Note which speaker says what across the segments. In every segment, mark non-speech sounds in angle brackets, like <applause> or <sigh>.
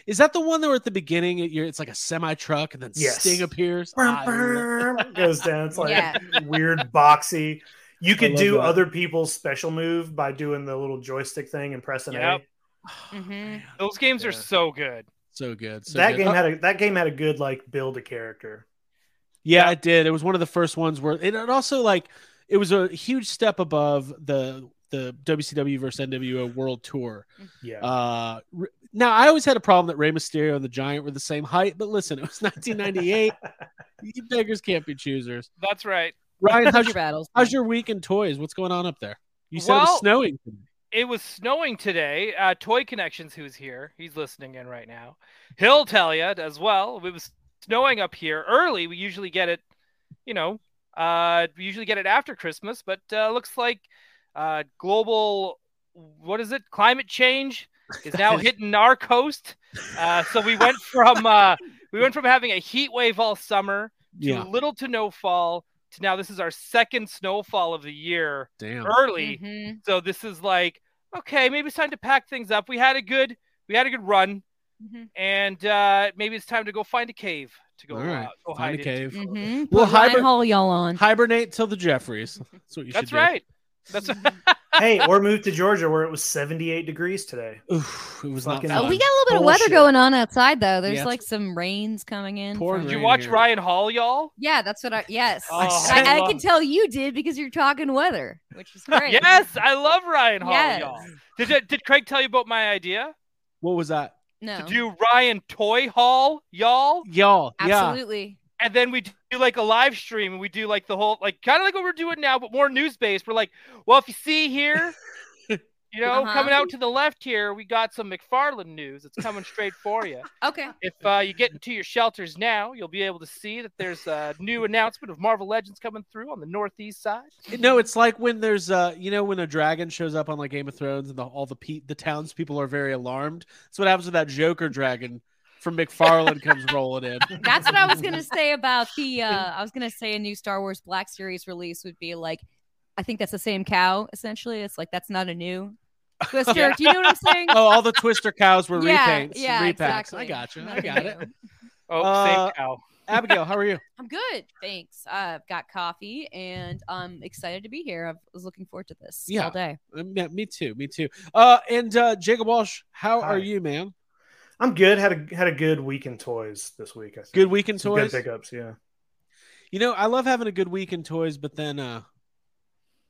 Speaker 1: Is that the one that were at the beginning? It- you're- It's like a semi truck, and then
Speaker 2: Yes.
Speaker 1: Sting appears. I love-
Speaker 2: Brum, brum, <laughs> goes down. It's like
Speaker 3: Yeah.
Speaker 2: weird boxy. You
Speaker 1: I
Speaker 2: could
Speaker 1: love
Speaker 2: do
Speaker 1: that.
Speaker 2: other people's special move by doing the little joystick thing and pressing
Speaker 4: Yep.
Speaker 2: A.
Speaker 3: hmm
Speaker 4: Those games are
Speaker 2: Yeah.
Speaker 4: so good.
Speaker 1: So good. So
Speaker 2: that
Speaker 1: good.
Speaker 2: game
Speaker 1: Oh,
Speaker 2: had a that game had a good like build a character.
Speaker 1: yeah, it did. It was one of the first ones where and it also like it was a huge step above the the WCW versus NWO World Tour.
Speaker 2: Yeah.
Speaker 1: Uh, re- now I always had a problem that Rey Mysterio and the Giant were the same height, but listen, it was 1998. you beggars can't be choosers.
Speaker 4: That's right.
Speaker 1: Ryan, how's
Speaker 3: Your
Speaker 1: your,
Speaker 3: battles.
Speaker 1: how's your week in toys? What's going on up there? You said it
Speaker 4: Well-
Speaker 1: was snowing.
Speaker 4: it was snowing today. Uh, Toy Connections, who's here, he's listening in right now. He'll tell you as well. It was snowing up here early. We usually get it, you know, uh, we usually get it after Christmas, but uh, looks like uh, global, what is it? Climate change is now hitting our coast. Uh, so we went from uh, we went from having a heat wave all summer to
Speaker 1: Yeah,
Speaker 4: little to no fall to now this is our second snowfall of the year
Speaker 1: damn.
Speaker 4: early.
Speaker 3: Mhm.
Speaker 4: So this is like, okay, maybe it's time to pack things up. We had a good we had a good run,
Speaker 3: Mhm.
Speaker 4: and uh, maybe it's time to go find a cave to go,
Speaker 1: All right,
Speaker 4: uh, go hide
Speaker 1: Find a cave.
Speaker 4: in.
Speaker 3: Mhm.
Speaker 1: Well,
Speaker 3: Put Ryan
Speaker 1: hybrid-
Speaker 3: Hall y'all on.
Speaker 1: Hibernate till the Jeffries. That's what you should
Speaker 4: That's
Speaker 1: do.
Speaker 4: right.
Speaker 3: <laughs>
Speaker 4: That's <laughs>
Speaker 2: hey, or move to Georgia where it was 78 degrees today.
Speaker 1: Oof, it was not
Speaker 2: Fucking-
Speaker 1: fun.
Speaker 3: Oh, we got a little bit of weather
Speaker 2: Bullshit.
Speaker 3: going on outside though. There's
Speaker 1: Yeah.
Speaker 3: like some rains coming in.
Speaker 1: Pouring
Speaker 3: from-
Speaker 4: Did you
Speaker 1: Right
Speaker 4: watch
Speaker 1: here.
Speaker 4: Ryan Hall, y'all?
Speaker 3: Yeah, that's what I. Yes,
Speaker 4: Oh,
Speaker 3: I,
Speaker 1: said-
Speaker 3: I can tell you did because you're talking weather, which is great.
Speaker 4: Yes, I love Ryan Hall,
Speaker 3: Yes.
Speaker 4: y'all. Did, you- did Craig tell you about my idea
Speaker 1: What was that?
Speaker 3: No.
Speaker 4: to do Ryan Toy Hall, y'all?
Speaker 1: Y'all, yeah.
Speaker 3: Absolutely.
Speaker 4: And then we do like a live stream and we do like the whole, like kind of like what we're doing now, but more news based. We're like, well, if you see here, you know,
Speaker 3: Uh-huh.
Speaker 4: coming out to the left here, we got some McFarland news. It's coming straight for you.
Speaker 3: Okay.
Speaker 4: If uh, you get into your shelters now, you'll be able to see that there's a new announcement of Marvel Legends coming through on the northeast side.
Speaker 1: No, it's like when there's uh you know when a dragon shows up on like Game of Thrones and the, all the pe- the townspeople are very alarmed. That's what happens with that Joker dragon from McFarlane
Speaker 3: <laughs>
Speaker 1: comes rolling in.
Speaker 3: That's what I was gonna say about
Speaker 1: <laughs>
Speaker 3: the. Uh, I was gonna say a new Star Wars Black Series release would be like, I think that's the same cow. Essentially, it's like that's not
Speaker 1: <laughs>
Speaker 3: a new twister. Do you know what I'm saying?
Speaker 1: Oh, all the Twister cows were
Speaker 3: <laughs> yeah,
Speaker 1: repaints,
Speaker 3: yeah,
Speaker 1: repacks.
Speaker 3: exactly.
Speaker 1: I got you. I
Speaker 3: Nothing <laughs>
Speaker 1: got it.
Speaker 3: new.
Speaker 4: Oh,
Speaker 1: Uh,
Speaker 4: same cow. <laughs>
Speaker 1: Abigail, how are you?
Speaker 3: I'm good, thanks. I've got coffee and I'm excited to be here. I was looking forward to this
Speaker 1: Yeah.
Speaker 3: all day.
Speaker 1: Uh, me- Me too. Me too. Uh, and uh, Jacob Walsh, how
Speaker 2: Hi.
Speaker 1: are you, man?
Speaker 2: I'm good. Had a had a good week in toys this week. I think.
Speaker 1: Good weekend
Speaker 2: Some
Speaker 1: toys.
Speaker 2: Good pickups. Yeah.
Speaker 1: You know, I love having a good week in toys, but then uh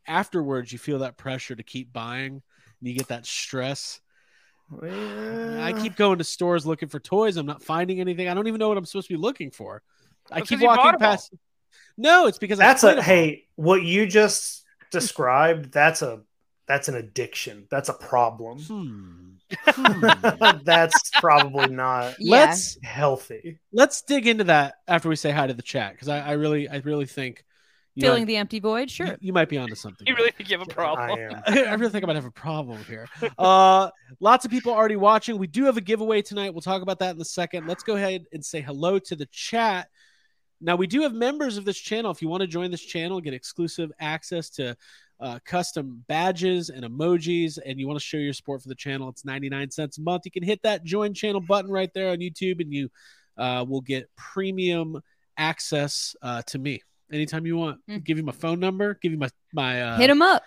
Speaker 1: afterwards you feel that pressure to keep buying and you get that stress. I keep going to stores looking for toys. I'm not finding anything. I don't even know what I'm supposed to be looking for. I
Speaker 4: That's
Speaker 1: keep
Speaker 4: Oh, 'cause you bought
Speaker 1: walking
Speaker 4: 'em all.
Speaker 1: past. No, it's because
Speaker 2: That's
Speaker 1: I
Speaker 2: a
Speaker 1: played 'em
Speaker 2: hey. What you just described. That's a that's an addiction. That's a problem.
Speaker 1: all. <laughs> Hmm. Hmm.
Speaker 2: <laughs> that's probably not
Speaker 3: Yeah.
Speaker 1: Let's
Speaker 2: healthy.
Speaker 1: let's dig into that after we say hi to the chat because I, I really I really think you
Speaker 3: Filling
Speaker 1: might,
Speaker 3: the empty void,
Speaker 1: you-
Speaker 3: sure.
Speaker 1: you, might be onto something.
Speaker 4: You really think you have a problem?
Speaker 2: I
Speaker 1: <laughs>
Speaker 2: am.
Speaker 1: I really think I'm gonna have a problem here. Uh, lots of people already watching. We do have a giveaway tonight. We'll talk about that in a second. Let's go ahead and say hello to the chat. Now we do have members of this channel. If you want to join this channel, get exclusive access to uh, custom badges and emojis, and you want to show your support for the channel, it's 99 cents a month. You can hit that join channel button right there on YouTube, and you uh, will get premium access uh, to me anytime you want.
Speaker 3: Mm.
Speaker 1: Give you my phone number. Give you my my uh,
Speaker 3: Hit him up.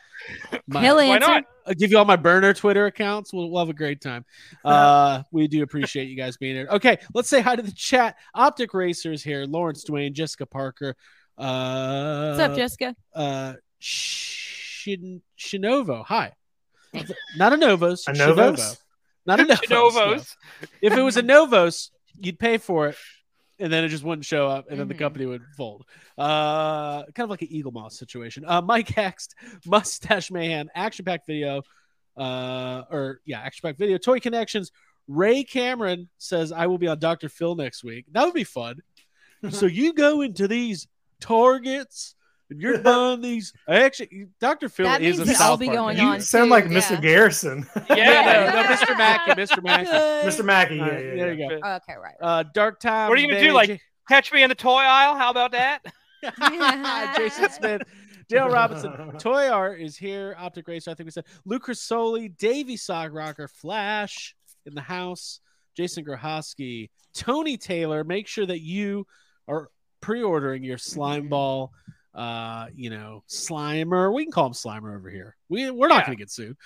Speaker 1: my-
Speaker 3: He'll
Speaker 4: Why
Speaker 3: answer.
Speaker 4: not?
Speaker 1: I'll give you all my burner Twitter accounts. We'll, we'll have a great
Speaker 2: <laughs>
Speaker 1: time. Uh, we do appreciate you guys being here. Okay, let's say hi to the chat. Optic Racers here. Lawrence Dwayne, Jessica Parker. Uh,
Speaker 3: What's up, <laughs> Jessica?
Speaker 1: Uh, Shin- Shinovo. Hi. Not a Novos.
Speaker 2: A
Speaker 1: Shinovo.
Speaker 2: Novos?
Speaker 1: Not
Speaker 2: <laughs>
Speaker 1: a Novos. no.
Speaker 4: Novos.
Speaker 1: If it was a Novos, you'd pay for it, and then it just wouldn't show up, and then the
Speaker 2: Mm-hmm.
Speaker 3: Mhm.
Speaker 1: company would fold. Uh, kind of like an Eagle Moss situation. Uh, Mike <laughs> Hext, Mustache Mayhem, Action Pack Video, uh, or yeah, Action Pack Video, Toy Connections. Ray Cameron says, I will be on Dr. Phil next week. That would be fun.
Speaker 2: <laughs>
Speaker 1: so you go into these targets and
Speaker 2: <laughs>
Speaker 1: you're buying these. Actually, Dr. Phil
Speaker 3: That
Speaker 1: is
Speaker 3: means
Speaker 1: a
Speaker 3: that
Speaker 1: South
Speaker 3: I'll be
Speaker 1: Park
Speaker 3: going
Speaker 1: name.
Speaker 3: on.
Speaker 2: sound
Speaker 3: too,
Speaker 2: like
Speaker 3: yeah.
Speaker 2: Mr. Garrison. <laughs>
Speaker 1: Yeah,
Speaker 4: Yeah.
Speaker 3: <laughs>
Speaker 1: no, no, Mr. Mackey, Mr. Mackey.
Speaker 2: Mr. Mackey.
Speaker 1: All
Speaker 2: Yeah,
Speaker 1: right,
Speaker 2: yeah,
Speaker 1: there
Speaker 2: yeah.
Speaker 1: you go.
Speaker 3: Oh, Okay, right.
Speaker 1: Uh, dark time.
Speaker 4: What are you gonna do,
Speaker 1: Benji-
Speaker 4: like- Catch me in the toy aisle. How about that?
Speaker 1: <laughs> Jason Smith, Dale
Speaker 2: <laughs>
Speaker 1: Robinson, Toy Art is here. Optic Racer, I think we said. Luke Crisoli, Davey Sock Rocker, Flash in the house. Jason Grohosky, Tony Taylor. Make sure that you are pre-ordering your slime ball. Uh, you know, Slimer. We can call him Slimer over here. We we're not
Speaker 4: Yeah.
Speaker 1: gonna get sued.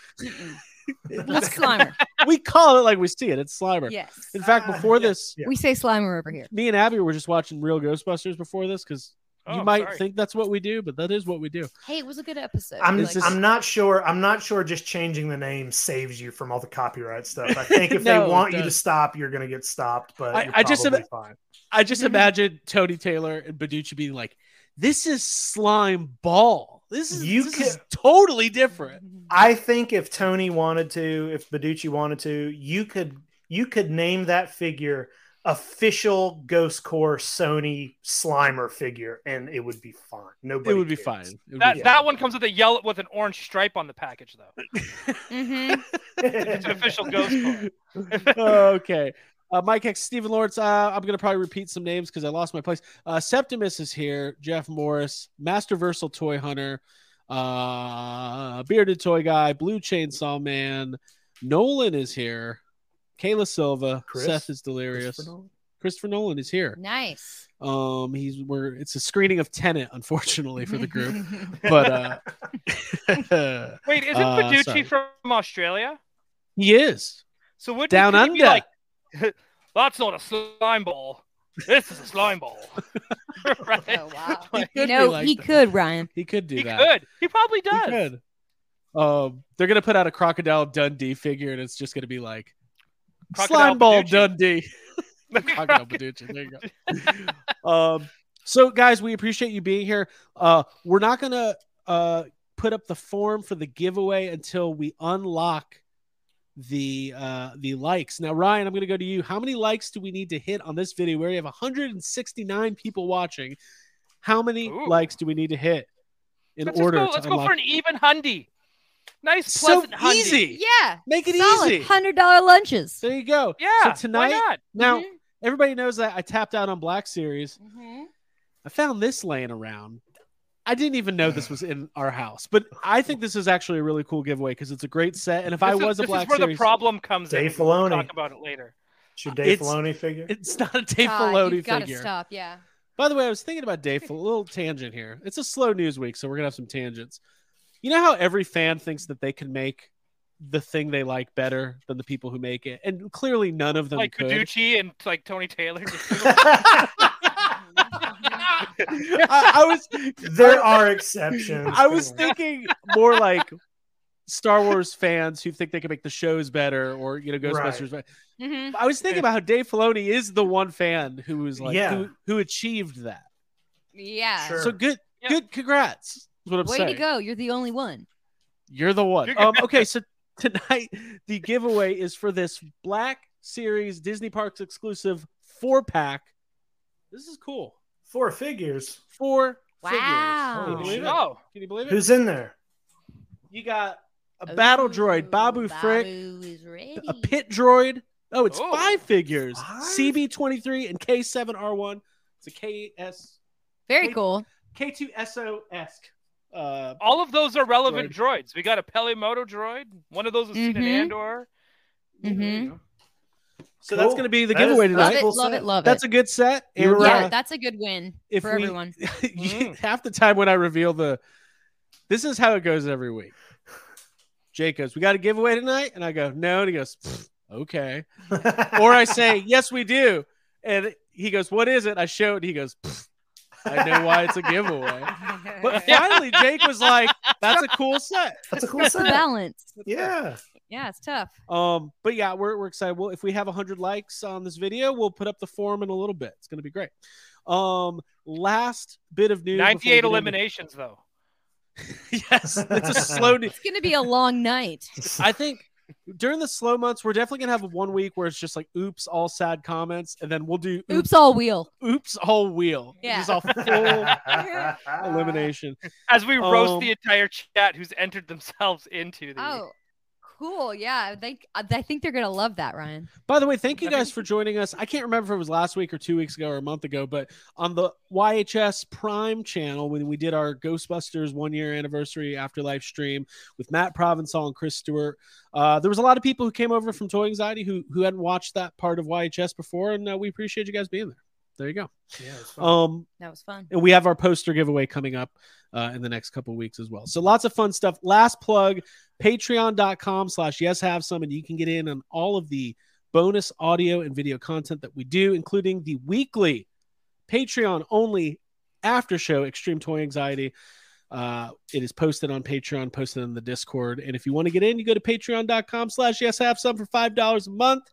Speaker 3: What's <laughs> Slimer?
Speaker 1: We call it like we see it. It's Slimer.
Speaker 3: <laughs> Yes.
Speaker 1: In fact,
Speaker 2: Ah,
Speaker 1: before
Speaker 2: yeah.
Speaker 1: this,
Speaker 3: We say Slimer over here.
Speaker 1: me and Abby were just watching Real Ghostbusters before this because you
Speaker 4: Oh,
Speaker 1: might
Speaker 4: sorry.
Speaker 1: think that's what we do, but that is what we do.
Speaker 3: Hey, it was a good episode.
Speaker 2: I'm,
Speaker 1: Is this-
Speaker 2: I'm not sure. I'm not sure. Just changing the name saves you from all the copyright
Speaker 1: <laughs>
Speaker 2: stuff. I think if
Speaker 1: No,
Speaker 2: they
Speaker 1: it
Speaker 2: want you to
Speaker 1: does.
Speaker 2: stop, you're going to get stopped. But
Speaker 1: I-
Speaker 2: you're
Speaker 1: I just
Speaker 2: probably
Speaker 1: ima-
Speaker 2: fine.
Speaker 1: I just <laughs>
Speaker 3: Mhm.
Speaker 1: imagine Tony Taylor and Beducci being like, "This is slime ball. This is
Speaker 2: You
Speaker 1: this
Speaker 2: can-
Speaker 1: is totally different."
Speaker 2: I think if Tony wanted to, if Beducci wanted to, you could you could name that figure official Ghost Core Sony Slimer figure, and it would be fine. Nobody.
Speaker 1: it would be
Speaker 2: cares.
Speaker 1: fine.
Speaker 2: <laughs>
Speaker 1: It would
Speaker 4: That
Speaker 1: be
Speaker 4: that one comes with a yellow with an orange stripe on the package though.
Speaker 3: Mhm.
Speaker 4: It's an official ghost
Speaker 1: <laughs>
Speaker 4: card.
Speaker 1: fine. <laughs> okay. Uh, Mike X, Stephen Lawrence. Uh, I'm gonna probably repeat some names because I lost my place. Uh, Septimus is here. Jeff Morris, Master Versal Toy Hunter, uh, Bearded Toy Guy, Blue Chainsaw Man, Nolan is here. Kayla Silva,
Speaker 2: Chris?
Speaker 1: Seth is delirious. Christopher Nolan is here.
Speaker 3: <laughs> Nice.
Speaker 1: Um, he's we're it's a screening of Tenet, unfortunately, for the group. but uh, <laughs>
Speaker 4: Wait, isn't
Speaker 1: Uh,
Speaker 4: Paducci
Speaker 1: sorry.
Speaker 4: from Australia?
Speaker 1: he is
Speaker 4: So would
Speaker 1: Down
Speaker 4: could he be
Speaker 1: under.
Speaker 4: like, <laughs> that's not a slime ball. This is a
Speaker 1: <laughs>
Speaker 4: slime ball. right? <laughs>
Speaker 3: oh wow.
Speaker 1: He could be
Speaker 3: You know
Speaker 1: like
Speaker 3: he
Speaker 1: that.
Speaker 3: could, Ryan.
Speaker 1: he could do
Speaker 4: He
Speaker 1: that.
Speaker 4: could. He probably
Speaker 1: He
Speaker 4: does. <laughs>
Speaker 1: could. Um, they're gonna put out a crocodile Dundee figure, and it's just gonna be like
Speaker 4: Crocodile
Speaker 1: slime ball
Speaker 4: Paducci. <laughs>
Speaker 1: Dundee. Crocodile Paducci. There you go. um, so guys, we appreciate you being here. Uh, we're not gonna uh put up the form for the giveaway until we unlock the uh the likes. Now, Ryan, I'm gonna go to you. How many likes do we need to hit on this video? We already have 169 people watching. How many
Speaker 4: Ooh.
Speaker 1: likes do we need to hit in
Speaker 4: let's just
Speaker 1: order
Speaker 4: go,
Speaker 1: to
Speaker 4: let's go
Speaker 1: unlock?
Speaker 4: for an even hundy. Nice,
Speaker 1: so
Speaker 4: pleasant hundy.
Speaker 1: easy.
Speaker 3: Yeah.
Speaker 1: Make it
Speaker 3: Solid
Speaker 1: easy.
Speaker 3: hundred dollar lunches.
Speaker 1: There you go. So
Speaker 4: Yeah.
Speaker 1: tonight,
Speaker 4: why not?
Speaker 3: Mm-hmm.
Speaker 1: now everybody knows that I tapped out on Black Series.
Speaker 3: Mm-hmm.
Speaker 1: I found this laying around. I didn't even know this was in our house, but I think this is actually a really cool giveaway because it's a great set. And if I
Speaker 4: This is-
Speaker 1: was a
Speaker 4: this
Speaker 1: Black
Speaker 4: is where
Speaker 1: Series,
Speaker 4: the problem comes in.
Speaker 2: Dave
Speaker 4: We'll
Speaker 2: Filoni.
Speaker 4: talk about it later.
Speaker 2: Should Dave
Speaker 1: Uh, It's-
Speaker 2: Filoni figure?
Speaker 1: it's not a Dave Filoni
Speaker 3: gotta
Speaker 1: figure.
Speaker 3: stop. Yeah.
Speaker 1: By the way, I was thinking about Dave. Fil- A little tangent here. It's a slow news week, so we're gonna have some tangents. You know how every fan thinks that they can make the thing they like better than the people who make it, and clearly none of them
Speaker 4: Like
Speaker 1: could.
Speaker 4: Paducci and like Tony
Speaker 1: <laughs>
Speaker 4: Taylor. <laughs>
Speaker 1: I, I was
Speaker 4: <laughs>
Speaker 1: <laughs>
Speaker 2: there are exceptions.
Speaker 1: I was
Speaker 2: There are.
Speaker 1: thinking more like Star Wars fans who think they can make the shows better or you know
Speaker 2: Right.
Speaker 1: Ghostbusters. better.
Speaker 3: Mm-hmm.
Speaker 1: I was thinking about how Dave Filoni is the one fan who was like
Speaker 2: Yeah.
Speaker 1: who, who achieved that.
Speaker 3: Yeah.
Speaker 2: Sure.
Speaker 1: So good,
Speaker 4: Yeah.
Speaker 1: good, congrats. Is what I'm
Speaker 3: Way
Speaker 1: saying.
Speaker 3: to go. You're the only one.
Speaker 1: You're the one.
Speaker 4: You're
Speaker 1: Um, okay, so tonight the giveaway is for this Black Series Disney Parks exclusive four pack. This is cool.
Speaker 2: four figures.
Speaker 1: Four.
Speaker 3: Wow.
Speaker 1: Figures. Can you believe it?
Speaker 4: oh,
Speaker 1: Can you believe it?
Speaker 2: Who's in there?
Speaker 1: you got a battle droid, Babu Frick.
Speaker 3: Babu is ready.
Speaker 1: a pit droid. Oh, it's
Speaker 4: Oh.
Speaker 1: five figures.
Speaker 2: Five?
Speaker 1: CB23 and K7R1. It's a KS
Speaker 3: Very cool.
Speaker 1: K2SO esque. Uh,
Speaker 4: all of those are relevant droids. We got a Pelimoto droid. One of those was seen in
Speaker 3: Mhm.
Speaker 4: Andor.
Speaker 3: Mm-hmm.
Speaker 1: so
Speaker 2: Cool.
Speaker 1: that's
Speaker 2: <laughs>
Speaker 1: going to be the
Speaker 2: That is-
Speaker 1: giveaway
Speaker 3: Love
Speaker 1: tonight.
Speaker 3: it.
Speaker 2: Delightful
Speaker 3: Love
Speaker 2: set.
Speaker 3: it. Love
Speaker 1: That's
Speaker 3: it.
Speaker 1: a good set. And
Speaker 2: You're
Speaker 3: yeah,
Speaker 2: right.
Speaker 3: that's a good win
Speaker 1: If
Speaker 3: for
Speaker 1: we- <laughs>
Speaker 3: everyone.
Speaker 1: you-
Speaker 4: Mm.
Speaker 1: half the time when I reveal the, this is how it goes every week. Jake goes, "We got a giveaway tonight," and I go, "No," and he goes, "Pfft, "Okay," or I
Speaker 3: <laughs>
Speaker 1: say, "Yes, we do," and he goes, "What is it?" I show it, and he goes, "Pfft, "I know why it's a giveaway." But finally, Jake was like, "That's a cool set."
Speaker 2: That's a cool
Speaker 3: It's a
Speaker 2: set.
Speaker 3: balance.
Speaker 2: Yeah.
Speaker 3: Yeah, it's tough.
Speaker 1: Um, but yeah, we're we're excited. Well, if we have hundred likes on this video, we'll put up the form in a little bit. It's gonna be great. Um, last bit of news. before we
Speaker 4: Ninety-eight
Speaker 1: get into-
Speaker 4: eliminations, though.
Speaker 1: <laughs> yes, it's a slow. ne-
Speaker 3: It's gonna be a long night.
Speaker 1: <laughs> I think during the slow months, we're definitely gonna have one week where it's just like, "Oops, all sad comments," and then we'll do "Oops,
Speaker 3: Oops, all wheel.
Speaker 1: oops all wheel."
Speaker 3: Yeah.
Speaker 1: just all
Speaker 2: <laughs>
Speaker 1: full elimination.
Speaker 4: As we
Speaker 1: Um,
Speaker 4: roast the entire chat who's entered themselves into the.
Speaker 3: Oh, cool. Yeah, I think I I think they're gonna love that, Ryan.
Speaker 1: By the way, thank you guys for joining us. I can't remember if it was last week or two weeks ago or a month ago, but on the YHS Prime channel, when we did our Ghostbusters one year anniversary afterlife stream with Matt Provençal and Chris Stewart, uh, there was a lot of people who came over from Toy Anxiety who, who hadn't watched that part of YHS before, and uh, we appreciate you guys being there. There you go.
Speaker 2: Yeah, it's fun.
Speaker 1: Um,
Speaker 3: That was fun.
Speaker 1: and we have our poster giveaway coming up uh, in the next couple weeks as well so lots of fun stuff last plug patreon.com slash yes have some and you can get in on all of the bonus audio and video content that we do including the weekly patreon only after show extreme toy anxiety uh, it is posted on patreon posted in the discord and if you want to get in you go to patreon.com slash yes have some for five dollars a month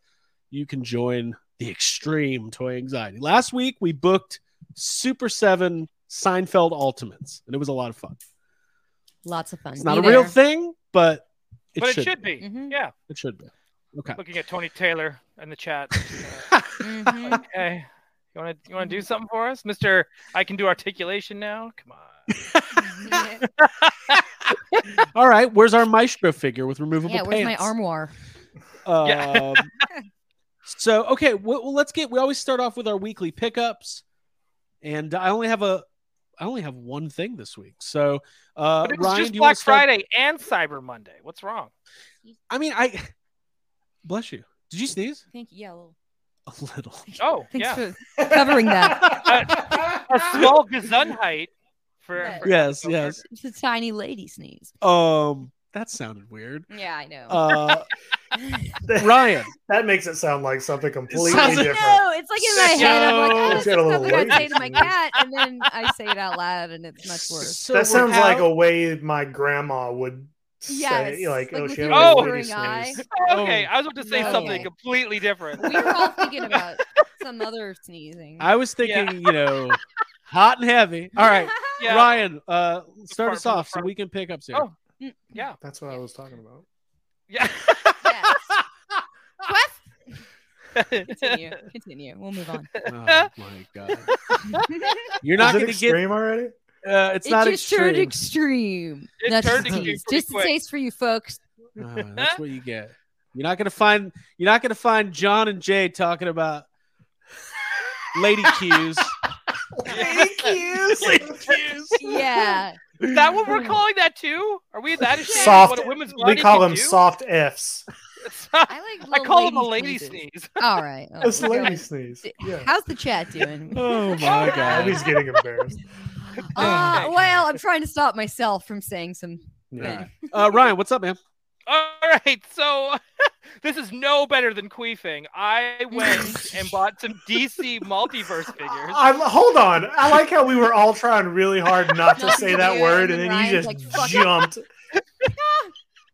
Speaker 1: you can join the extreme toy anxiety last week we booked Super Seven Seinfeld Ultimates, and it was a lot of fun.
Speaker 3: Lots of fun.
Speaker 1: It's not a real thing, but it,
Speaker 4: but
Speaker 1: should,
Speaker 4: it should be.
Speaker 3: Mhm.
Speaker 4: Yeah.
Speaker 1: It should be. Okay.
Speaker 4: Looking at Tony Taylor in
Speaker 1: <laughs>
Speaker 4: the chat.
Speaker 3: hmm
Speaker 4: okay. You want to you want to do
Speaker 3: Mm-hmm.
Speaker 4: something for us, Mister? I can do articulation now. Come
Speaker 1: Uh,
Speaker 4: on.
Speaker 1: All right. Where's our maestro figure with removable
Speaker 3: yeah, where's my
Speaker 1: pants?
Speaker 3: armoire?
Speaker 1: Um,
Speaker 4: Yeah.
Speaker 1: <laughs> so okay, well, well, let's get. We always start off with our weekly pickups, and I only have a, I only have one thing this week. So, uh,
Speaker 4: But it was
Speaker 1: Ryan,
Speaker 4: just
Speaker 1: do you wanna
Speaker 4: Black
Speaker 1: start-
Speaker 4: Friday and Cyber Monday.
Speaker 3: <laughs>
Speaker 4: What's wrong?
Speaker 1: I mean, I. <laughs> Bless you. Did you sneeze? <laughs>
Speaker 3: Thank you. Yeah, a little.
Speaker 1: a little.
Speaker 4: Oh,
Speaker 3: Thanks
Speaker 4: yeah.
Speaker 3: for <laughs> covering that.
Speaker 4: <laughs> A small Gesundheit for,
Speaker 3: Yeah.
Speaker 4: for
Speaker 1: Yes,
Speaker 4: Hangover.
Speaker 1: yes.
Speaker 3: It's a tiny lady sneeze.
Speaker 1: Um, that sounded weird.
Speaker 3: Yeah, I know.
Speaker 1: Uh, Ryan,
Speaker 2: <laughs> that makes it sound like something completely
Speaker 1: sounds-
Speaker 2: different.
Speaker 3: no, it's like in my head. I'm like,
Speaker 1: So-
Speaker 3: oh, this is
Speaker 2: Got a little
Speaker 3: something I'd say
Speaker 2: lazy
Speaker 3: to my
Speaker 2: sneeze.
Speaker 3: cat, and then I say it out loud, and it's much worse.
Speaker 1: so
Speaker 2: that
Speaker 1: we're
Speaker 2: sounds like
Speaker 1: out-
Speaker 2: a way my grandma would
Speaker 3: Yes,
Speaker 2: say, like,
Speaker 3: like
Speaker 2: oh,
Speaker 3: with
Speaker 2: she
Speaker 3: your
Speaker 2: had a little
Speaker 4: Oh.
Speaker 2: lady
Speaker 3: eye.
Speaker 1: <laughs>
Speaker 2: sneeze.
Speaker 4: Okay,
Speaker 1: Oh.
Speaker 4: I was about to say
Speaker 3: No.
Speaker 4: something completely different.
Speaker 3: We were all thinking about some other sneezing.
Speaker 1: I was
Speaker 4: Yeah.
Speaker 1: thinking, you know, hot and heavy. All
Speaker 3: <laughs>
Speaker 1: right,
Speaker 4: Yeah.
Speaker 1: Ryan, uh, start
Speaker 4: Apart
Speaker 1: us
Speaker 4: from the
Speaker 1: off so
Speaker 4: front.
Speaker 1: we can pick up soon.
Speaker 4: Oh. Yeah.
Speaker 2: That's what I was talking about.
Speaker 4: Yeah. <laughs>
Speaker 3: Yes. What? <laughs> Continue. Continue. We'll move <laughs> on.
Speaker 1: Oh, my god, you're
Speaker 2: Is
Speaker 1: not
Speaker 2: it
Speaker 1: going to get.
Speaker 2: extreme already?
Speaker 1: Uh, it's
Speaker 3: it
Speaker 1: not
Speaker 3: just turned
Speaker 1: extreme.
Speaker 3: extreme.
Speaker 4: It
Speaker 3: That's
Speaker 4: turned
Speaker 3: just a
Speaker 4: extreme
Speaker 3: tease.
Speaker 4: pretty
Speaker 3: Just a
Speaker 4: quick.
Speaker 3: taste for you folks.
Speaker 1: Ah, that's what you get. You're not going to find. You're not going to find John and Jay talking about lady cues.
Speaker 4: <laughs> Is
Speaker 3: Yeah. <laughs>
Speaker 4: that what we're calling that too? Are we that ashamed of
Speaker 2: Soft-
Speaker 4: what a woman's
Speaker 2: We
Speaker 4: body
Speaker 2: call
Speaker 4: can
Speaker 2: them
Speaker 4: do? <laughs>
Speaker 2: soft
Speaker 1: <laughs>
Speaker 2: Fs.
Speaker 4: I
Speaker 3: I like. little
Speaker 4: call them a lady
Speaker 3: sneezes.
Speaker 4: sneeze. <laughs>
Speaker 3: All right. Oh,
Speaker 2: It's <laughs> a
Speaker 3: we're
Speaker 2: lady
Speaker 3: doing-
Speaker 2: sneeze.
Speaker 3: D-
Speaker 2: Yeah.
Speaker 3: How's the
Speaker 2: <laughs>
Speaker 3: chat doing?
Speaker 1: Oh my god.
Speaker 2: Abby's getting embarrassed.
Speaker 3: Uh, well, I'm trying to stop myself from saying some.
Speaker 2: Yeah.
Speaker 1: Uh, Ryan, what's up, man?
Speaker 4: All right, so <laughs> this is no better than queefing. I
Speaker 3: <laughs>
Speaker 4: went and bought some DC multiverse figures.
Speaker 2: I'm, hold on. I like how we were all trying really hard not to
Speaker 3: Not
Speaker 2: say
Speaker 3: to
Speaker 2: that
Speaker 3: do it,
Speaker 2: word, and
Speaker 3: and
Speaker 2: then
Speaker 3: then
Speaker 2: you just
Speaker 3: Ryan's like, "Fuck it."
Speaker 2: jumped.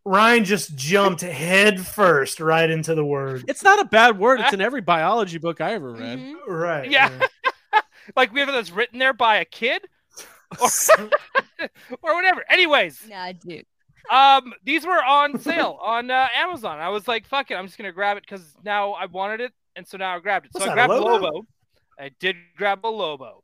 Speaker 2: Ryan just jumped head first right into the word.
Speaker 1: It's not a bad word. It's in every biology book I ever read.
Speaker 3: Mhm.
Speaker 2: Right.
Speaker 4: Yeah. Like whether that's written there by a kid
Speaker 3: <laughs>
Speaker 4: or, <laughs> or whatever. Anyways,
Speaker 3: Nah, dude.
Speaker 4: um, these were on sale <laughs> on uh, Amazon. I was like, "Fuck it, I'm just gonna grab it" because now I wanted it, and so now I grabbed it.
Speaker 2: What's
Speaker 4: so I
Speaker 2: that, a
Speaker 4: grabbed
Speaker 2: Lobo?
Speaker 4: Lobo. I did grab a Lobo.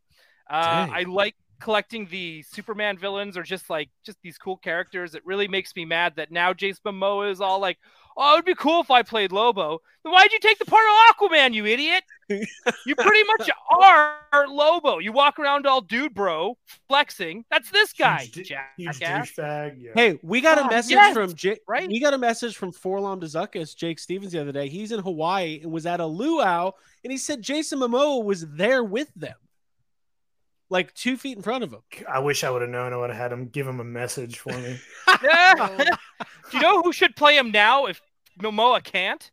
Speaker 4: Uh,
Speaker 1: Dang.
Speaker 4: I like collecting the Superman villains or just like just these cool characters. It really makes me mad that now Jace Momoa is all like, "Oh, it'd be cool if I played Lobo." Then why'd you take the part of Aquaman, you
Speaker 2: <laughs>
Speaker 4: idiot? you pretty much are Lobo. You walk around all dude bro, flexing. That's this guy,
Speaker 2: Huge d- Huge
Speaker 4: jackass.
Speaker 2: douchebag. Yeah.
Speaker 1: Hey, we got a
Speaker 3: Oh,
Speaker 1: message
Speaker 4: yes,
Speaker 1: from Jake.
Speaker 4: right?
Speaker 1: We got a message from Forlom Dezakis, Jake Stevens, the other day. He's in Hawaii and was at a luau, and he said Jason Momoa was there with them, like two feet in front of him.
Speaker 2: I wish I would have known. I would have had him give him a message for me.
Speaker 4: <laughs> Yeah. Do you know who should play him now if Momoa can't?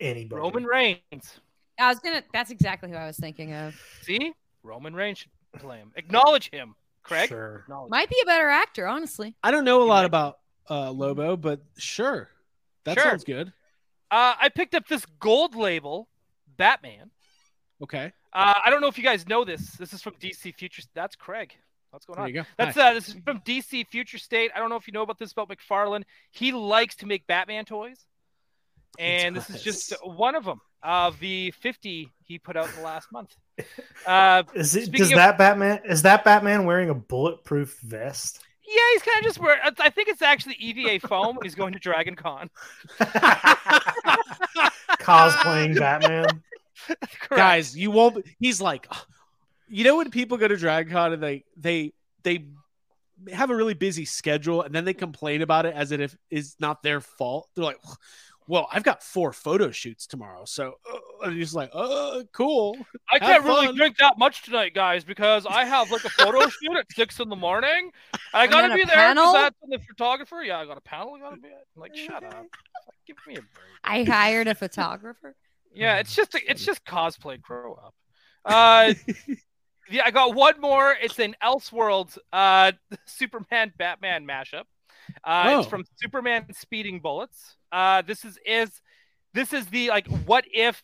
Speaker 2: Anybody.
Speaker 4: Roman Reigns.
Speaker 3: I was gonna. That's exactly who I was thinking of.
Speaker 4: See? Roman Reigns should play him. Acknowledge him, Craig.
Speaker 2: Sure.
Speaker 4: Acknowledge
Speaker 3: Might be a better actor, honestly.
Speaker 1: I don't know a
Speaker 4: You
Speaker 1: lot
Speaker 4: like-
Speaker 1: about uh, Lobo, but sure, that
Speaker 4: Sure.
Speaker 1: sounds good.
Speaker 4: Uh, I picked up this gold label Batman.
Speaker 1: Okay,
Speaker 4: Uh, I don't know if you guys know this. This is from DC Future. That's Craig. What's going
Speaker 1: there
Speaker 4: on?
Speaker 1: you go.
Speaker 4: That's
Speaker 1: Hi.
Speaker 4: uh, this is from DC Future State. I don't know if you know about this about McFarlane. He likes to make Batman toys, and this is just
Speaker 1: does.
Speaker 4: one of them of the 50 he put out in the last month. Uh,
Speaker 2: Is it?
Speaker 4: Speaking
Speaker 2: does
Speaker 4: of-
Speaker 2: that Batman? Is that Batman wearing a bulletproof vest? <laughs>
Speaker 4: yeah, he's kind of just wearing. I- I think it's actually EVA foam. when He's going to Dragon Con. <laughs>
Speaker 2: Cosplaying Batman.
Speaker 4: Correct.
Speaker 1: guys. You won't. be- He's like, "Ugh." you know, when people go to Dragon Con and they they they have a really busy schedule, and then they complain about it as if it's not their fault. They're like. Well, I've got four photo shoots tomorrow, so uh, and you're just like, oh, cool.
Speaker 4: I
Speaker 1: Have
Speaker 4: can't really
Speaker 1: fun.
Speaker 4: drink that much tonight, guys, because I have like
Speaker 3: <laughs>
Speaker 4: a photo shoot at six in the morning. And I
Speaker 3: And
Speaker 4: gotta
Speaker 3: then a
Speaker 4: be there.
Speaker 3: panel?
Speaker 4: 'cause That's the photographer. Yeah, I got a panel. I gotta be at. Like, shut up. Like, give me a break.
Speaker 3: I hired a photographer.
Speaker 4: Yeah, it's just it's just cosplay. Grow up. Uh, yeah, I got one more. It's an Elseworlds uh, <laughs> Superman Batman mashup. Uh, It's
Speaker 1: Oh.
Speaker 4: from Superman Speeding Bullets. Uh, this is is this is the like what if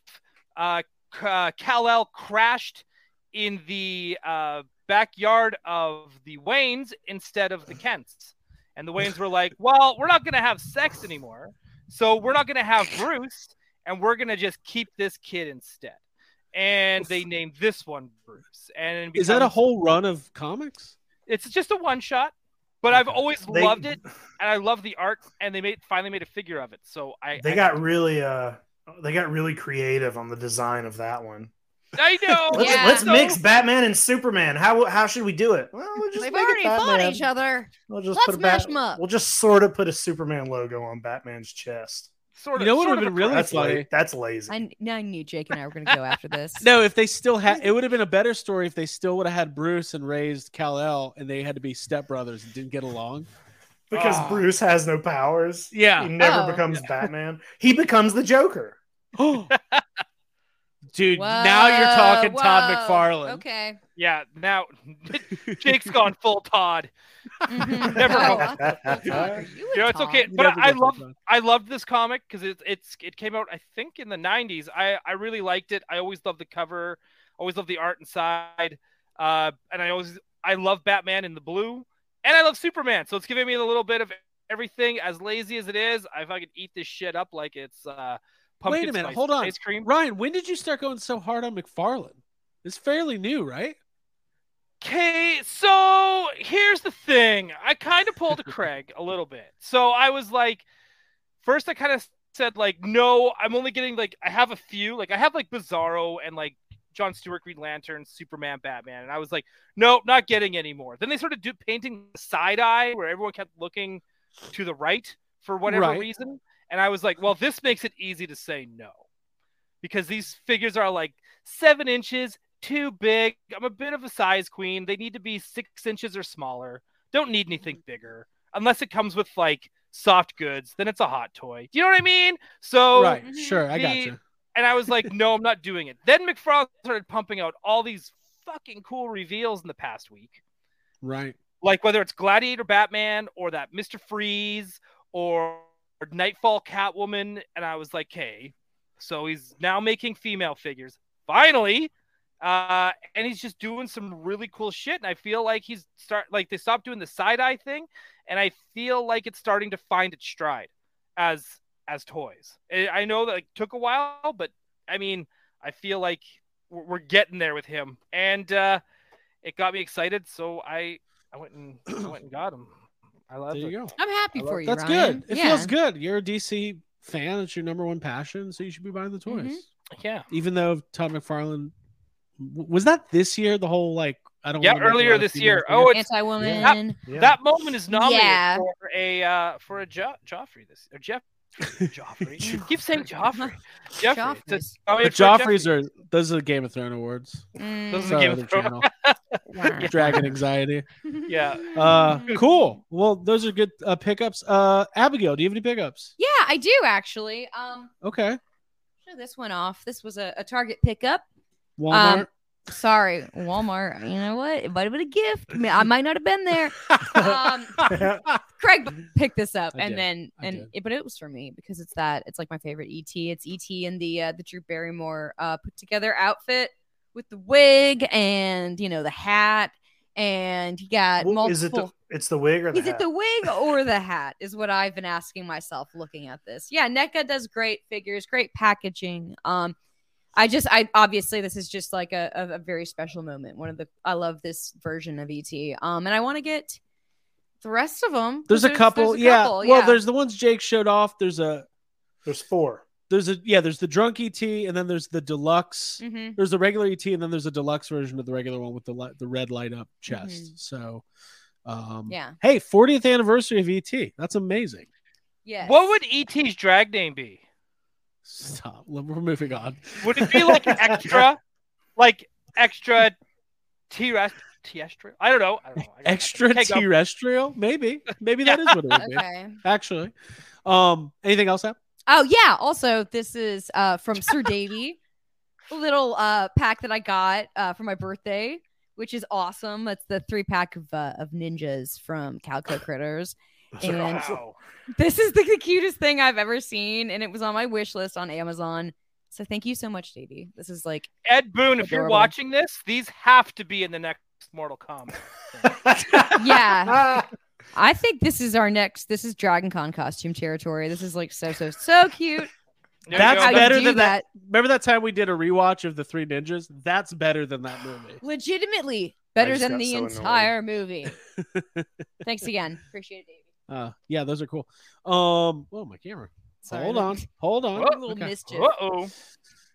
Speaker 4: uh, K- uh, Kal El crashed in the uh, backyard of the Waynes instead of the Kents, and the Waynes were like, "Well, we're not gonna have sex anymore, so we're not gonna have Bruce." and we're gonna just keep this kid instead. And they named this one Bruce. And it
Speaker 1: Is that a
Speaker 4: becomes-
Speaker 1: whole run of comics?
Speaker 4: It's just a one shot, but I've always
Speaker 2: They-
Speaker 4: loved it, and I love the art. And they made finally made a figure of it. So I
Speaker 2: They
Speaker 4: I-
Speaker 2: got really uh they got really creative on the design of that one.
Speaker 4: I know.
Speaker 2: <laughs> Let's,
Speaker 3: Yeah.
Speaker 2: let's
Speaker 4: So-
Speaker 2: mix Batman and Superman. How how should we do it? Well,
Speaker 3: <laughs>
Speaker 2: we'll <laughs> just
Speaker 3: They've
Speaker 2: make it
Speaker 3: already fought
Speaker 2: Batman.
Speaker 3: each other.
Speaker 2: We'll just
Speaker 3: Let's
Speaker 2: put a
Speaker 3: mash
Speaker 2: Bat-
Speaker 3: 'em up.
Speaker 2: We'll just sort of put a Superman logo on Batman's chest.
Speaker 4: Sort
Speaker 1: You
Speaker 4: of.
Speaker 1: know what
Speaker 4: sort
Speaker 1: would've
Speaker 4: of
Speaker 1: been really
Speaker 4: across-
Speaker 2: That's
Speaker 1: funny.
Speaker 2: la- That's lazy.
Speaker 3: I, now I knew Jake and I were going to go after
Speaker 4: <laughs>
Speaker 3: this.
Speaker 1: No, if they still had, it would have been a better story if they still would have had Bruce and raised Kal El, and they had to be stepbrothers and didn't get <gasps> along.
Speaker 2: because
Speaker 4: Ah.
Speaker 2: Bruce has no powers.
Speaker 1: <laughs>
Speaker 2: He
Speaker 1: Yeah,
Speaker 2: never
Speaker 3: Oh.
Speaker 2: becomes
Speaker 4: <laughs>
Speaker 2: Batman. He becomes the
Speaker 3: <laughs>
Speaker 2: Joker.
Speaker 1: dude, now you're talking
Speaker 3: Whoa,
Speaker 1: Todd
Speaker 3: whoa.
Speaker 1: McFarlane.
Speaker 3: Okay.
Speaker 4: Yeah. Now <laughs> Jake's gone full Todd.
Speaker 3: Mhm. <laughs>
Speaker 4: Never
Speaker 2: <laughs>
Speaker 3: No,
Speaker 2: mind.
Speaker 3: I thought- what are you
Speaker 4: You know,
Speaker 3: a
Speaker 4: it's
Speaker 3: Todd?
Speaker 4: okay. But I love- I loved this comic because it, it's it came out I think in the '90s. I I really liked it. I always loved the cover, always loved the art inside, uh, and I always I love Batman in the blue, and I love Superman. So it's giving me a little bit of everything. As lazy as it is, I fucking eat this shit up like it's uh, pumpkin
Speaker 1: Wait a minute,
Speaker 4: spice
Speaker 1: hold on.
Speaker 4: ice cream.
Speaker 1: Ryan, when did you start going so hard on McFarlane? It's fairly new, right?
Speaker 4: Okay, so here's the thing. I kind of pulled a Craig a little bit. So I was like, first I kind of said like, no, I'm only getting like I have a few. Like I have like Bizarro and like John Stewart, Green Lantern, Superman, Batman, and I was like, nope, not getting any more. Then they started do painting the side eye where everyone kept looking to the right for whatever
Speaker 1: Right.
Speaker 4: reason, and I was like, well, this makes it easy to say no because these figures are like seven inches too big. I'm a bit of a size queen. They need to be six inches or smaller. Don't need anything bigger unless it comes with like soft goods. Then it's a hot toy. Do you know what I mean? So
Speaker 1: right,
Speaker 3: mhm.
Speaker 1: sure, I
Speaker 4: Oh, mm-hmm. the-
Speaker 1: got you.
Speaker 4: and I was like, no, I'm not doing it. Then McFarlane started pumping out all these fucking cool reveals in the past week
Speaker 1: Right.
Speaker 4: like whether it's Gladiator Batman or that Mr. Freeze or, or Nightfall Catwoman. And I was like, hey, so he's now making female figures finally. Uh, and he's just doing some really cool shit. And I feel like he's start like they stopped doing the side eye thing. And I feel like it's starting to find its stride as as toys. I I know that it took a while, but I mean, I feel like we're we're getting there with him. And uh, it got me excited. So I I went and I went and got him. I love
Speaker 1: There
Speaker 4: it.
Speaker 1: you go.
Speaker 3: I'm happy
Speaker 4: I love-
Speaker 3: for you.
Speaker 1: That's
Speaker 3: Ryan.
Speaker 1: good. It
Speaker 3: yeah.
Speaker 1: feels good. You're a DC fan. It's your number one passion, so you should be buying the
Speaker 4: Mm-hmm.
Speaker 1: toys.
Speaker 3: Mhm.
Speaker 4: Yeah.
Speaker 1: Even though Todd McFarlane w- was that this year, the whole like I don't.
Speaker 4: Yeah,
Speaker 1: wanna make
Speaker 4: earlier
Speaker 1: a
Speaker 4: this
Speaker 1: female
Speaker 4: year.
Speaker 1: figure?
Speaker 4: Oh, it's-
Speaker 3: Anti woman.
Speaker 2: Yeah.
Speaker 4: That moment is nominated
Speaker 3: Yeah.
Speaker 4: for a uh, for a jo- Joffrey this
Speaker 1: <laughs>
Speaker 4: or Jeff Joffrey. Keep saying Joffrey. Jeffrey. It's
Speaker 3: <laughs> Joffrey's.
Speaker 4: a- nominated
Speaker 1: But
Speaker 4: for a
Speaker 1: Joffrey's
Speaker 4: Jeffrey.
Speaker 1: are those are the Game of Thrones awards.
Speaker 4: <laughs> Those
Speaker 1: Sorry,
Speaker 4: Game of
Speaker 1: other
Speaker 4: Thrones. <laughs>
Speaker 1: channel.
Speaker 3: Mm.
Speaker 1: Dragon anxiety.
Speaker 4: Yeah.
Speaker 3: <laughs>
Speaker 4: <laughs>
Speaker 1: Uh, cool. Well, those are good uh, pickups. Uh, Abigail, do you have any pickups?
Speaker 3: Yeah, I do actually. Um,
Speaker 1: Okay.
Speaker 3: show this one off. This was a, a Target pickup.
Speaker 1: Walmart.
Speaker 4: Um,
Speaker 3: Sorry, Walmart. You know what? It might have been a gift. I mean, I might not have been there. Um,
Speaker 4: <laughs>
Speaker 3: Craig picked this up,
Speaker 1: I
Speaker 3: and
Speaker 1: did.
Speaker 3: then
Speaker 1: I
Speaker 3: and
Speaker 1: did.
Speaker 3: it, but it was for me because it's that it's like my favorite ET. It's ET and the uh, the Drew Barrymore uh, put together outfit with the wig and you know the hat, and he got
Speaker 2: Well,
Speaker 3: multiple.
Speaker 2: Is it the it's the wig or the
Speaker 3: Is it
Speaker 2: hat?
Speaker 3: the wig or the hat? Is what I've been asking myself looking at this. Yeah, NECA does great figures, great packaging. Um, I just, I obviously this is just like a, a, a very special moment. One of the, I love this version of ET. Um, and I want to get the rest of them.
Speaker 1: there's, a couple. yeah. Well, there's the ones Jake showed off. There's a
Speaker 2: There's
Speaker 3: <laughs>
Speaker 2: four. <laughs>
Speaker 1: there's a yeah. There's the drunk ET, and then there's the deluxe.
Speaker 3: hmm
Speaker 1: There's the regular ET, and then there's a deluxe version of the regular one with the li- the red light up chest. So, um,
Speaker 3: Yeah.
Speaker 1: Hey, 40th anniversary of ET. That's amazing.
Speaker 3: Yes.
Speaker 4: What would ET's drag name be?
Speaker 1: Stop. We're moving <laughs> on.
Speaker 4: Would it be like extra, like extra terrest- terrestrial? I don't know. I don't know. I got nothing. Take up-
Speaker 1: Extraterrestrial? Maybe. Maybe that is what it <laughs> would be.
Speaker 3: Okay.
Speaker 1: Actually, um, anything else? Ab?
Speaker 3: Oh yeah. Also, this is uh, from Sir Davy, a little uh, pack that I got uh, for my birthday, which is awesome. That's the three pack of uh, of ninjas from
Speaker 1: <laughs>
Speaker 3: Calco Critters. And
Speaker 4: Wow.
Speaker 3: this is the, the cutest thing I've ever seen, and it was on my wish list on Amazon. So thank you so much, Davy. This is like
Speaker 4: Ed Boone, if you're
Speaker 3: Adorable.
Speaker 4: watching this, these have to be in the next Mortal Kombat.
Speaker 1: <laughs>
Speaker 3: yeah.
Speaker 2: Ah,
Speaker 3: I think this is our next. This is Dragon Con costume territory. This is like so so so cute.
Speaker 4: There you
Speaker 1: That's
Speaker 4: go.
Speaker 3: How you
Speaker 1: better
Speaker 3: do
Speaker 1: than that. Remember that time we did a rewatch of the Three Ninjas? That's better than that movie.
Speaker 3: Legitimately better
Speaker 2: just
Speaker 3: than
Speaker 2: got
Speaker 3: the
Speaker 2: so annoyed. <laughs>
Speaker 3: entire movie. Thanks again. Appreciate it, Davy.
Speaker 1: Uh, yeah, those are cool. Um, oh my camera.
Speaker 3: Sorry,
Speaker 1: hold
Speaker 3: that-
Speaker 1: on, hold on.
Speaker 4: Whoa.
Speaker 3: A little
Speaker 1: Okay.
Speaker 3: mischief.
Speaker 4: Uh-oh.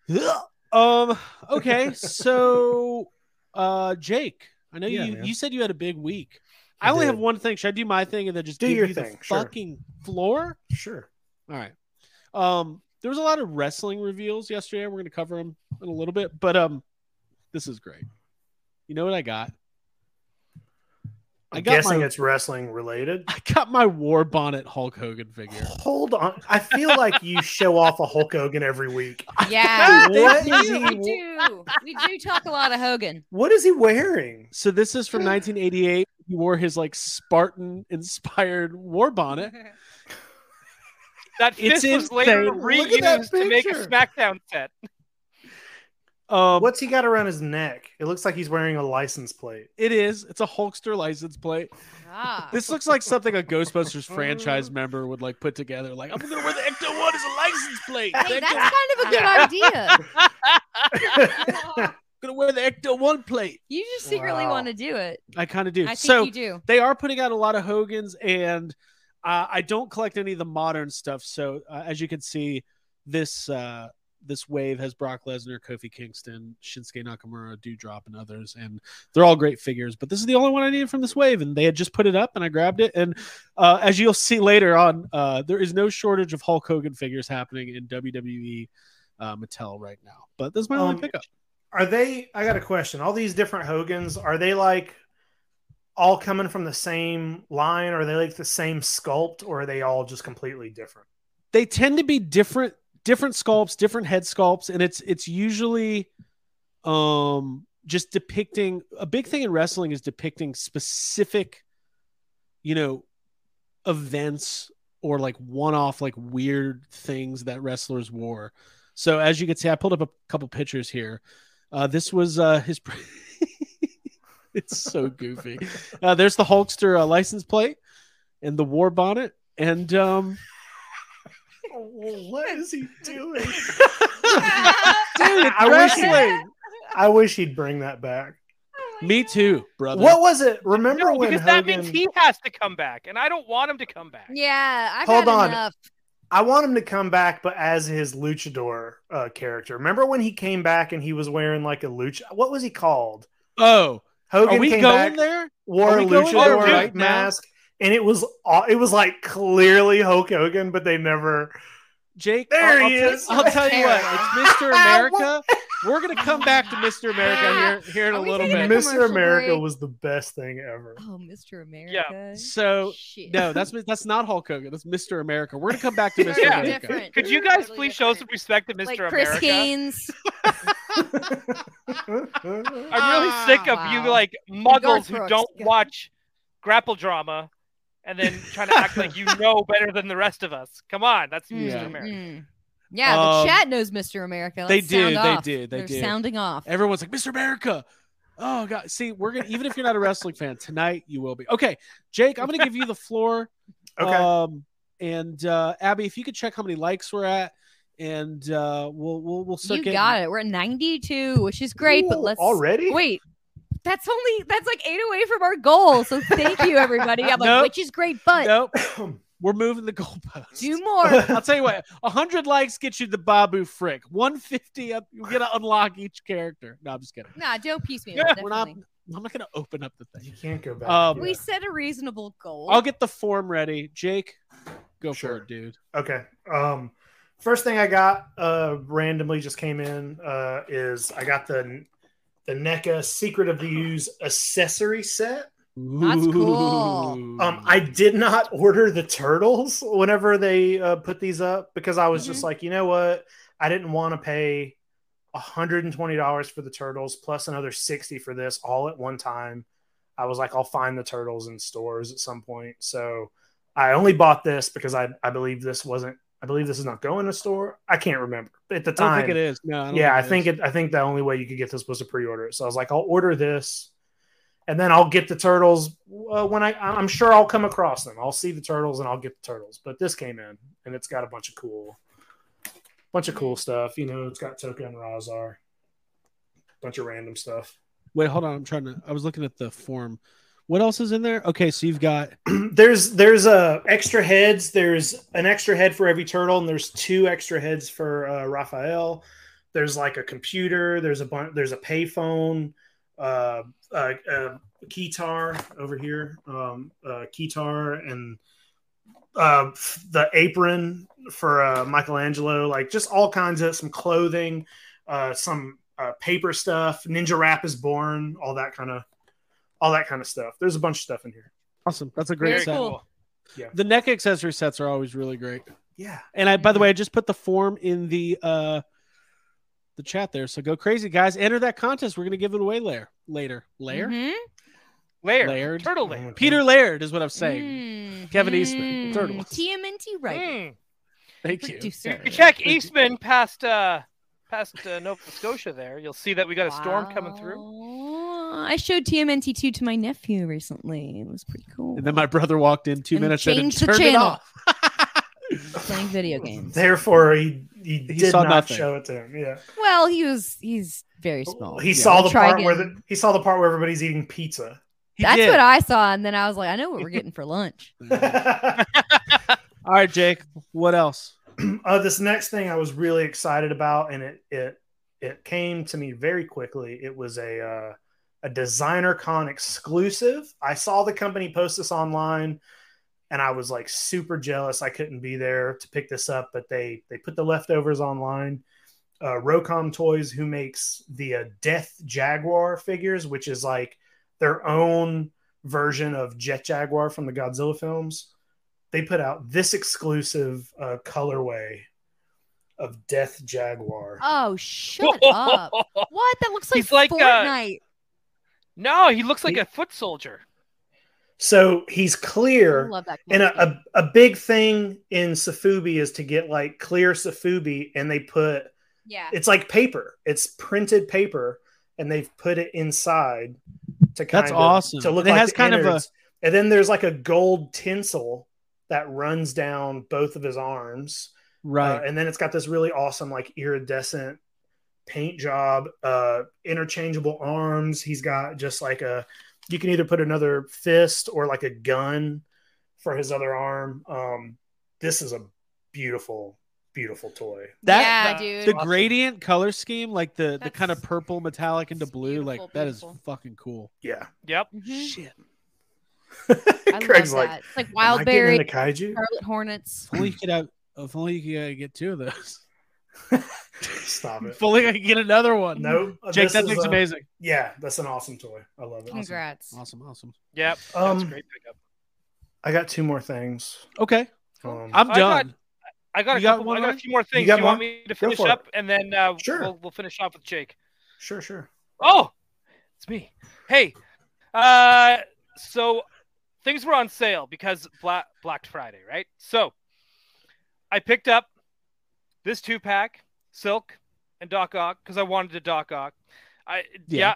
Speaker 1: <laughs> Um, okay, so
Speaker 2: <laughs>
Speaker 1: uh, Jake, I know
Speaker 2: Yeah,
Speaker 1: you
Speaker 2: man.
Speaker 1: you said you had a big week. I,
Speaker 2: I
Speaker 1: only have
Speaker 2: did.
Speaker 1: one thing. Should I do my thing and then just
Speaker 2: Do
Speaker 1: give
Speaker 2: your
Speaker 1: you
Speaker 2: thing,
Speaker 1: the
Speaker 2: sure.
Speaker 1: fucking floor?
Speaker 2: sure.
Speaker 1: All right. Um, there was a lot of wrestling reveals yesterday. We're going to cover them in a little bit, but um, this is great. You know what I got?
Speaker 2: I'm
Speaker 1: I got
Speaker 2: guessing
Speaker 1: my
Speaker 2: it's wrestling related.
Speaker 1: <laughs> I got my war bonnet Hulk Hogan figure.
Speaker 2: Hold on. I feel like you show off a Hulk Hogan every week.
Speaker 4: <laughs>
Speaker 3: Yeah.
Speaker 2: What
Speaker 3: we,
Speaker 2: is
Speaker 3: do, we
Speaker 2: he
Speaker 3: do. We do talk a lot of Hogan.
Speaker 2: what is he wearing?
Speaker 1: So this is from 1988. He wore his like Spartan inspired war
Speaker 3: <laughs>
Speaker 1: bonnet.
Speaker 4: That
Speaker 1: It's
Speaker 4: fist was later
Speaker 1: insane. Look at that
Speaker 4: reused to make a
Speaker 1: picture.
Speaker 4: SmackDown set.
Speaker 1: Um,
Speaker 2: What's he got around his neck? It looks like he's wearing a license plate.
Speaker 1: It is. It's a Hulkster license plate.
Speaker 3: Ah.
Speaker 1: This looks like something a Ghostbusters franchise
Speaker 3: <laughs>
Speaker 1: member would like put together. Like, I'm gonna wear the Ecto One as a license plate.
Speaker 3: hey,
Speaker 1: The
Speaker 3: that's
Speaker 1: Ecto-
Speaker 3: kind of a good idea.
Speaker 4: <laughs>
Speaker 1: gonna wear the Ecto One plate.
Speaker 3: You just secretly
Speaker 2: Wow.
Speaker 3: want to do it.
Speaker 1: I kind of do.
Speaker 3: I think
Speaker 1: so
Speaker 3: you do.
Speaker 1: they are putting out a lot of Hogan's, and uh, I don't collect any of the modern stuff. So uh, as you can see, this uh, this wave has Brock Lesnar, Kofi Kingston, Shinsuke Nakamura, Dewdrop, and others, and they're all great figures. But this is the only one I needed from this wave, and they had just put it up, and I grabbed it. And uh, as you'll see later on, uh, there is no shortage of Hulk Hogan figures happening in WWE. Uh, Mattel right now, but this is my only
Speaker 2: Um,
Speaker 1: pickup.
Speaker 2: Are they? I got a question. All these different Hogans, are they like all coming from the same line? Are they like the same sculpt, or are they all just completely different?
Speaker 1: They tend to be different, different sculpts, different head sculpts, and it's it's usually um just depicting a big thing in wrestling is depicting specific you know events or like one-off like weird things that wrestlers wore so as you can see i pulled up a couple pictures here uh this was uh his <laughs> it's so goofy uh there's the hulkster uh, license plate and the war bonnet and um
Speaker 2: What is he
Speaker 4: <laughs>
Speaker 2: doing?
Speaker 1: dude it's
Speaker 2: I wish he-
Speaker 1: wrestling
Speaker 2: I wish he'd bring that back.
Speaker 1: me too brother
Speaker 2: What was it? Remember
Speaker 4: No,
Speaker 2: when
Speaker 4: because
Speaker 2: Hogan?
Speaker 4: that means he has to come back, and I don't want him to come back.
Speaker 3: Yeah, I've
Speaker 2: Hold
Speaker 3: had
Speaker 2: on.
Speaker 3: enough.
Speaker 2: I want him to come back, but as his luchador uh, character. Remember when he came back and he was wearing like a lucha? What was he called?
Speaker 1: oh
Speaker 2: Hogan
Speaker 1: are we
Speaker 2: came
Speaker 1: going
Speaker 2: back,
Speaker 1: there
Speaker 2: wore a
Speaker 1: are we going there
Speaker 2: luchador
Speaker 4: right
Speaker 1: now?
Speaker 2: mask, and it was aw- it was like clearly Hulk Hogan, but they never.
Speaker 1: Jake,
Speaker 2: There
Speaker 1: I'll,
Speaker 2: he
Speaker 1: I'll tell-
Speaker 2: is.
Speaker 1: I'll tell you what, it's Mr. America.
Speaker 2: <laughs> What?
Speaker 1: We're gonna come back to Mr. America here, here in a
Speaker 3: Are we
Speaker 1: little
Speaker 3: taking a
Speaker 1: bit.
Speaker 2: Mr.
Speaker 3: commercial
Speaker 2: America
Speaker 3: break.
Speaker 2: was the best thing
Speaker 3: <laughs>
Speaker 2: ever. <laughs>
Speaker 3: Oh, Mr. America.
Speaker 1: So
Speaker 3: Shit.
Speaker 1: no,
Speaker 3: <laughs>
Speaker 1: that's that's not Hulk Hogan. That's Mr. America. We're gonna come back to Mr.
Speaker 4: Yeah.
Speaker 1: America.
Speaker 3: Different.
Speaker 4: Could you guys
Speaker 3: Totally
Speaker 4: please show some
Speaker 3: different.
Speaker 4: respect to Mr.
Speaker 3: Like
Speaker 4: America?
Speaker 3: Chris Gaines,
Speaker 4: I'm really sick of
Speaker 3: Ah,
Speaker 4: you
Speaker 3: wow.
Speaker 4: like muggles who
Speaker 3: Brooks.
Speaker 4: don't watch grapple drama
Speaker 3: <laughs>
Speaker 4: and then trying to act like you know better than the rest of us. Come on, that's Mr.
Speaker 1: Yeah.
Speaker 4: America.
Speaker 3: Mm. Yeah, the
Speaker 1: Um,
Speaker 3: chat knows Mr. America.
Speaker 1: they
Speaker 3: Let's sound
Speaker 1: did, they
Speaker 3: off.
Speaker 1: did, they
Speaker 3: They're
Speaker 1: did.
Speaker 3: sounding off.
Speaker 1: Everyone's like Mr. America. Oh god. See, we're gonna even if you're not a wrestling fan tonight, you will be. Okay, Jake, I'm gonna give you the
Speaker 3: <laughs>
Speaker 1: floor.
Speaker 2: okay.
Speaker 1: Um, and uh, Abby, if you could check how many likes we're at, and uh, we'll we'll we'll start
Speaker 3: you
Speaker 1: getting-
Speaker 3: got it. We're at 92, which is great, but
Speaker 2: Ooh,
Speaker 3: let's
Speaker 2: already.
Speaker 3: wait. That's only that's like eight away from our goal. So thank you,
Speaker 1: <laughs>
Speaker 3: everybody. I'm like,
Speaker 1: Nope.
Speaker 3: which is great, but
Speaker 1: Nope,
Speaker 3: <coughs>
Speaker 1: we're moving the goalpost. <laughs>
Speaker 3: do more.
Speaker 1: I'll tell you what, 100 likes get you the Babu Frick. 150 up, you get to unlock each character. No, I'm just kidding.
Speaker 3: nah, don't
Speaker 1: <laughs>
Speaker 3: piece me.
Speaker 1: Yeah,
Speaker 3: off,
Speaker 1: we're not.
Speaker 3: definitely.
Speaker 1: I'm not going to open up the
Speaker 2: You
Speaker 1: thing.
Speaker 2: can't go back.
Speaker 1: Um,
Speaker 2: Yeah.
Speaker 3: We set a reasonable goal.
Speaker 1: I'll get the form ready. Jake, go for
Speaker 2: Sure.
Speaker 1: it, dude.
Speaker 2: Okay. Um, first thing I got uh, randomly just came in uh, is I got the the NECA Secret of the Use accessory set.
Speaker 3: That's cool.
Speaker 1: Ooh.
Speaker 2: Um, I did not <laughs> order the turtles whenever they uh, put these up because I was
Speaker 1: Mm-hmm.
Speaker 2: just like, you know what, I didn't want to pay hundred and twenty dollars for the turtles plus another sixty for this all at one time. I was like, I'll find the turtles in stores at some point. So I only bought this because I I believe this wasn't I believe this is not going to store. I can't remember at the
Speaker 1: I don't
Speaker 2: time
Speaker 1: think it is. No, I don't
Speaker 2: yeah, I
Speaker 1: it
Speaker 2: think
Speaker 1: is.
Speaker 2: it, I think the only way you could get this was to pre-order it. So I was like, I'll order this, and then I'll get the turtles uh, when I. I'm sure I'll come across them. I'll see the turtles and I'll get the turtles. But this came in, and it's got a bunch of cool, bunch of cool stuff. You know, it's got Toka and Razar, bunch of random stuff.
Speaker 1: Wait, hold on. I'm trying to. I was looking at the form. What else is in there? Okay, so you've got.
Speaker 2: <clears throat> there's there's uh, extra heads. There's an extra head for every turtle, and there's two extra heads for uh, Raphael. There's like a computer. There's a bun- there's a payphone, uh, uh, uh, keytar over here, um, uh, keytar, and uh, f- the apron for uh, Michelangelo, like just all kinds of some clothing, uh, some uh, paper stuff. Ninja Rap is born, all that kind of, all that kind of stuff. There's a bunch of stuff in here.
Speaker 1: Awesome. That's a great
Speaker 4: Very
Speaker 1: set.
Speaker 4: cool.
Speaker 1: The neck accessory sets are always really great.
Speaker 2: Yeah,
Speaker 1: And I,
Speaker 3: Mm-hmm.
Speaker 1: by the way, I just put the form in the uh the chat there. So go crazy, guys. Enter that contest. We're gonna give it away later. Later. Layer?
Speaker 3: Mhm.
Speaker 4: Layer.
Speaker 1: Layered.
Speaker 4: Turtle layer.
Speaker 1: Peter Laird is what I'm saying. Kevin Eastman,
Speaker 3: Mm.
Speaker 1: Turtles.
Speaker 3: TMNT writer.
Speaker 4: Mm.
Speaker 1: Thank you.
Speaker 3: Producer.
Speaker 4: You check Eastman past uh past uh, Nova Scotia there. You'll see that we got a storm coming through.
Speaker 3: Wow. I showed TMNT two to my nephew recently. It was pretty cool.
Speaker 1: And then my brother walked in two
Speaker 3: And
Speaker 1: minutes in and
Speaker 3: changed the
Speaker 1: turned it
Speaker 3: channel.
Speaker 1: off. <laughs>
Speaker 2: <sighs>
Speaker 3: playing video games.
Speaker 2: therefore he he did
Speaker 1: saw
Speaker 2: not
Speaker 1: nothing.
Speaker 2: show it to him. Yeah,
Speaker 3: Well, he was he's very small.
Speaker 2: Oh, he
Speaker 3: Yeah.
Speaker 2: saw the
Speaker 3: Try
Speaker 2: part where
Speaker 3: again.
Speaker 2: the, he saw the part where everybody's eating pizza.
Speaker 1: He
Speaker 3: That's
Speaker 1: did.
Speaker 3: what I saw, and then I was like, I know what we're getting
Speaker 2: <laughs>
Speaker 3: for lunch.
Speaker 1: <laughs>
Speaker 2: Mm-hmm.
Speaker 1: All right, Jake. What else?
Speaker 2: uh, this next thing I was really excited about, and it it it came to me very quickly. It was a uh, a designer con exclusive. I saw the company post this online, and I was like super jealous. I couldn't be there to pick this up, but they they put the leftovers online. Uh, Rocom Toys, who makes the uh, Death Jaguar figures, which is like their own version of Jet Jaguar from the Godzilla films they put out this exclusive uh, colorway of Death Jaguar.
Speaker 3: Oh, shut up! What? That looks like,
Speaker 4: He's like, uh,
Speaker 3: Fortnite.
Speaker 4: <laughs> no, he looks like
Speaker 2: He-
Speaker 4: a foot soldier.
Speaker 2: So he's
Speaker 3: I
Speaker 2: clear.
Speaker 3: love that.
Speaker 2: And
Speaker 3: color.
Speaker 2: a, a, a big thing in Safubi is to get like clear Safubi and they put
Speaker 3: yeah,
Speaker 2: it's like paper. It's printed paper and they've put it inside to kind
Speaker 1: That's
Speaker 2: of
Speaker 1: awesome.
Speaker 2: to look
Speaker 1: And it
Speaker 2: like
Speaker 1: has
Speaker 2: the
Speaker 1: kind of a-
Speaker 2: innards. and then there's like a gold tinsel that runs down both of his arms.
Speaker 1: Right.
Speaker 2: Uh, and then it's got this really awesome, like iridescent paint job, uh, interchangeable arms. He's got just like a, you can either put another fist or like a gun for his other arm. Um, this is a beautiful, beautiful toy.
Speaker 1: that
Speaker 3: yeah, dude.
Speaker 1: the gradient color scheme, like the the kind of
Speaker 3: That's-
Speaker 1: purple metallic into
Speaker 3: it's
Speaker 1: blue, like
Speaker 3: beautiful,
Speaker 1: that is
Speaker 3: beautiful.
Speaker 1: fucking cool. <laughs>
Speaker 2: Yeah.
Speaker 4: Yep.
Speaker 3: Mhm.
Speaker 1: Shit.
Speaker 3: I love
Speaker 2: Craig's
Speaker 3: that.
Speaker 2: like,
Speaker 3: it's like
Speaker 2: "Am I getting
Speaker 3: Wildberry,
Speaker 2: into kaiju?
Speaker 3: <laughs> Scarlet Hornets.
Speaker 1: If only you could have. If only you could uh, get two of
Speaker 2: <laughs>
Speaker 1: those.
Speaker 2: <laughs> Stop it.
Speaker 1: If only I could get another one.
Speaker 2: No,
Speaker 1: Jake,
Speaker 2: this
Speaker 1: that
Speaker 2: is
Speaker 1: thing's
Speaker 2: a-
Speaker 1: amazing.
Speaker 2: Yeah, that's an awesome toy. I love it.
Speaker 3: <laughs> Congrats. <laughs>
Speaker 1: Awesome, awesome.
Speaker 4: Yep. That's
Speaker 2: Um,
Speaker 4: great pickup.
Speaker 2: I got two more things.
Speaker 1: Okay,
Speaker 2: Um,
Speaker 1: I'm
Speaker 4: I got-
Speaker 1: done.
Speaker 4: I got a
Speaker 1: you got
Speaker 4: couple,
Speaker 1: one,
Speaker 4: I got a
Speaker 1: Ryan?
Speaker 4: few more things.
Speaker 2: got
Speaker 4: Do you want
Speaker 2: one?
Speaker 4: me to finish
Speaker 2: for it.
Speaker 4: up and then uh,
Speaker 2: Sure.
Speaker 4: we'll, we'll finish off with Jake.
Speaker 2: sure, <laughs> sure.
Speaker 4: Oh, it's me. Hey, uh, so things were on sale because Black Black Friday, right? So I picked up this two pack, Silk and Doc Ock, because I wanted a Doc Ock. I yeah.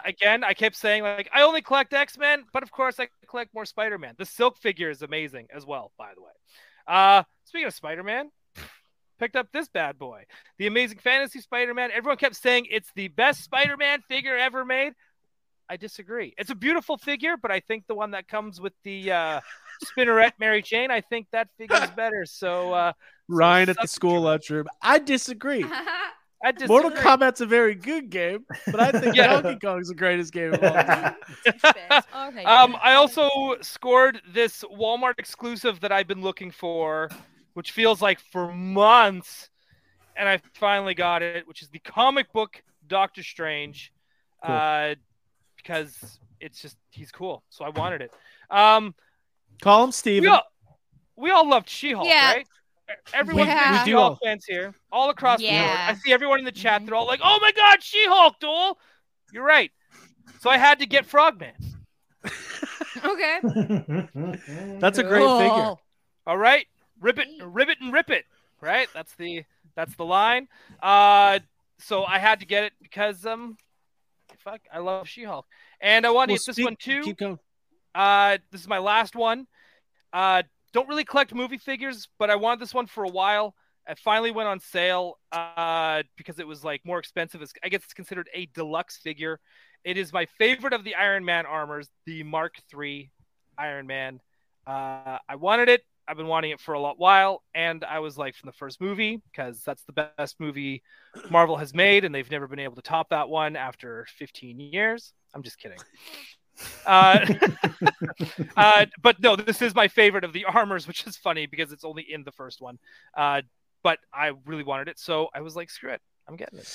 Speaker 1: Yeah.
Speaker 4: Again, I kept saying like I only collect X Men, but of course I collect more Spider Man. The Silk figure is amazing as well, by the way. Uh, speaking of Spider Man, <sniffs> picked up this bad boy, the Amazing Fantasy Spider Man. Everyone kept saying it's the best Spider Man figure ever made. I disagree. It's a beautiful figure, but I think the one that comes with the uh, spinneret Mary Jane, I think that figure is better. So uh,
Speaker 1: Ryan at the
Speaker 4: Suck-
Speaker 1: school lunchroom. I disagree.
Speaker 4: <laughs> I disagree.
Speaker 1: Mortal Kombat's a very good game, but I <laughs> think
Speaker 4: Yeah.
Speaker 1: Donkey Kong's the greatest game <laughs> of all. time.
Speaker 2: <laughs>
Speaker 3: Okay.
Speaker 4: Um, I also scored this Walmart exclusive that I've been looking for, which feels like for months, and I finally got it, which is the comic book Doctor Strange,
Speaker 1: Cool.
Speaker 4: uh, because it's just he's cool, so I wanted it. Um,
Speaker 1: Call him
Speaker 4: we
Speaker 1: Steven.
Speaker 4: all, we all loved She-Hulk,
Speaker 3: Yeah.
Speaker 4: right? E-, Everyone's
Speaker 3: Yeah.
Speaker 4: big
Speaker 3: We do
Speaker 4: She-Hulk
Speaker 1: all-
Speaker 4: fans here, all across the board.
Speaker 3: Yeah.
Speaker 4: I see everyone in the chat;
Speaker 3: Mhm.
Speaker 4: they're all like, "Oh my God, She-Hulk, Duel!" You're right. So I had to get Frogman.
Speaker 3: okay. Oh.
Speaker 1: That's a great figure.
Speaker 3: Cool.
Speaker 4: All right, rip it, rip it, and rip it. Right, that's the that's the line. Uh, so I had to get it because um, fuck, I love She-Hulk, and I want to
Speaker 1: Well,
Speaker 4: get this
Speaker 1: speak-
Speaker 4: one too.
Speaker 1: Keep going.
Speaker 4: Uh, this is my last one. Uh, don't really collect movie figures, but I wanted this one for a while. It finally went on sale uh, because it was like more expensive. It's, I guess it's considered a deluxe figure. It is my favorite of the Iron Man armors, the Mark III Iron Man. Uh, I wanted it. I've been wanting it for a lot while, and I was like from the first movie because that's the best movie
Speaker 1: <laughs>
Speaker 4: Marvel has made, and they've never been able to top that one after 15 years. I'm just kidding. Uh, <laughs> uh, but no, this is my favorite of the armors, which is funny because it's only in the first one. Uh, but I really wanted it, so I was like, screw it, I'm getting it.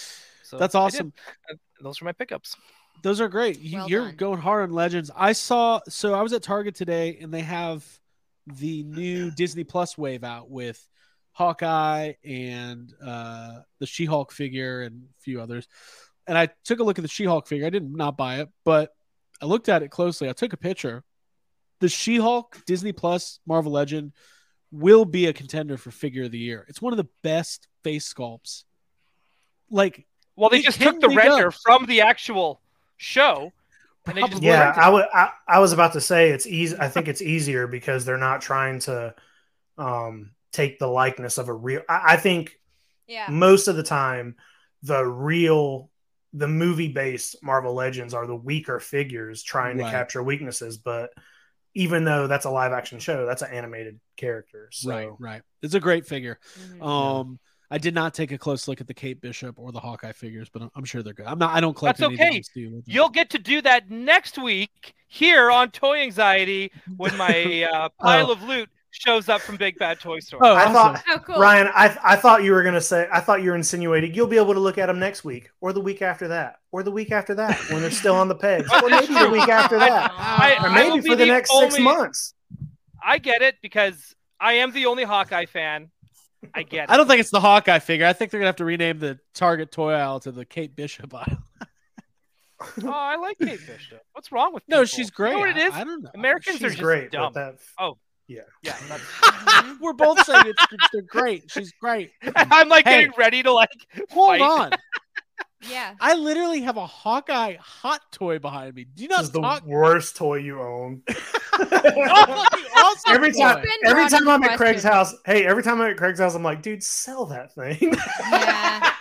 Speaker 4: So
Speaker 1: That's
Speaker 4: I did.
Speaker 1: awesome.
Speaker 4: And those are my pickups.
Speaker 1: Those are great. You,
Speaker 3: Well
Speaker 1: you're
Speaker 3: done.
Speaker 1: going hard on Legends. I saw. So I was at Target today, and they have the new Disney Plus wave out with Hawkeye and uh, the She-Hulk figure and a few others. And I took a look at the She-Hulk figure. I did not buy it, but I looked at it closely. I took a picture. The She-Hulk Disney Plus Marvel Legend will be a contender for figure of the year. It's one of the best face sculpts. Like
Speaker 4: Well, they
Speaker 1: It
Speaker 4: just
Speaker 1: can
Speaker 4: took the
Speaker 1: be
Speaker 4: render
Speaker 1: done. from
Speaker 4: from the actual show. And they just
Speaker 2: yeah, I would. I, I was about to say it's easy. I think it's easier because they're not trying to um, take the likeness of a real. I, I think
Speaker 3: Yeah.
Speaker 2: most of the time the real the movie based marvel legends are the weaker figures trying
Speaker 1: Right.
Speaker 2: to capture weaknesses but even though that's a live action show that's an animated character so
Speaker 1: right, right. It's a great figure.
Speaker 3: Mhm.
Speaker 1: Um, I did not take a close look at the Kate Bishop or the Hawkeye figures, but I'm, I'm sure they're good. I'm not. I don't collect.
Speaker 4: That's
Speaker 1: any
Speaker 4: okay.
Speaker 1: Of these
Speaker 4: You'll get to do that next week here on Toy Anxiety when
Speaker 1: <laughs>
Speaker 4: my uh, pile of loot shows up from Big Bad Toy Store.
Speaker 1: Oh,
Speaker 2: i
Speaker 1: awesome.
Speaker 2: <laughs> thought
Speaker 3: Oh, cool.
Speaker 2: ryan I, I thought you were going to say i thought you were insinuating you'll be able to look at them next week or the week after that or the week after that when they're still on the pegs or maybe the week after that
Speaker 4: I-
Speaker 2: or
Speaker 4: I will
Speaker 2: maybe
Speaker 4: be
Speaker 2: for the
Speaker 4: the
Speaker 2: next six
Speaker 4: only-
Speaker 2: months
Speaker 4: I get it because I am the only Hawkeye fan. I get it.
Speaker 1: I don't think it's the Hawkeye figure. I think they're gonna have to rename the Target toy aisle to the Kate Bishop aisle.
Speaker 4: oh, I like Kate Bishop. What's wrong with
Speaker 1: No,
Speaker 4: people?
Speaker 1: she's great.
Speaker 4: You know what it
Speaker 1: I-
Speaker 4: is?
Speaker 1: I, <laughs> don't know.
Speaker 4: Americans
Speaker 2: she's
Speaker 4: are just
Speaker 2: great
Speaker 4: dumb.
Speaker 2: but that
Speaker 4: Yeah, that's-
Speaker 1: <laughs> We're both saying it's, they're great. She's <laughs> great.
Speaker 4: <laughs> I'm like
Speaker 1: Hey.
Speaker 4: getting ready to like
Speaker 1: Hold
Speaker 4: fight.
Speaker 1: on.
Speaker 3: Yeah.
Speaker 1: I literally have a Hawkeye hot toy behind me. Do you
Speaker 2: this
Speaker 1: not
Speaker 2: is <laughs> the
Speaker 1: talk?
Speaker 2: worst toy you own <laughs>
Speaker 1: Awesome
Speaker 2: every
Speaker 1: toy.
Speaker 2: time,
Speaker 3: Been
Speaker 2: every
Speaker 3: brought
Speaker 2: time
Speaker 3: into
Speaker 2: I'm at Craig's
Speaker 3: question.
Speaker 2: house, hey, every time I'm at Craig's house, I'm like, dude, sell that thing. <laughs>
Speaker 3: Yeah.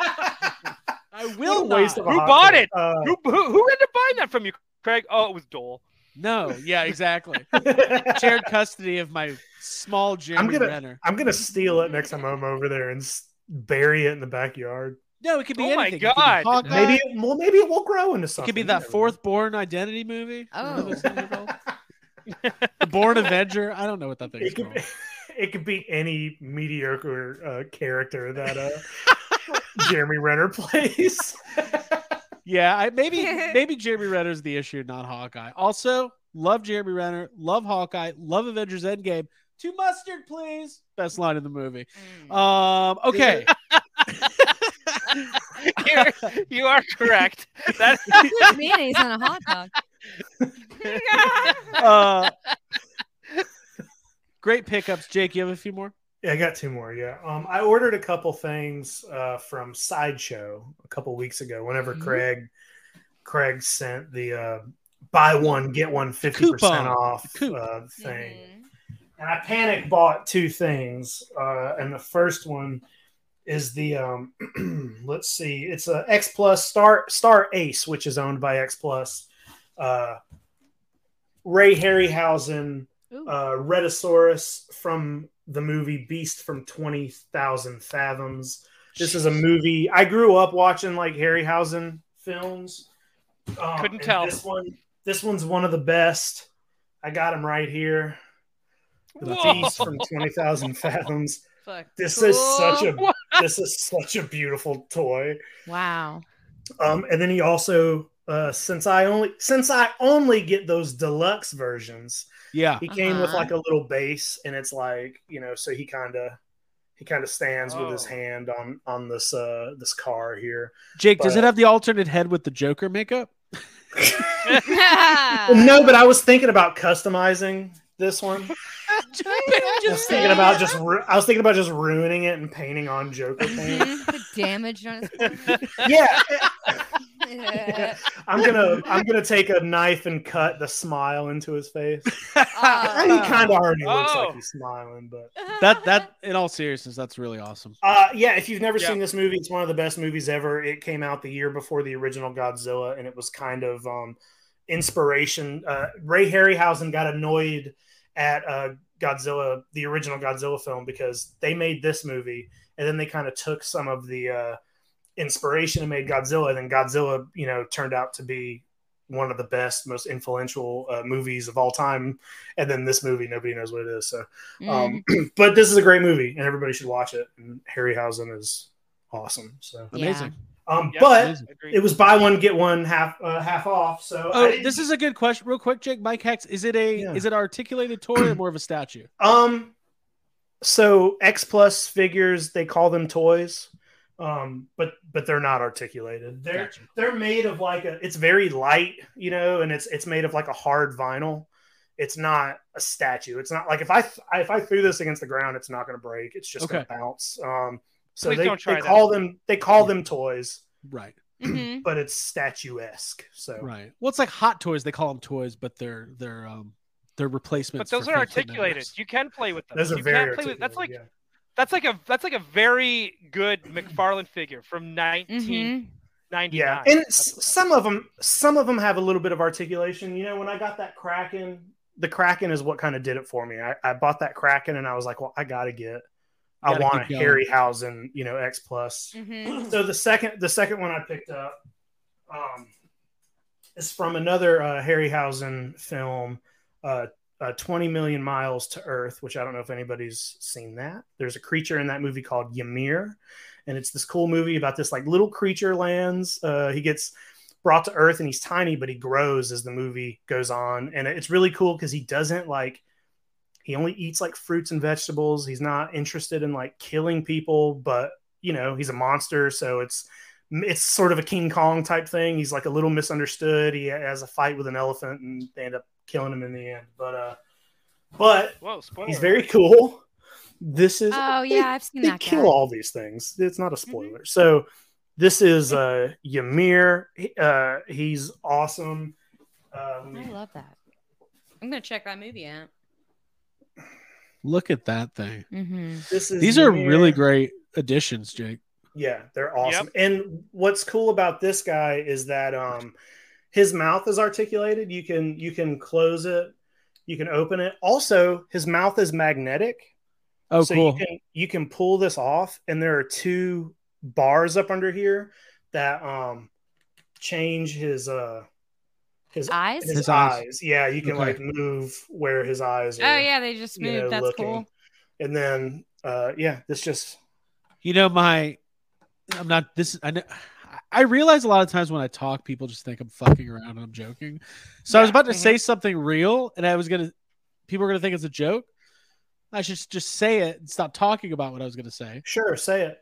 Speaker 1: I
Speaker 2: What
Speaker 1: will
Speaker 2: a
Speaker 1: not.
Speaker 2: waste of a
Speaker 4: Who
Speaker 2: hot Uh,
Speaker 4: bought
Speaker 2: dog.
Speaker 4: it? Who, who, who ended up buying that from you, Craig? Oh, it was Dole.
Speaker 1: No.
Speaker 4: <laughs>
Speaker 1: Yeah. Exactly.
Speaker 2: <laughs> Uh,
Speaker 1: Shared custody of my small Jeremy
Speaker 2: gonna-
Speaker 1: Renner.
Speaker 2: I'm gonna steal it next time I'm over there and s- bury it in the backyard.
Speaker 1: No, it could be
Speaker 4: Oh my
Speaker 1: anything. It could be
Speaker 4: God.
Speaker 1: Hawkeye.
Speaker 2: Maybe, it, well, maybe it will grow into
Speaker 1: It
Speaker 2: something.
Speaker 1: could be
Speaker 2: You
Speaker 1: that
Speaker 2: never
Speaker 1: fourth born identity movie. Remember
Speaker 3: Oh.
Speaker 1: those things they're
Speaker 4: <laughs>
Speaker 1: called? the Born Avenger. I don't know what that
Speaker 2: know.
Speaker 1: thing is
Speaker 2: It could
Speaker 1: called.
Speaker 2: be, <laughs> it could be any mediocre uh, character that uh, Jeremy Renner plays.
Speaker 1: Yeah, I, maybe maybe Jeremy Renner's the issue, not Hawkeye. Also, love Jeremy Renner, love Hawkeye, love Avengers Endgame. To mustard, please. Best line in the movie. Um,
Speaker 4: <laughs>
Speaker 1: okay.
Speaker 4: You're-
Speaker 1: <laughs>
Speaker 4: you are correct. That, <laughs>
Speaker 3: Mayonnaise on a hot
Speaker 2: <laughs>
Speaker 3: dog.
Speaker 1: Uh, great pickups, Jake. You have a few more.
Speaker 2: Yeah, I got two more. Yeah, um, I ordered a couple things uh, from Sideshow a couple weeks ago. Whenever
Speaker 1: Mhm.
Speaker 2: Craig Craig sent the uh, buy one get one 50
Speaker 1: Coupon.
Speaker 2: percent off
Speaker 1: Coup-
Speaker 2: uh,
Speaker 3: Mm-hmm.
Speaker 2: thing, and I panic bought two things. Uh, and the first one is the um, <clears throat> let's see, it's a X Plus Star Star Ace, which is owned by X Plus. Uh, Ray Harryhausen,
Speaker 3: Ooh.
Speaker 2: uh, Redosaurus from the movie Beast from Twenty Thousand Fathoms. This is a movie I grew up watching, like Harryhausen films. Um,
Speaker 4: Couldn't
Speaker 2: and
Speaker 4: tell.
Speaker 2: this one. This one's one of the best. I got him right here. The
Speaker 1: <laughs>
Speaker 2: Beast
Speaker 4: Whoa.
Speaker 2: from Twenty Thousand Fathoms.
Speaker 3: Fuck.
Speaker 2: This is such a
Speaker 4: <laughs> What?
Speaker 2: this is such a beautiful toy.
Speaker 3: <laughs> Wow.
Speaker 2: Um, and then he also uh, since I only since I only get those deluxe versions,
Speaker 1: Yeah.
Speaker 2: he came with
Speaker 3: Uh-huh.
Speaker 2: like a little base, and it's like you know, so he kind of he kind of stands with his
Speaker 4: Oh.
Speaker 2: hand on on this uh this car here.
Speaker 1: Jake, does
Speaker 2: But- uh,
Speaker 1: it have the alternate head with the Joker makeup?
Speaker 4: Uh.
Speaker 2: no, but <laughs> I was thinking about customizing this
Speaker 4: <laughs>
Speaker 2: one. I was
Speaker 1: Just
Speaker 2: thinking about just ru- I was thinking about just ruining it and painting on
Speaker 4: <laughs>
Speaker 2: Joker paint.
Speaker 3: Mhm, The damage on
Speaker 2: <laughs>
Speaker 3: his <laughs> forehead.
Speaker 2: yeah,
Speaker 3: Yeah.
Speaker 2: I'm gonna I'm gonna take a knife and cut the smile into his face.
Speaker 3: Uh,
Speaker 2: he kind of already looks
Speaker 4: Oh.
Speaker 2: like he's smiling, but
Speaker 1: that that in all seriousness, that's really awesome.
Speaker 2: uh, yeah. If you've never
Speaker 4: Yeah.
Speaker 2: seen this movie, it's one of the best movies ever. It came out the year before the original Godzilla, and it was kind of um, inspiration. Uh, Ray Harryhausen got annoyed at uh, Godzilla, the original Godzilla film, because they made this movie, and then they kind of took some of the uh, inspiration and made Godzilla. And then Godzilla, you know, turned out to be one of the best, most influential uh, movies of all time. And then this movie, nobody knows what it is. So,
Speaker 3: Mm-hmm.
Speaker 2: um,
Speaker 1: Mm-hmm.
Speaker 2: <clears throat> but this is a great movie, and everybody should watch it. And Harryhausen is awesome. So,
Speaker 3: Yeah.
Speaker 1: Amazing.
Speaker 2: um,
Speaker 4: Yep,
Speaker 2: but
Speaker 1: amazing.
Speaker 4: Agreed.
Speaker 2: it was buy one get one half uh, half off. So, I
Speaker 1: Oh,
Speaker 2: didn't-
Speaker 1: this is a good question. Real quick, Jake. Mike Hex. Is it a
Speaker 2: Yeah.
Speaker 1: is it articulated toy or more of a statue?
Speaker 2: Um, so X plus figures, they call them toys, um, but but they're not articulated. They're
Speaker 1: Gotcha.
Speaker 2: they're made of like a. It's very light, you know, and it's it's made of like a hard vinyl. It's not a statue. It's not like if I th- if I threw this against the ground, it's not going to break. It's just going
Speaker 1: Okay.
Speaker 2: to bounce. Um, so
Speaker 4: Please
Speaker 2: they,
Speaker 4: don't try
Speaker 2: they
Speaker 4: that.
Speaker 2: call them they call them toys,
Speaker 1: Right.
Speaker 3: Mhm.
Speaker 2: but it's statuesque. So
Speaker 1: Right. Well, it's like hot toys. They call them toys, but they're they're um they're
Speaker 4: But
Speaker 1: replacements.
Speaker 4: those
Speaker 1: for
Speaker 4: are
Speaker 1: fake kid
Speaker 4: articulated.
Speaker 1: members.
Speaker 4: You can play with them.
Speaker 2: those are
Speaker 4: you
Speaker 2: very
Speaker 4: can play with, that's like
Speaker 2: articulated,
Speaker 4: that's like a that's like a very good McFarlane figure from 1999.
Speaker 3: Mhm.
Speaker 2: yeah, and s- some of them some of them have a little bit of articulation you know when i got that kraken the kraken is what kind of did it for me i, I bought that kraken and i was like well i gotta get i
Speaker 1: Gotta
Speaker 2: want a
Speaker 1: keep going.
Speaker 2: harryhausen you know x plus
Speaker 3: Mhm.
Speaker 2: so the second the second one i picked up um is from another uh, harryhausen film uh, uh 20 million miles to earth which i don't know if anybody's seen that there's a creature in that movie called ymir and it's this cool movie about this like little creature lands uh he gets brought to earth and he's tiny but he grows as the movie goes on and it's really cool because he doesn't like he only eats like fruits and vegetables he's not interested in like killing people but you know he's a monster so it's it's sort of a king kong type thing he's like a little misunderstood he has a fight with an elephant and they end up killing him in the end but uh but
Speaker 4: Whoa, spoiler.
Speaker 2: he's very cool this is
Speaker 3: Oh
Speaker 2: they-
Speaker 3: yeah, I've seen
Speaker 2: they
Speaker 3: that.
Speaker 2: kill
Speaker 3: guy.
Speaker 2: all these things it's not a
Speaker 3: Mm-hmm.
Speaker 2: spoiler so this is uh ymir He- uh he's awesome
Speaker 3: I
Speaker 2: um,
Speaker 3: love that. I'm gonna check that movie out.
Speaker 1: Look at that thing.
Speaker 3: Mm-hmm.
Speaker 2: this is
Speaker 1: These are really
Speaker 2: Ymir.
Speaker 1: great additions, Jake.
Speaker 2: Yeah, they're awesome. And what's cool about this guy is that um his mouth is articulated. You can you can close it, you can open it. Also, his mouth is magnetic.
Speaker 1: Oh,
Speaker 2: so
Speaker 1: cool.
Speaker 2: you can you can pull this off and there are two bars up under here that um change his uh his
Speaker 3: Eyes?
Speaker 2: his,
Speaker 1: His eyes.
Speaker 2: eyes. Yeah, you can
Speaker 1: Okay.
Speaker 2: like move where his eyes are.
Speaker 3: Oh yeah, they just
Speaker 2: you
Speaker 3: moved.
Speaker 2: know,
Speaker 3: That's
Speaker 2: looking.
Speaker 3: cool.
Speaker 2: And then uh yeah, this just
Speaker 1: You know, my, I'm not this. I know, I realize a lot of times when I talk, people just think I'm fucking around and I'm joking. So I was
Speaker 2: Yeah, mm-hmm.
Speaker 1: about to
Speaker 3: mhm.
Speaker 1: say something real, and I was gonna, people were gonna think it's a joke. I should just say it and stop talking about what I was gonna say.
Speaker 2: sure say it.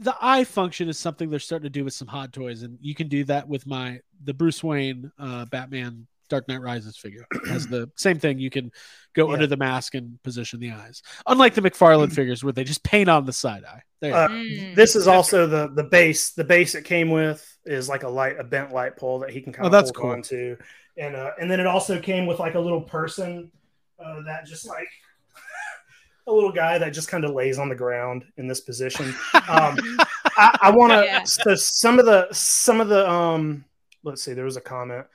Speaker 1: The eye function is something they're starting to do with some hot toys, and you can do that with my the Bruce Wayne, uh, Batman, Dark Knight Rises figure. Has
Speaker 2: <clears throat>
Speaker 1: the same thing. You can go
Speaker 2: Yeah.
Speaker 1: under the mask and position the eyes, unlike the
Speaker 2: <clears throat>
Speaker 1: McFarlane figures where they just paint on the side eye. There. you
Speaker 2: Uh,
Speaker 3: Mm.
Speaker 2: this is also the the base the base it came with is like a light a bent light pole that he can kind
Speaker 1: Oh,
Speaker 2: of
Speaker 1: that's
Speaker 2: hold
Speaker 1: cool.
Speaker 2: on to and uh, and then it also came with like a little person uh, that just like a little guy that just kind of lays on the ground in this position um, I, I want to.
Speaker 3: Yeah.
Speaker 2: So some of the some of the um. Let's see. There was a comment.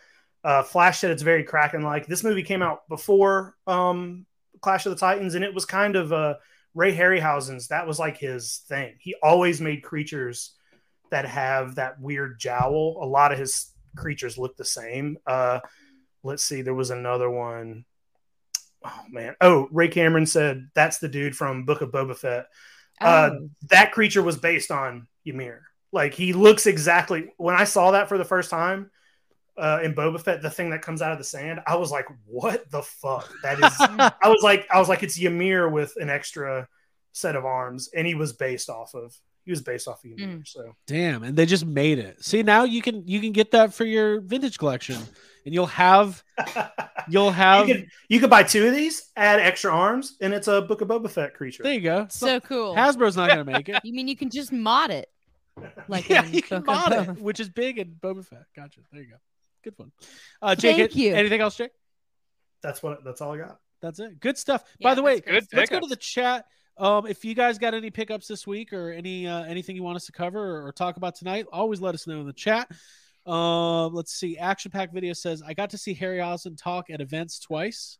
Speaker 2: Uh, Flash said it's very Kraken like. This movie came out before um Clash of the Titans, and it was kind of uh Ray Harryhausen's. That was like his thing. He always made creatures that have that weird jowl. A lot of his creatures look the same. Uh, let's see. There was another one. Oh man. Oh, Ray Cameron said that's the dude from Book of Boba Fett uh,
Speaker 3: Oh.
Speaker 2: that creature was based on Ymir. Like he looks exactly when I saw that for the first time uh, in Boba Fett, the thing that comes out of the sand. I was like, "What the fuck?" That
Speaker 1: <laughs>
Speaker 2: is.
Speaker 1: go.
Speaker 2: I was like, I was like, it's Ymir with an extra set of arms, and he was based off of he was based off of Ymir.
Speaker 1: Mm.
Speaker 2: So <laughs>
Speaker 1: Damn, and they just made it. See, now you can you can get that for your vintage collection, and you'll have you'll have
Speaker 2: you could you could buy two of these, add extra arms, and it's a Book of Boba Fett creature.
Speaker 1: there you go.
Speaker 3: so cool.
Speaker 1: Hasbro's not gonna make it.
Speaker 3: you mean you can just
Speaker 1: <laughs>
Speaker 3: mod it? <laughs> Like
Speaker 1: yeah,
Speaker 3: in
Speaker 1: you can
Speaker 3: Book of
Speaker 1: mod it,
Speaker 3: Boba-
Speaker 1: which is big in Boba Fett. Gotcha. There you go. Good one. Uh, Jake,
Speaker 3: Thank
Speaker 1: an-
Speaker 3: you.
Speaker 1: anything else, Jake?
Speaker 2: That's what that's all I got.
Speaker 1: That's it. Good stuff. By
Speaker 3: Yeah,
Speaker 1: the way,
Speaker 3: that's great.
Speaker 4: Good
Speaker 1: let's go to
Speaker 4: pickups.
Speaker 1: the chat. Um, if you guys got any pickups this week or any uh, anything you want us to cover or, or talk about tonight, always let us know in the chat. Um, let's see. Action Pack Video says I got to see Harry Osmond talk at events twice.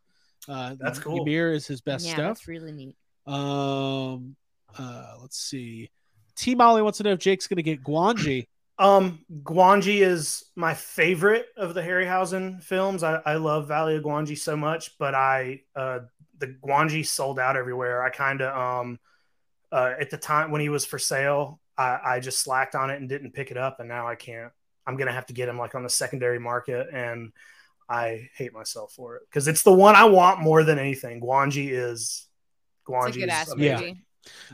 Speaker 1: Uh,
Speaker 2: That's cool.
Speaker 1: Ymir is his best
Speaker 3: yeah,
Speaker 1: stuff.
Speaker 3: that's really neat.
Speaker 1: Um, uh, let's see. T Molly wants to know if Jake's going to get Guanji.
Speaker 2: Um, Guanji is my favorite of the Harryhausen films. I, I love Valley of Guanji so much, but I uh, the Guanji sold out everywhere. I kind of um, uh, at the time when he was for sale, I, I just slacked on it and didn't pick it up, and now I can't. I'm gonna have to get him like on the secondary market, and I hate myself for it because it's the one I want more than anything. Guanji is Guanji.
Speaker 3: It's a good ass
Speaker 2: is
Speaker 3: movie.
Speaker 2: amazing.
Speaker 1: Yeah.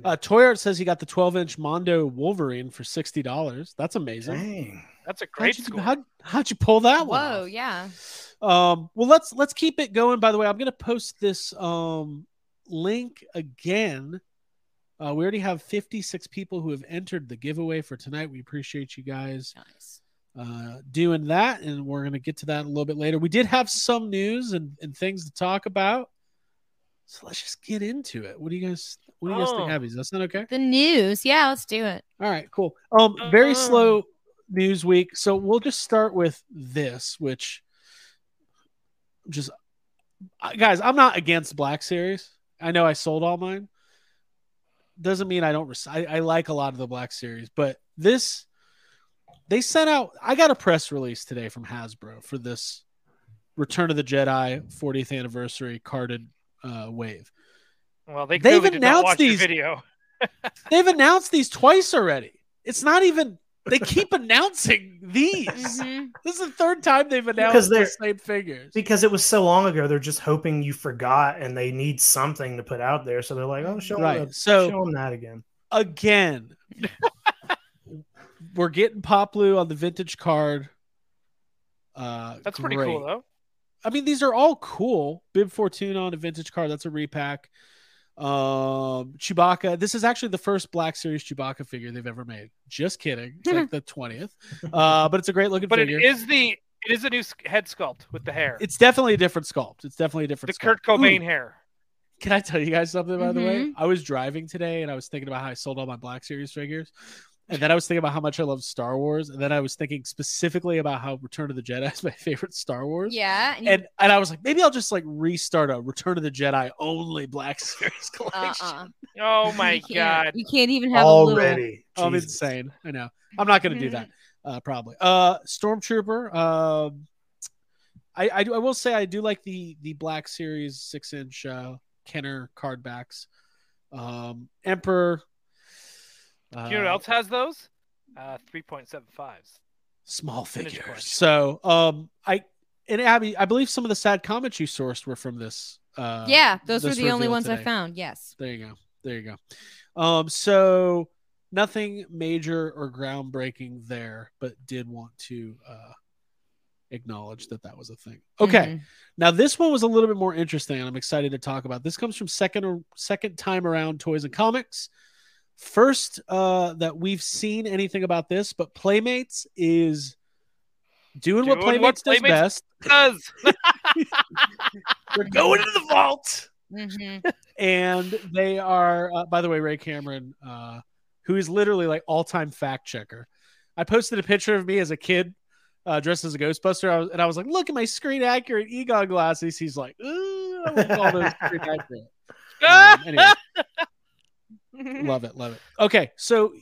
Speaker 1: Uh, Toy Art says he got the 12 inch Mondo Wolverine for sixty dollars. That's amazing.
Speaker 2: Dang.
Speaker 4: That's a great
Speaker 1: How'd you,
Speaker 4: score.
Speaker 1: how'd, how'd you pull that one?
Speaker 3: Whoa,
Speaker 1: off?
Speaker 3: yeah.
Speaker 1: Um, well, let's let's keep it going. By the way, I'm going to post this um, link again. Uh, we already have 56 people who have entered the giveaway for tonight. We appreciate you guys
Speaker 3: Nice.
Speaker 1: uh, doing that, and we're going to get to that a little bit later. We did have some news and, and things to talk about, so let's just get into it. What do you guys? What do you guys
Speaker 4: Oh.
Speaker 1: think, Abby's? That's not okay.
Speaker 3: The news. Yeah, let's do it.
Speaker 1: All right, cool. Um, very
Speaker 4: Uh-huh.
Speaker 1: slow news week. So we'll just start with this, which just I- guys, I'm not against Black Series. I know I sold all mine. Doesn't mean I don't. Res- I, I like a lot of the Black Series, but this they sent out. I got a press release today from Hasbro for this Return of the Jedi 40th anniversary carded uh, wave.
Speaker 4: Well, they
Speaker 1: They've
Speaker 4: clearly did not
Speaker 1: announced
Speaker 4: watch the
Speaker 1: these-
Speaker 4: video.
Speaker 1: They've announced these twice already. It's not even. They
Speaker 2: <laughs>
Speaker 1: keep announcing these.
Speaker 3: Mhm.
Speaker 1: This is the third time they've
Speaker 2: Because
Speaker 1: announced
Speaker 2: they're-
Speaker 1: the same figures.
Speaker 2: because it was so long ago they're just hoping you forgot and they need something to put out there so they're like oh show them,
Speaker 1: Right.
Speaker 2: that-
Speaker 1: So
Speaker 2: show them that again <laughs>
Speaker 1: again, we're getting Poplu on the vintage card. Uh,
Speaker 4: That's pretty
Speaker 1: great.
Speaker 4: cool, though.
Speaker 1: I mean, these are all cool. Bib Fortuna on a vintage card. That's a repack. Um, Chewbacca. This is actually the first Black Series Chewbacca figure they've ever made. Just kidding. It's
Speaker 4: <laughs>
Speaker 1: like the twentieth. Uh, but it's a great looking
Speaker 4: But
Speaker 1: figure.
Speaker 4: it is the it is a new sc- head sculpt with the hair.
Speaker 1: It's definitely a different sculpt. It's definitely a
Speaker 4: the
Speaker 1: different.
Speaker 4: Kurt
Speaker 1: sculpt. Ooh,
Speaker 4: Cobain hair.
Speaker 1: Can I tell you guys something by the way?
Speaker 3: Mhm.
Speaker 1: I was driving today and I was thinking about how I sold all my Black Series figures. And then I was thinking about how much I love Star Wars. And then I was thinking specifically about how Return of the Jedi <laughs> is my favorite Star Wars.
Speaker 3: Yeah. And,
Speaker 1: <laughs>
Speaker 3: you-
Speaker 1: And and I was like, maybe I'll just like restart a Return of the Jedi only Black <laughs> Series collection.
Speaker 3: uh-uh.
Speaker 4: Oh
Speaker 1: <laughs>
Speaker 4: my
Speaker 3: You can't-
Speaker 4: god.
Speaker 3: You can't even have a
Speaker 2: already
Speaker 1: I'm
Speaker 2: Jesus.
Speaker 1: insane. I know. I'm not going to do that. Uh, probably. Uh, Stormtrooper. Um, I, I do- I will say I do like the the Black Series six inch uh, Kenner card backs. Um, Emperor. Uh,
Speaker 4: Do you know what else has those? Uh, three point seven
Speaker 1: <laughs>
Speaker 4: fives.
Speaker 1: Small
Speaker 4: Vintage
Speaker 1: figures.
Speaker 4: collection.
Speaker 1: So um, I and Abby, I believe some of the sad comments you sourced were from this. Uh,
Speaker 3: little. Yeah, those were
Speaker 1: this
Speaker 3: the only
Speaker 1: reveal
Speaker 3: ones I
Speaker 1: today.
Speaker 3: found. Yes.
Speaker 1: There you go. There you go. Um, so nothing major or groundbreaking there, but did want to uh, acknowledge that that was a thing. Okay.
Speaker 3: Mhm.
Speaker 1: Now this one was a little bit more interesting, and I'm excited to talk about. This comes from second or second time around toys and comics. First uh, that we've seen anything about this, but Playmates is doing, what
Speaker 4: Doing what
Speaker 1: Playmates does
Speaker 4: Playmates-
Speaker 1: best.
Speaker 4: Does
Speaker 1: <laughs> We're going into the vault.
Speaker 3: Mhm.
Speaker 1: and they are uh, by the way ray cameron uh, who is literally like all-time fact checker i posted a picture of me as a kid uh, dressed as a ghostbuster I was, and i was like look at my screen accurate egon glasses he's like "Ooh, i wouldn't call those screen accurate um, anyway, love it love it okay so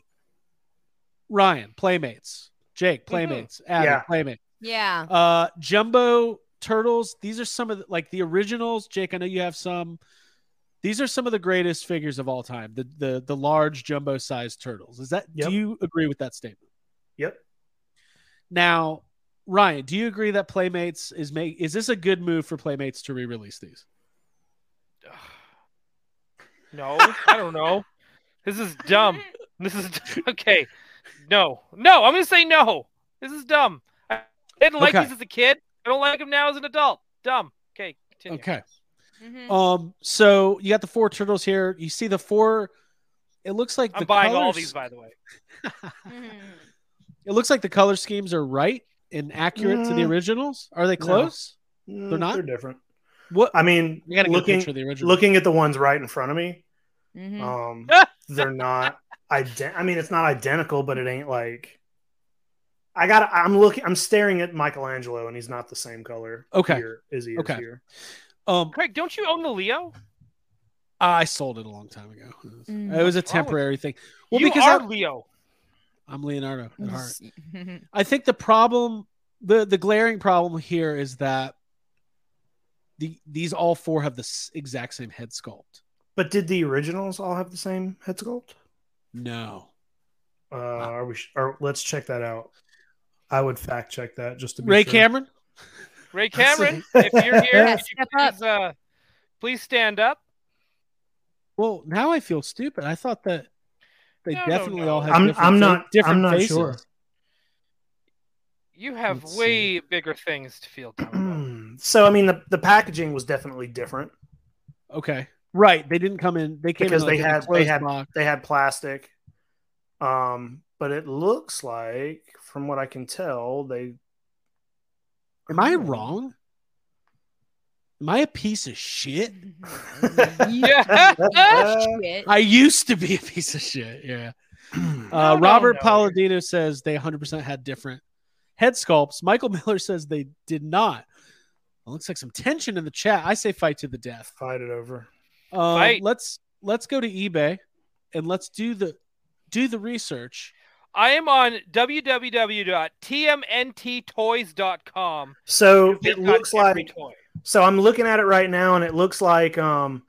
Speaker 1: ryan playmates jake playmates Abby,
Speaker 2: Yeah.
Speaker 1: playmate
Speaker 3: Yeah.
Speaker 1: uh jumbo turtles these are some of the, like the originals jake i know you have some these are some of the greatest figures of all time the the the large jumbo sized turtles is that
Speaker 2: Yep.
Speaker 1: do you agree with that statement
Speaker 2: yep
Speaker 1: now ryan do you agree that playmates is make is this a good move for playmates to re-release these
Speaker 4: no, I don't know. This is dumb. This is <laughs> okay. No, no, I'm gonna say no. This is dumb. I didn't like
Speaker 1: Okay.
Speaker 4: these as a kid. I don't like them now as an adult. Dumb. Okay, continue.
Speaker 1: okay
Speaker 3: Mhm.
Speaker 1: um so you got the four turtles here you see the four it looks like
Speaker 4: I'm
Speaker 1: the
Speaker 4: buying all
Speaker 1: colors- <laughs>
Speaker 4: these, by the way.
Speaker 3: Mhm.
Speaker 1: it looks like the color schemes are right and accurate to the
Speaker 2: Mm.
Speaker 1: originals are they
Speaker 2: No.
Speaker 1: close
Speaker 2: Mm,
Speaker 1: They're not?
Speaker 2: they're different
Speaker 1: what
Speaker 2: i mean
Speaker 1: You gotta get a
Speaker 2: looking
Speaker 1: picture of the original.
Speaker 2: looking at the ones right in front of me
Speaker 3: Mhm.
Speaker 2: um
Speaker 1: <laughs>
Speaker 2: they're not ident- i mean it's not identical but it ain't like i got i'm looking i'm staring at michelangelo and he's not the same color
Speaker 1: Okay.
Speaker 2: here as he is
Speaker 1: Okay.
Speaker 2: here
Speaker 1: um,
Speaker 4: Craig, don't you own the Leo?
Speaker 1: I sold it a long time ago.
Speaker 3: Mm.
Speaker 1: It was a
Speaker 4: What's wrong with
Speaker 1: temporary thing. Well,
Speaker 4: you
Speaker 1: because
Speaker 4: are
Speaker 1: I,
Speaker 4: Leo.
Speaker 1: I'm Leonardo at
Speaker 3: <laughs>
Speaker 1: heart.
Speaker 3: Just-
Speaker 1: I think the problem, the the glaring problem here is that the these all four have the s- exact same head sculpt.
Speaker 2: But did the originals all have the same head sculpt?
Speaker 1: No,
Speaker 2: Uh, are we? sh- Or let's check that out. I would fact check that just to be
Speaker 1: Ray
Speaker 2: sure.
Speaker 1: Cameron. <laughs>
Speaker 4: Ray Cameron, if you're here,
Speaker 3: Yeah,
Speaker 4: could you
Speaker 3: step up.
Speaker 4: please, uh, please stand up.
Speaker 1: Well, now I feel stupid. I thought that they
Speaker 4: No, no,
Speaker 1: definitely all
Speaker 4: no.
Speaker 1: had.
Speaker 2: I'm
Speaker 1: different
Speaker 2: I'm
Speaker 1: fa-
Speaker 2: not
Speaker 1: different
Speaker 2: I'm not
Speaker 1: faces.
Speaker 2: sure.
Speaker 4: You have
Speaker 1: Let's see.
Speaker 4: way bigger things to feel dumb
Speaker 1: <clears throat>
Speaker 4: about.
Speaker 2: <clears throat> so I mean, the, the packaging was definitely different.
Speaker 1: Okay, right. They didn't come in. They came
Speaker 2: Because
Speaker 1: in like
Speaker 2: they
Speaker 1: in a
Speaker 2: had- they
Speaker 1: closed
Speaker 2: had-
Speaker 1: box.
Speaker 2: They had plastic, um, but it looks like, from what I can tell, they. <laughs>
Speaker 1: Am I wrong? Am I a piece of shit?
Speaker 4: Yeah. <laughs>
Speaker 3: Shit.
Speaker 1: I used to be a piece of shit. Yeah. Uh,
Speaker 4: no,
Speaker 1: Robert
Speaker 4: no.
Speaker 1: Palladino says they 100% had different head sculpts. Michael <laughs> Miller says they did not. It looks like some tension in the chat. I say fight to the death.
Speaker 2: Fight it over.
Speaker 1: Um,
Speaker 4: Fight.
Speaker 1: Let's let's go to eBay and let's do the do the research.
Speaker 4: I am on www.tmnttoys.com.
Speaker 2: So
Speaker 4: They've
Speaker 2: it
Speaker 4: got
Speaker 2: looks like
Speaker 4: every toy.
Speaker 2: So I'm looking at it right now, and it looks like um,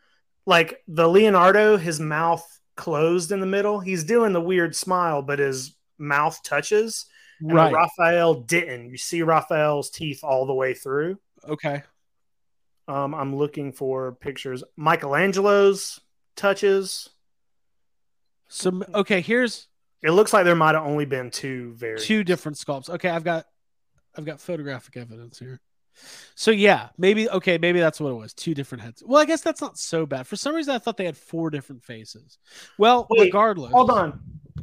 Speaker 2: like the Leonardo, his mouth closed in the middle. He's doing the weird smile, but his mouth touches. And the Raphael didn't. You see Raphael's teeth all the way through.
Speaker 1: Okay.
Speaker 2: Um, I'm looking for pictures. Michelangelo's touches.
Speaker 1: Some okay, here's
Speaker 2: It looks like there might have only been two very
Speaker 1: two different sculpts. Okay, I've got I've got photographic evidence here. So yeah, maybe okay, maybe that's what it was. Two different heads. Well, I guess that's not so bad. For some reason I thought they had four different faces. Well,
Speaker 2: Wait,
Speaker 1: regardless.
Speaker 2: Hold on.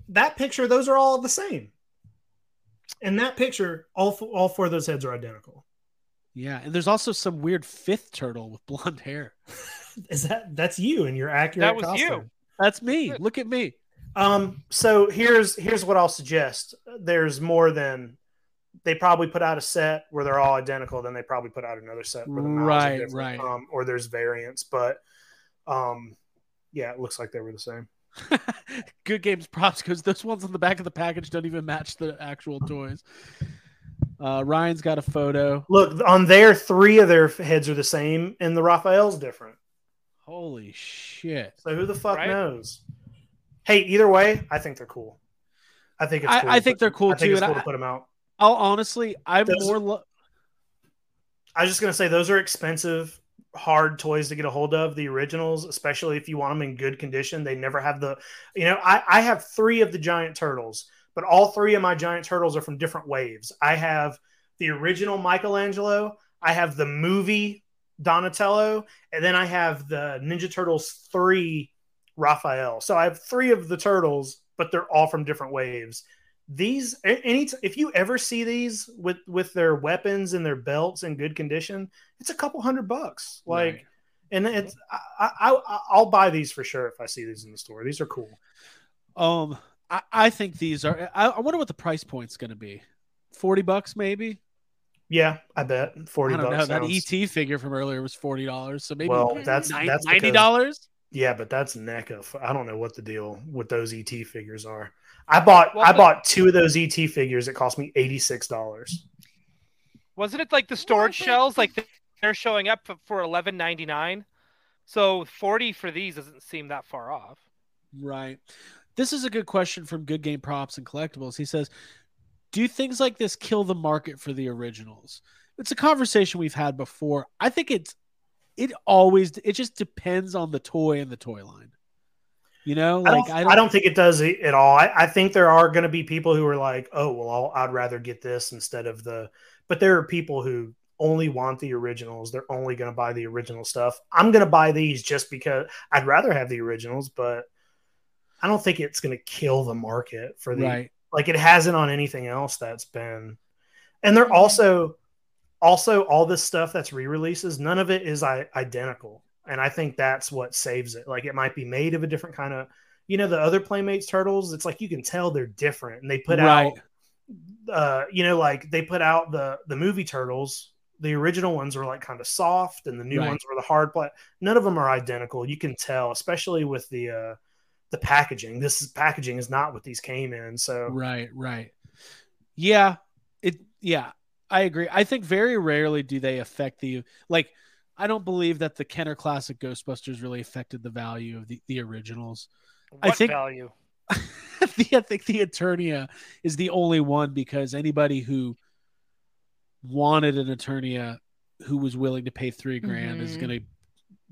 Speaker 2: That picture, those are all the same. In that picture, all f- all four of those heads are identical.
Speaker 1: Yeah, and there's also some weird fifth turtle with blonde hair.
Speaker 2: Is that that's you and your accurate?
Speaker 4: That was
Speaker 2: costume.
Speaker 4: you.
Speaker 1: That's me. Look at me. <laughs>
Speaker 2: Um, so here's here's what I'll suggest. There's more than they probably put out a set where they're all identical, then they probably put out another set where the mouths are
Speaker 1: Right,
Speaker 2: different,
Speaker 1: right.
Speaker 2: Um, or there's variants, but um, yeah, it looks like they were the same.
Speaker 1: Good games props because those ones on the back of the package don't even match the actual toys. Uh, Ryan's got a photo.
Speaker 2: Look on there, three of their heads are the same, and the Raphael's different.
Speaker 1: Holy shit!
Speaker 2: So who the fuck
Speaker 4: Right.
Speaker 2: knows? Hey, either way, I think they're cool. I think it's
Speaker 1: I-
Speaker 2: cool
Speaker 1: I
Speaker 2: to
Speaker 1: think
Speaker 2: put-
Speaker 1: they're cool
Speaker 2: I think
Speaker 1: too,
Speaker 2: it's
Speaker 1: and
Speaker 2: cool to
Speaker 1: I-
Speaker 2: put them out.
Speaker 1: I'll honestly, I'm
Speaker 2: Those-
Speaker 1: more. Lo-
Speaker 2: I was just gonna say those are expensive, hard toys to get a hold of. The originals, especially if you want them in good condition, they never have the. You know, I I have three of the giant turtles, but all three of my giant turtles are from different waves. I have the original Michelangelo. I have the movie Donatello, and then I have the Ninja Turtles three Raphael. So I have three of the turtles, but they're all from different waves. These a- any t- if you ever see these with with their weapons and their belts in good condition, it's a couple hundred bucks. Like,
Speaker 1: Right.
Speaker 2: and it's I, I I- I'll buy these for sure if I see these in the store. These are cool.
Speaker 1: Um, I, I think these are. I, I wonder what the price point's going to be. Forty bucks, maybe.
Speaker 2: Yeah, I bet forty
Speaker 1: I don't know.
Speaker 2: bucks.
Speaker 1: That E
Speaker 2: sounds-
Speaker 1: ET figure from earlier was forty dollars, so maybe
Speaker 2: well, that's
Speaker 1: nine-
Speaker 2: that's
Speaker 1: ninety
Speaker 2: because-
Speaker 1: dollars.
Speaker 2: Yeah, but that's NECA. F- I don't know what the deal with those ET figures are. I bought
Speaker 4: Well,
Speaker 2: I
Speaker 4: the-
Speaker 2: bought two of those ET figures. It cost me eighty six dollars.
Speaker 4: Wasn't it like the storage shells? Like they're showing up for- for eleven ninety nine. So forty for these doesn't seem that far off.
Speaker 1: Right. This is a good question from Good Game Props and Collectibles. He says, "Do things like this kill the market for the originals?" It's a conversation we've had before. I think it's it always it just depends on the toy and the toy line. You know,
Speaker 2: I,
Speaker 1: like
Speaker 2: don't, I, don't, think it does it at all. I, I think there are going to be people who are like, oh well, I'll, I'd rather get this instead of the. But there are people who only want the originals. They're only going to buy the original stuff. I'm going to buy these just because I'd rather have the originals, but I don't think it's going to kill the market for the
Speaker 1: right.
Speaker 2: like it hasn't on anything else that's been and they're also also all this stuff that's re-releases none of it is I- identical and i think that's what saves it like it might be made of a different kind of you know the other playmates turtles it's like you can tell they're different and they put
Speaker 1: right.
Speaker 2: out uh you know like they put out the the movie turtles the original ones were like kind of soft and the new
Speaker 1: Right.
Speaker 2: ones were the hard play none of them are identical you can tell especially with the uh the packaging. This is, packaging is not what these came in. So
Speaker 1: Right, right. Yeah, it yeah, I agree. I think very rarely do they affect the like I don't believe that the Kenner Classic Ghostbusters really affected the value of the, the originals. <laughs> I
Speaker 4: What
Speaker 1: think-
Speaker 4: value?
Speaker 1: the, I think the Eternia is the only one because anybody who wanted an Eternia who was willing to pay three grand is
Speaker 3: Mhm.
Speaker 1: going to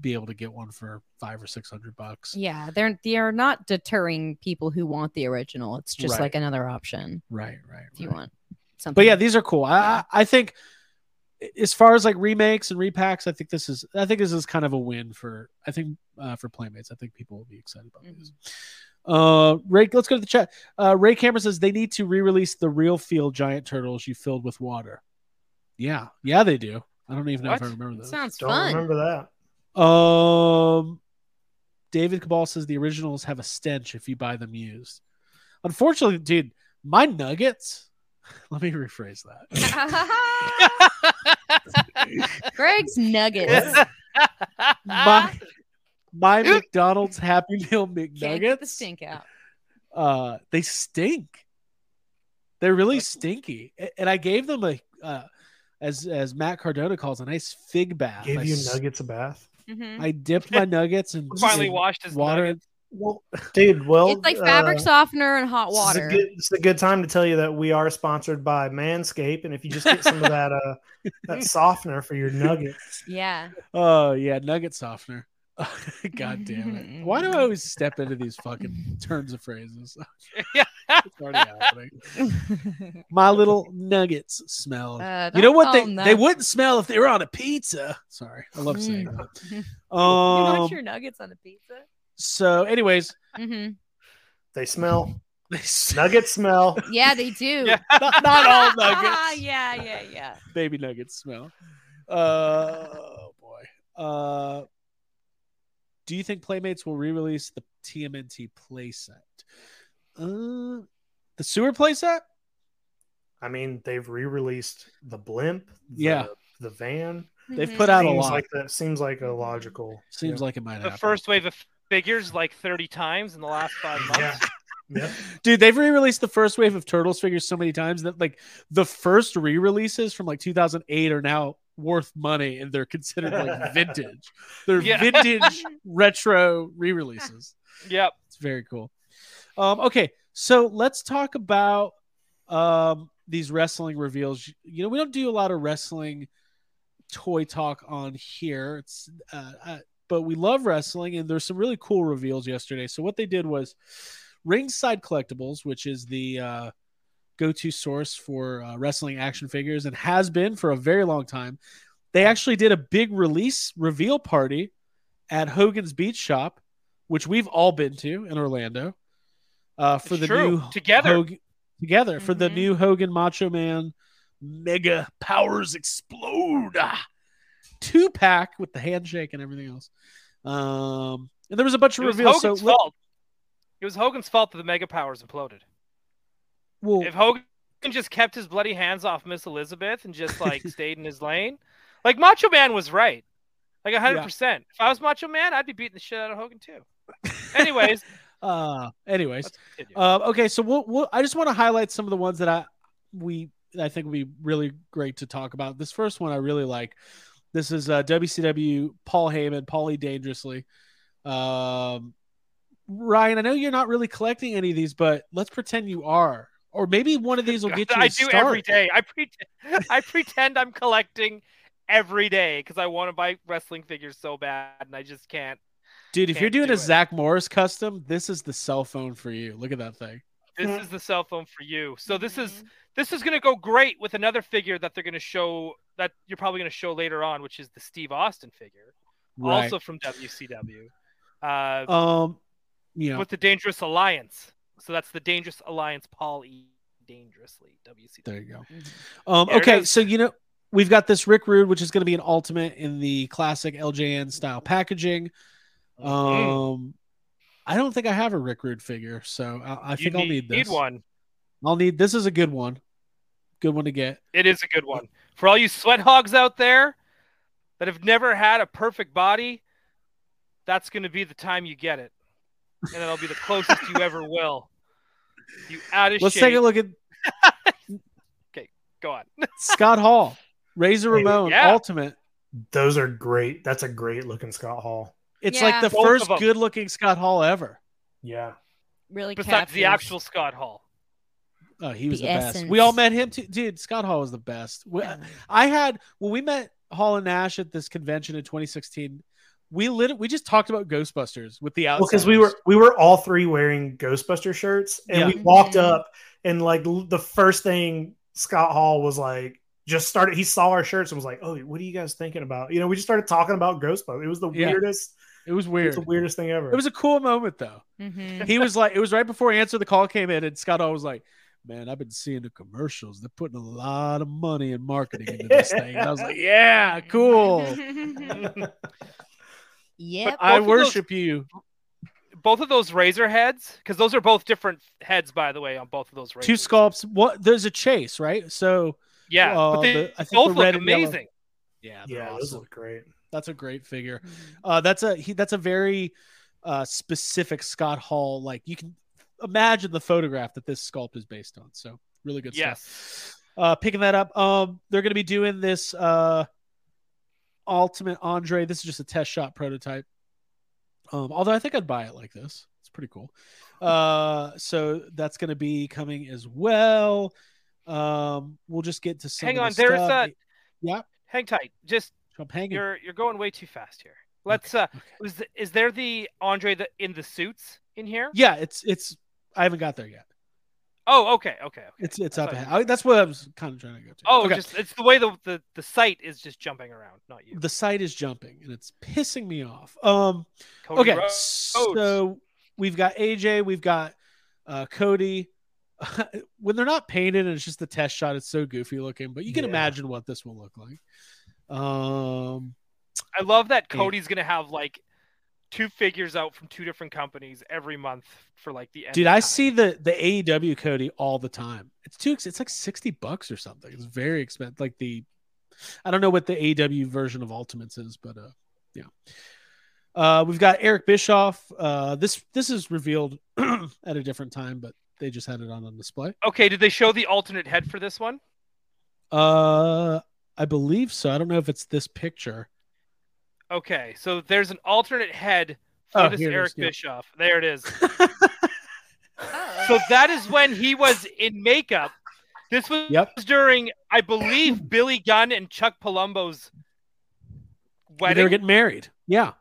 Speaker 1: be able to get one for five or six hundred bucks.
Speaker 3: Yeah, they're they are not deterring people who want the original. It's just
Speaker 1: Right.
Speaker 3: like another option
Speaker 1: Right, right.
Speaker 3: if you
Speaker 1: right.
Speaker 3: want something.
Speaker 1: But yeah, these are cool. I I I think as far as like remakes and repacks, I think this is I think this is kind of a win for I think uh, for playmates. I think people will be excited about this. Uh, Ray, let's go to the chat. Uh, Ray Cameron says they need to re-release the real field giant turtles you filled with water. Yeah, yeah, they do. I don't even know if I
Speaker 4: What?
Speaker 1: remember those.
Speaker 3: sounds
Speaker 2: don't
Speaker 3: fun.
Speaker 2: remember that.
Speaker 1: Um, David Cabal says the originals have a stench if you buy them used. Unfortunately, dude, my nuggets. <laughs> Let me rephrase that.
Speaker 3: <laughs> Greg's nuggets.
Speaker 4: <laughs>
Speaker 1: My my McDonald's Happy Meal
Speaker 3: Ah. Can't get the
Speaker 1: McNuggets.
Speaker 3: stink out.
Speaker 1: uh, they stink. They're really stinky, A- and I gave them a, uh, as as Matt Cardona calls, a nice fig bath. I,
Speaker 2: Give you
Speaker 1: s-
Speaker 2: nuggets a bath,
Speaker 3: Mhm.
Speaker 1: I dipped
Speaker 3: <laughs>
Speaker 1: my nuggets and
Speaker 4: Finally
Speaker 1: and
Speaker 4: washed his
Speaker 1: water.
Speaker 4: nuggets.
Speaker 1: Well,
Speaker 2: dude.
Speaker 1: Oh,
Speaker 2: Well,
Speaker 3: it's like
Speaker 2: uh,
Speaker 3: fabric softener and hot
Speaker 2: This is,
Speaker 3: water.
Speaker 2: a good, this is a good time to tell you that we are sponsored by Manscaped, and if you just get some of that uh that softener for your nuggets,
Speaker 3: yeah.
Speaker 1: Oh yeah, nugget softener. <laughs> God damn it! Why do I
Speaker 3: Mm.
Speaker 1: always step into these fucking turns of phrases?
Speaker 4: <laughs> Yeah.
Speaker 1: it's already happening.
Speaker 3: <laughs>
Speaker 1: My little nuggets smell.
Speaker 3: Uh,
Speaker 1: you know
Speaker 3: don't
Speaker 1: what they
Speaker 3: call them
Speaker 1: they
Speaker 3: nuggets.
Speaker 1: wouldn't smell if they were on a pizza. Sorry, I love saying
Speaker 3: Mm.
Speaker 1: that.
Speaker 3: you
Speaker 1: Um,
Speaker 3: want your nuggets on a pizza?
Speaker 1: so, anyways, <laughs>
Speaker 3: Mhm.
Speaker 2: they smell.
Speaker 1: they s-
Speaker 2: Nuggets smell.
Speaker 3: Yeah, they do.
Speaker 4: Yeah.
Speaker 1: <laughs> not, not
Speaker 3: <laughs>
Speaker 1: all nuggets.
Speaker 3: yeah, yeah, yeah.
Speaker 1: Baby nuggets smell. Uh, oh boy. Uh, do you think Playmates will re-release the TMNT playset? Uh, the sewer playset?
Speaker 2: I mean, they've re-released the blimp. the-
Speaker 1: Yeah.
Speaker 2: the van.
Speaker 1: They've
Speaker 3: Mhm.
Speaker 1: put out a
Speaker 2: seems
Speaker 1: lot.
Speaker 2: like that seems like a logical.
Speaker 1: Seems
Speaker 2: yeah.
Speaker 1: like it might
Speaker 4: The
Speaker 1: happen.
Speaker 4: first wave of figures like 30 times in the last five months.
Speaker 2: Yeah. Yep.
Speaker 1: Dude, they've re-released the first wave of Turtles figures so many times that like the first re-releases from like 2008 are now worth money and they're considered like vintage. They're
Speaker 4: Yeah.
Speaker 1: vintage retro re-releases.
Speaker 4: Yep.
Speaker 1: It's very cool. Um, okay, so let's talk about um, these wrestling reveals. You know, we don't do a lot of wrestling toy talk on here. It's uh, uh, but we love wrestling, and there's some really cool reveals yesterday. So what they did was Ringside Collectibles, which is the uh, go-to source for uh, wrestling action figures and has been for a very long time. They actually did a big release reveal party at Hogan's Beach Shop, which we've all been to in Orlando. Uh, for
Speaker 4: It's
Speaker 1: the
Speaker 4: true.
Speaker 1: new
Speaker 4: Together.
Speaker 1: Hogan, together for the
Speaker 3: Mhm.
Speaker 1: new Hogan Macho Man Mega Powers Explode two pack with the handshake and everything else. Um, and there was a bunch
Speaker 4: It
Speaker 1: of
Speaker 4: was
Speaker 1: reveals.
Speaker 4: Hogan's
Speaker 1: So, let-
Speaker 4: fault. It was Hogan's fault that the mega powers imploded.
Speaker 1: well,
Speaker 4: If Hogan just kept his bloody hands off Miss Elizabeth and just
Speaker 1: <laughs>
Speaker 4: like stayed in his lane, like Macho Man was right, like hundred percent. If I was Macho Man, I'd be beating the shit out of Hogan too. Anyways,
Speaker 1: <laughs> uh, anyways,
Speaker 4: let's continue.
Speaker 1: Uh, okay, so we'll, we'll, I just want to highlight some of the ones that I we I think would be really great to talk about. This first one I really like. This is uh, WCW Paul Heyman, Paulie Dangerously. Um, Ryan, I know you're not really collecting any of these, but let's pretend you are, or maybe one of these will
Speaker 4: <laughs>
Speaker 1: get you.
Speaker 4: I
Speaker 1: to
Speaker 4: do
Speaker 1: start.
Speaker 4: every day. I pretend, I pretend I'm collecting every day because I want to buy wrestling figures so bad, and I just can't.
Speaker 1: dude. If you're
Speaker 4: Can't
Speaker 1: doing
Speaker 4: do
Speaker 1: a
Speaker 4: it.
Speaker 1: Zach Morris custom, this is the cell phone for you. Look at that thing. Mm-hmm.
Speaker 4: This is the cell phone for you. So this is this is going to go great with another figure that they're going to show that you're probably going to show later on, which is the Steve Austin figure,
Speaker 1: Right.
Speaker 4: also from WCW, uh,
Speaker 1: um, yeah.
Speaker 4: with the Dangerous Alliance. So that's the Dangerous Alliance, Paul E. Dangerously, WCW.
Speaker 1: There you go. Um,
Speaker 4: There it
Speaker 1: okay,
Speaker 4: is.
Speaker 1: so you know we've got this Rick Rude, which is going to be an ultimate in the classic LJN style packaging.
Speaker 4: Mm-hmm.
Speaker 1: Um, I don't think I have a Rick Rude figure, so I, I
Speaker 4: You
Speaker 1: think I'll need this.
Speaker 4: Need one.
Speaker 1: I'll need this is a good one, good one to get.
Speaker 4: It is a good one for all you sweat hogs out there that have never had a perfect body. That's going to be the time you get it. and that'll be the closest you
Speaker 1: <laughs>
Speaker 4: ever will. You out of
Speaker 1: Let's
Speaker 4: shape.
Speaker 1: take a look at
Speaker 4: Go on.
Speaker 1: Scott Hall,
Speaker 4: <laughs>
Speaker 1: Razor
Speaker 2: Hey,
Speaker 1: Ramon,
Speaker 4: yeah.
Speaker 1: Ultimate.
Speaker 2: Those are great. That's a great looking Scott Hall.
Speaker 1: It's
Speaker 3: Yeah.
Speaker 1: like the
Speaker 4: Both
Speaker 1: first
Speaker 4: of 'em.
Speaker 1: good-looking Scott Hall ever.
Speaker 2: Yeah.
Speaker 3: Really
Speaker 4: Besides the
Speaker 3: captures-
Speaker 4: actual Scott Hall.
Speaker 1: Oh, he was
Speaker 3: The
Speaker 1: the, best. We all
Speaker 3: essence.
Speaker 1: met him too, dude. Scott Hall was the best. We-
Speaker 3: Yeah.
Speaker 1: I had when we met Hall and Nash at this convention in 2016. We lit. We just talked about Ghostbusters with the
Speaker 2: Well,
Speaker 1: outsiders.
Speaker 2: because we were we were all three wearing Ghostbuster shirts, and
Speaker 1: Yeah.
Speaker 2: we walked
Speaker 3: Mhm.
Speaker 2: up, and like l- the first thing Scott Hall was like, just started. He saw our shirts and was like, "Oh, what are you guys thinking about?" You know, we just started talking about Ghostbusters. It was the
Speaker 1: Yeah.
Speaker 2: weirdest.
Speaker 1: It was
Speaker 2: It
Speaker 1: weird.
Speaker 2: was the weirdest thing ever.
Speaker 1: It
Speaker 2: <laughs>
Speaker 1: was a cool moment though. <laughs>
Speaker 3: Mhm.
Speaker 1: He was like, it was right before answer the call came in, and Scott Hall was like, "Man, I've been seeing the commercials. They're putting a lot of money and marketing into this thing." And I was
Speaker 2: <laughs>
Speaker 1: like, "Yeah, Ah, cool.
Speaker 3: <laughs> yep.
Speaker 1: I
Speaker 4: Both of those-
Speaker 1: worship you."
Speaker 4: Both of those razor heads, because those are both different heads, by the way, on both of those razors.
Speaker 1: Two sculpts. What? There's a chase, right? So
Speaker 4: Yeah,
Speaker 1: uh,
Speaker 4: but they
Speaker 1: the- I think
Speaker 4: both
Speaker 1: the
Speaker 4: look
Speaker 1: red and yellow-
Speaker 4: amazing.
Speaker 1: yeah, they're
Speaker 2: yeah, those
Speaker 1: awesome.
Speaker 2: look great.
Speaker 1: <laughs> That's a great figure.
Speaker 4: Mm-hmm.
Speaker 1: Uh, that's a he. That's a very uh, specific Scott Hall. Like you can imagine the photograph that this sculpt is based on. So really good stuff. Uh, picking that up. Um, they're going to be doing this uh, Ultimate Andre. This is just a test shot prototype. Um, although I think I'd buy it like this. It's pretty cool.
Speaker 4: Hmm.
Speaker 1: Uh, so that's going to be coming as well. Um, we'll just get to some.
Speaker 4: Hang
Speaker 1: of the
Speaker 4: on, there's
Speaker 1: stuff.
Speaker 4: a- Hang tight. Just
Speaker 1: I'm hanging.
Speaker 4: you're you're going way too fast here. Let's uh
Speaker 1: Okay.
Speaker 4: was the, is there the Andre the in the suits in here?
Speaker 1: Yeah, it's it's. I haven't got there yet.
Speaker 4: Oh, okay, okay. okay.
Speaker 1: It's it's
Speaker 4: I
Speaker 1: up
Speaker 4: thought
Speaker 1: ahead.
Speaker 4: you-
Speaker 1: I, that's what I was kind of trying to go to.
Speaker 4: Oh, just it's the way the, the the site is just jumping around, not you.
Speaker 1: the site is jumping and it's pissing me off. Um,
Speaker 4: Cody
Speaker 1: okay,
Speaker 4: Rhodes.
Speaker 1: so we've got AJ, we've got uh, Cody. <laughs> when they're not painted and it's just the test shot, it's so goofy looking. But you can
Speaker 2: Yeah.
Speaker 1: imagine what this will look like. Um,
Speaker 4: I love that
Speaker 1: Yeah.
Speaker 4: Cody's gonna have like two figures out from two different companies every month for like the end.
Speaker 1: dude,
Speaker 4: of
Speaker 1: I
Speaker 4: time.
Speaker 1: see the the AEW Cody all the time. It's too. ex- It's like sixty bucks or something. It's very expensive. Like the, I don't know what the AEW version of Ultimates is, but uh, yeah. Uh, we've got Eric Bischoff. Uh, this this is revealed <clears throat> at a different time, but they just had it on on display.
Speaker 4: Okay, did they show the alternate head for this one?
Speaker 1: Uh, I believe so. I don't know if it's this picture.
Speaker 4: Okay, so there's an alternate head for
Speaker 1: Oh,
Speaker 4: this
Speaker 1: here it is,
Speaker 4: Eric
Speaker 1: yeah.
Speaker 4: Bischoff. There it is.
Speaker 3: Oh.
Speaker 4: So that is when he was in makeup. This was
Speaker 1: Yep.
Speaker 4: during, I believe, Billy Gunn and Chuck Palumbo's
Speaker 1: They were
Speaker 4: wedding,
Speaker 1: getting married. Yeah,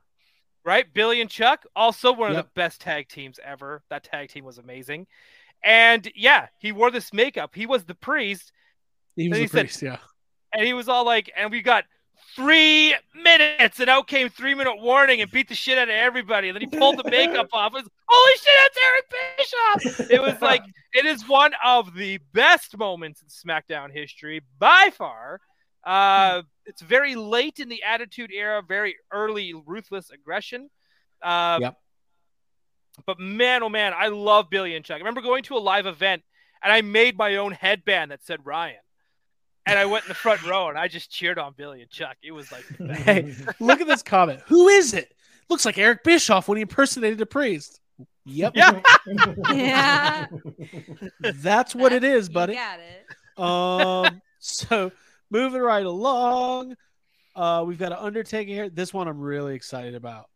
Speaker 4: right? Billy and Chuck, also one of the
Speaker 1: Yep.
Speaker 4: best tag teams ever. That tag team was amazing. And yeah, he wore this makeup. He was the priest,
Speaker 1: he was
Speaker 4: Then
Speaker 1: a
Speaker 4: he said-
Speaker 1: priest. yeah,
Speaker 4: and he was all like, and we got three minutes, and out came three minute warning and beat the shit out of everybody. And then he pulled the makeup off. It was, Holy shit, that's Eric Bischoff! It
Speaker 1: <laughs>
Speaker 4: was like, it is one of the best moments in SmackDown history by far. Uh, it's very late in the Attitude Era, very early ruthless aggression. Uh,
Speaker 1: Yep.
Speaker 4: But man, oh man, I love Billy and Chuck. I remember going to a live event and I made my own headband that said Ryan. And I went in the front row and I just cheered on Billy and Chuck. It was like,
Speaker 2: <laughs>
Speaker 1: Hey, look at this comment. Who is it? Looks like Eric Bischoff when he impersonated a priest. Yep,
Speaker 4: <laughs> Yeah.
Speaker 3: <laughs> Yeah.
Speaker 1: that's what it
Speaker 3: <laughs>
Speaker 1: is,
Speaker 3: You
Speaker 1: buddy.
Speaker 3: got it.
Speaker 1: Um, so moving right along, uh, we've got an undertaking here. This one I'm really excited about.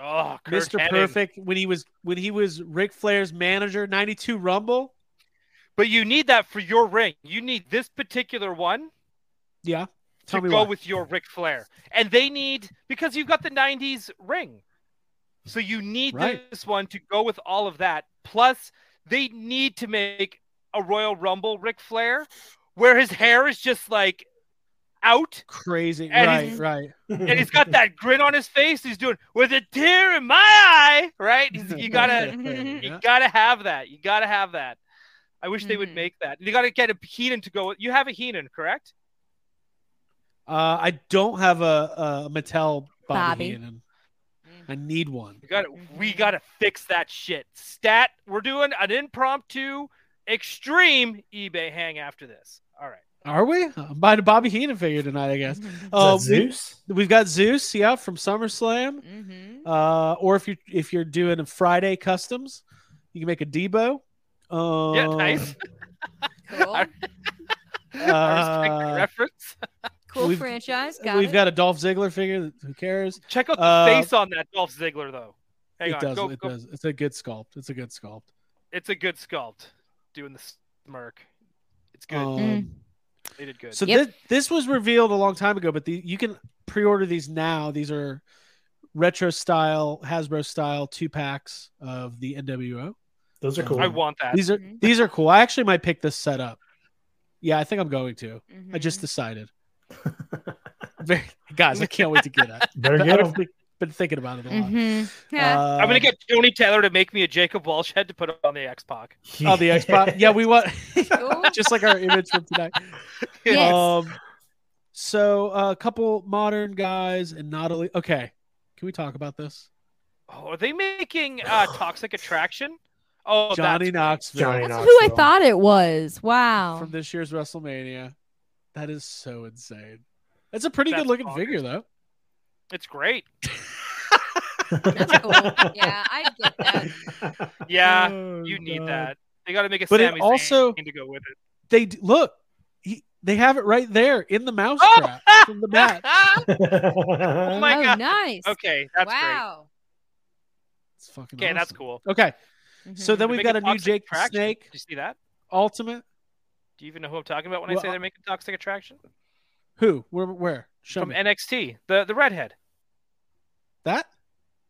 Speaker 4: oh, Kurt
Speaker 1: Mr.
Speaker 4: Hennig.
Speaker 1: Perfect when he was when he was Ric Flair's manager, 92 Rumble.
Speaker 4: But you need that for your ring. You need this particular one
Speaker 1: Yeah. Tell
Speaker 4: to
Speaker 1: me
Speaker 4: go
Speaker 1: why.
Speaker 4: with your Ric Flair. And they need because you've got the 90s ring. So you need
Speaker 1: Right.
Speaker 4: this one to go with all of that. Plus, they need to make a Royal Rumble Ric Flair where his hair is just like out
Speaker 1: crazy.
Speaker 4: And
Speaker 1: right,
Speaker 4: he's-
Speaker 1: right.
Speaker 4: and he's got that grin on his face. He's doing with a tear in my eye, right? He's,
Speaker 1: <laughs>
Speaker 4: you gotta
Speaker 1: Yeah.
Speaker 4: You gotta have that. You gotta have that. I wish they would
Speaker 3: Mhm.
Speaker 4: make that. You gotta get a Heenan to go. with- You have a Heenan, correct?
Speaker 1: Uh, I don't have a, a Mattel Bobby,
Speaker 3: Bobby.
Speaker 1: Heenan. I need one.
Speaker 4: You gotta. We
Speaker 3: Mhm.
Speaker 4: gotta fix that shit. Stat. We're doing an impromptu, extreme eBay hang after this. All right. <laughs>
Speaker 1: Are we? I'm buying a Bobby Heenan figure tonight, I guess.
Speaker 3: Mm-hmm.
Speaker 1: Uh, we,
Speaker 2: Zeus.
Speaker 1: we've got Zeus, yeah, from SummerSlam.
Speaker 3: hmm
Speaker 1: Uh, or if you if you're doing a Friday customs, you can make a Debo. Um,
Speaker 4: yeah, nice.
Speaker 3: Cool.
Speaker 4: I respect the
Speaker 1: uh,
Speaker 4: reference.
Speaker 3: Cool
Speaker 1: we've-
Speaker 3: franchise. <laughs> Got
Speaker 1: we've
Speaker 3: it.
Speaker 1: got a Dolph Ziggler figure. that- Who cares?
Speaker 4: Check out the
Speaker 1: uh,
Speaker 4: face on that Dolph Ziggler though. Hang
Speaker 1: it
Speaker 4: on,
Speaker 1: does.
Speaker 4: go,
Speaker 1: it
Speaker 4: go.
Speaker 1: does. It's a good sculpt. It's a good sculpt.
Speaker 4: It's a good sculpt. Doing the smirk. It's good.
Speaker 1: Um,
Speaker 3: Mm.
Speaker 4: they did good.
Speaker 1: So
Speaker 3: Yep.
Speaker 1: this this was revealed a long time ago, but the, you can pre-order these now. These are retro style, Hasbro style two packs of the NWO.
Speaker 2: Those are cool.
Speaker 4: I want that.
Speaker 1: These are
Speaker 3: Mhm.
Speaker 1: these are cool. I actually might pick this set up. Yeah, I think I'm going to. I
Speaker 3: Mhm.
Speaker 4: Mm-hmm.
Speaker 1: just
Speaker 4: <laughs>
Speaker 1: decided. Very, guys, I can't wait to get it.
Speaker 2: Better
Speaker 1: I
Speaker 2: get
Speaker 1: <laughs> don't
Speaker 2: 'em.
Speaker 1: think, been thinking about it a lot.
Speaker 3: Mhm. Yeah.
Speaker 1: Uh,
Speaker 4: Mm-hmm. I'm gonna get Tony Taylor to make me a Jacob Walsh head to put on the X Pac.
Speaker 1: <laughs> oh the Xbox. Yeah,
Speaker 2: <laughs>
Speaker 1: we
Speaker 4: <laughs>
Speaker 1: want <laughs>
Speaker 3: Cool.
Speaker 1: just like our image from tonight.
Speaker 3: Yes.
Speaker 1: Um, so uh, a couple modern guys and not only. Okay, can we talk about this?
Speaker 4: Oh, are they making uh, Toxic Attraction? Oh,
Speaker 1: Johnny
Speaker 4: that's-
Speaker 1: Knoxville
Speaker 2: Johnny
Speaker 3: That's who I
Speaker 2: Knoxville.
Speaker 3: thought it was. Wow.
Speaker 1: from this year's WrestleMania. That is so insane. That's a pretty
Speaker 4: That's
Speaker 1: good looking
Speaker 4: bonkers.
Speaker 1: figure though. <laughs>
Speaker 4: it's great.
Speaker 3: <laughs> That's cool. yeah, I get that.
Speaker 4: Yeah,
Speaker 1: Oh,
Speaker 4: you need
Speaker 1: God.
Speaker 4: that. They got to make a
Speaker 1: But it
Speaker 4: Sami Zayn
Speaker 1: also-
Speaker 4: to
Speaker 1: <laughs>
Speaker 4: go with it.
Speaker 1: They d- look. He, they have it right there in the mouse
Speaker 4: Oh!
Speaker 1: trap from the mat.
Speaker 4: <laughs> Oh
Speaker 2: <laughs> oh
Speaker 4: my
Speaker 3: oh,
Speaker 4: God.
Speaker 3: nice.
Speaker 4: Okay, that's
Speaker 3: wow.
Speaker 1: It's fucking
Speaker 4: great. Okay, that's
Speaker 1: awesome.
Speaker 4: cool.
Speaker 1: Okay, so
Speaker 3: Mhm.
Speaker 1: then
Speaker 4: They're
Speaker 1: we've got a
Speaker 4: making
Speaker 1: new
Speaker 4: Toxic
Speaker 1: Jake the
Speaker 4: Attraction.
Speaker 1: Snake
Speaker 4: Did you see that?
Speaker 1: Ultimate.
Speaker 4: Do you even know who I'm talking about when
Speaker 1: Well,
Speaker 4: I say
Speaker 1: I-
Speaker 4: they're making Toxic Attraction?
Speaker 1: Who? Where? Where? Show
Speaker 4: From
Speaker 1: me
Speaker 4: NXT, the the redhead.
Speaker 1: that.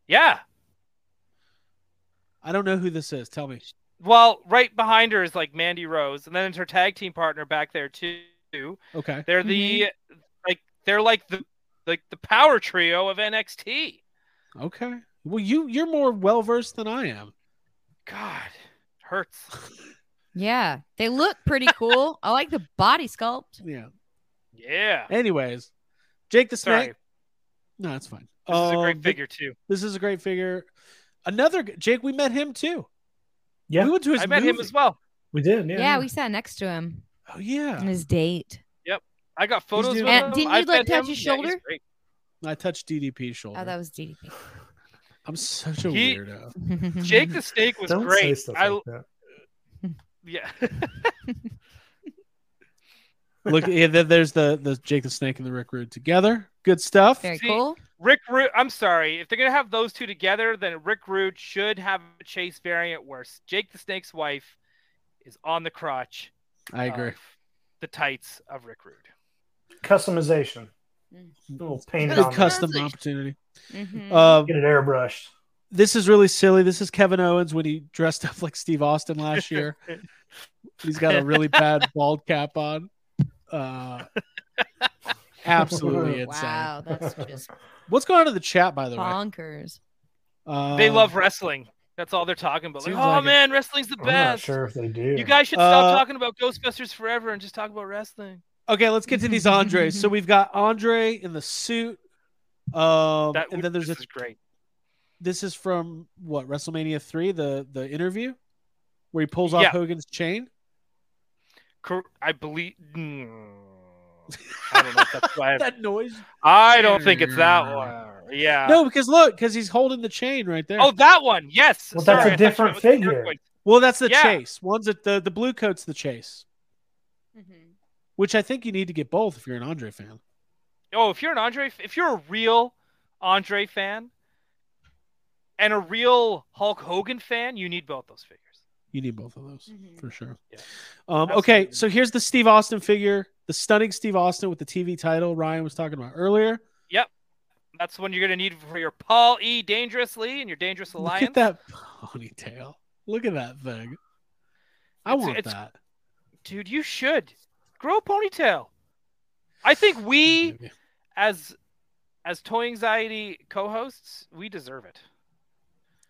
Speaker 4: Yeah.
Speaker 1: I don't know who this is. Tell me.
Speaker 4: Well, right behind her is like Mandy Rose, and then it's her tag team partner back there too.
Speaker 1: Okay.
Speaker 4: They're the
Speaker 1: Mm-hmm.
Speaker 4: like they're like the like the power trio of NXT.
Speaker 1: Okay. Well, you you're more well versed than I am. <laughs>
Speaker 4: God, hurts.
Speaker 3: Yeah, they look pretty cool. I like the body sculpt.
Speaker 1: Yeah.
Speaker 4: Yeah.
Speaker 1: Anyways, Jake the Snake.
Speaker 4: Sorry, this
Speaker 1: No, it's fine.
Speaker 4: is a
Speaker 1: Um,
Speaker 4: great
Speaker 1: th-
Speaker 4: figure too.
Speaker 1: This is a great figure. Another g- Jake. We met him too.
Speaker 2: Yeah.
Speaker 1: We went to his.
Speaker 4: I met him
Speaker 1: movie.
Speaker 4: as well.
Speaker 2: <laughs> we did.
Speaker 3: Yeah,
Speaker 2: Yeah,
Speaker 3: we sat next to him
Speaker 1: Oh
Speaker 3: on
Speaker 1: yeah.
Speaker 3: his date.
Speaker 4: I got photos
Speaker 2: doing-
Speaker 4: with
Speaker 3: And
Speaker 4: him.
Speaker 3: didn't you,
Speaker 4: I've
Speaker 3: like,
Speaker 4: met
Speaker 3: touch
Speaker 4: him.
Speaker 3: his
Speaker 4: Yeah, he's
Speaker 3: shoulder?
Speaker 4: great.
Speaker 1: I touched DDP's shoulder.
Speaker 3: Oh, that was DDP.
Speaker 1: <sighs> I'm such a
Speaker 4: He-
Speaker 1: weirdo.
Speaker 3: Mm-hmm.
Speaker 4: Jake the Snake was
Speaker 2: Don't say
Speaker 4: great.
Speaker 2: stuff
Speaker 4: I
Speaker 2: like that.
Speaker 4: yeah. <laughs>
Speaker 1: Look, yeah, there- there's the the Jake the Snake and the Rick Rude together. Good stuff.
Speaker 3: <laughs> Very
Speaker 4: See,
Speaker 3: cool.
Speaker 4: Rick Rude. I'm sorry. If they're gonna have those two together, then Rick Rude should have a chase variant where Jake the Snake's wife is on the crotch.
Speaker 1: I agree.
Speaker 4: of The tights of Rick Rude.
Speaker 2: Customization.
Speaker 1: Mm.
Speaker 2: little painted
Speaker 1: Good
Speaker 2: on. there.
Speaker 1: custom opportunity.
Speaker 3: Mhm.
Speaker 1: Um,
Speaker 2: Get it airbrushed.
Speaker 1: this is really silly. This is Kevin Owens when he dressed up like Steve Austin last
Speaker 4: <laughs>
Speaker 1: year. He's got a really bad bald cap on. Uh, absolutely insane.
Speaker 3: wow,
Speaker 1: <laughs>
Speaker 3: that's just
Speaker 1: What's going on in the chat, by the way?
Speaker 3: bonkers.
Speaker 1: Uh,
Speaker 4: They love wrestling. That's all they're talking about. Like,
Speaker 1: seems
Speaker 4: oh
Speaker 1: like it.
Speaker 4: man, wrestling's the
Speaker 2: I'm not
Speaker 4: best.
Speaker 2: sure if they do.
Speaker 4: You guys should stop
Speaker 1: Uh,
Speaker 4: talking about Ghostbusters forever and just talk about wrestling.
Speaker 1: Okay, let's get to these Andres. so we've got Andre in the suit. Um,
Speaker 4: That
Speaker 1: and then there's a.
Speaker 4: this is great.
Speaker 1: This is from what WrestleMania three, the the interview where he pulls off
Speaker 4: Yeah.
Speaker 1: Hogan's chain.
Speaker 4: Cor- I believe. Mm. I don't know if that's why. I,
Speaker 1: That noise.
Speaker 4: I don't think it's that one. Yeah.
Speaker 1: No, because look, because he's holding the chain right there.
Speaker 4: Uh, Oh, that one. Yes.
Speaker 2: Well, that's
Speaker 4: Sorry,
Speaker 2: a
Speaker 4: I thought you
Speaker 2: different
Speaker 4: meant with the
Speaker 2: figure.
Speaker 4: earthquake.
Speaker 1: Well, that's the
Speaker 4: Yeah.
Speaker 1: chase. One's at the the blue coat's the chase,
Speaker 3: Mhm.
Speaker 1: which I think you need to get both if you're an Andre fan.
Speaker 4: Oh, if you're an Andre, f- if you're a real Andre fan and a real Hulk Hogan fan, you need both those figures.
Speaker 1: You need both of those
Speaker 3: Mhm.
Speaker 1: for sure.
Speaker 4: Yeah.
Speaker 1: Um, okay,
Speaker 4: Absolutely.
Speaker 1: so here's the Steve Austin figure, the stunning Steve Austin with the TV title Ryan was talking about earlier.
Speaker 4: That's the one you're going to need for your Paul E. Dangerously and your Dangerous Alliance.
Speaker 1: Look at that <laughs> ponytail. Look at that thing. I
Speaker 4: It's-
Speaker 1: want
Speaker 4: it's-
Speaker 1: that.
Speaker 4: Dude, you should grow a ponytail. I think we, as as Toy Anxiety co-hosts, we deserve it.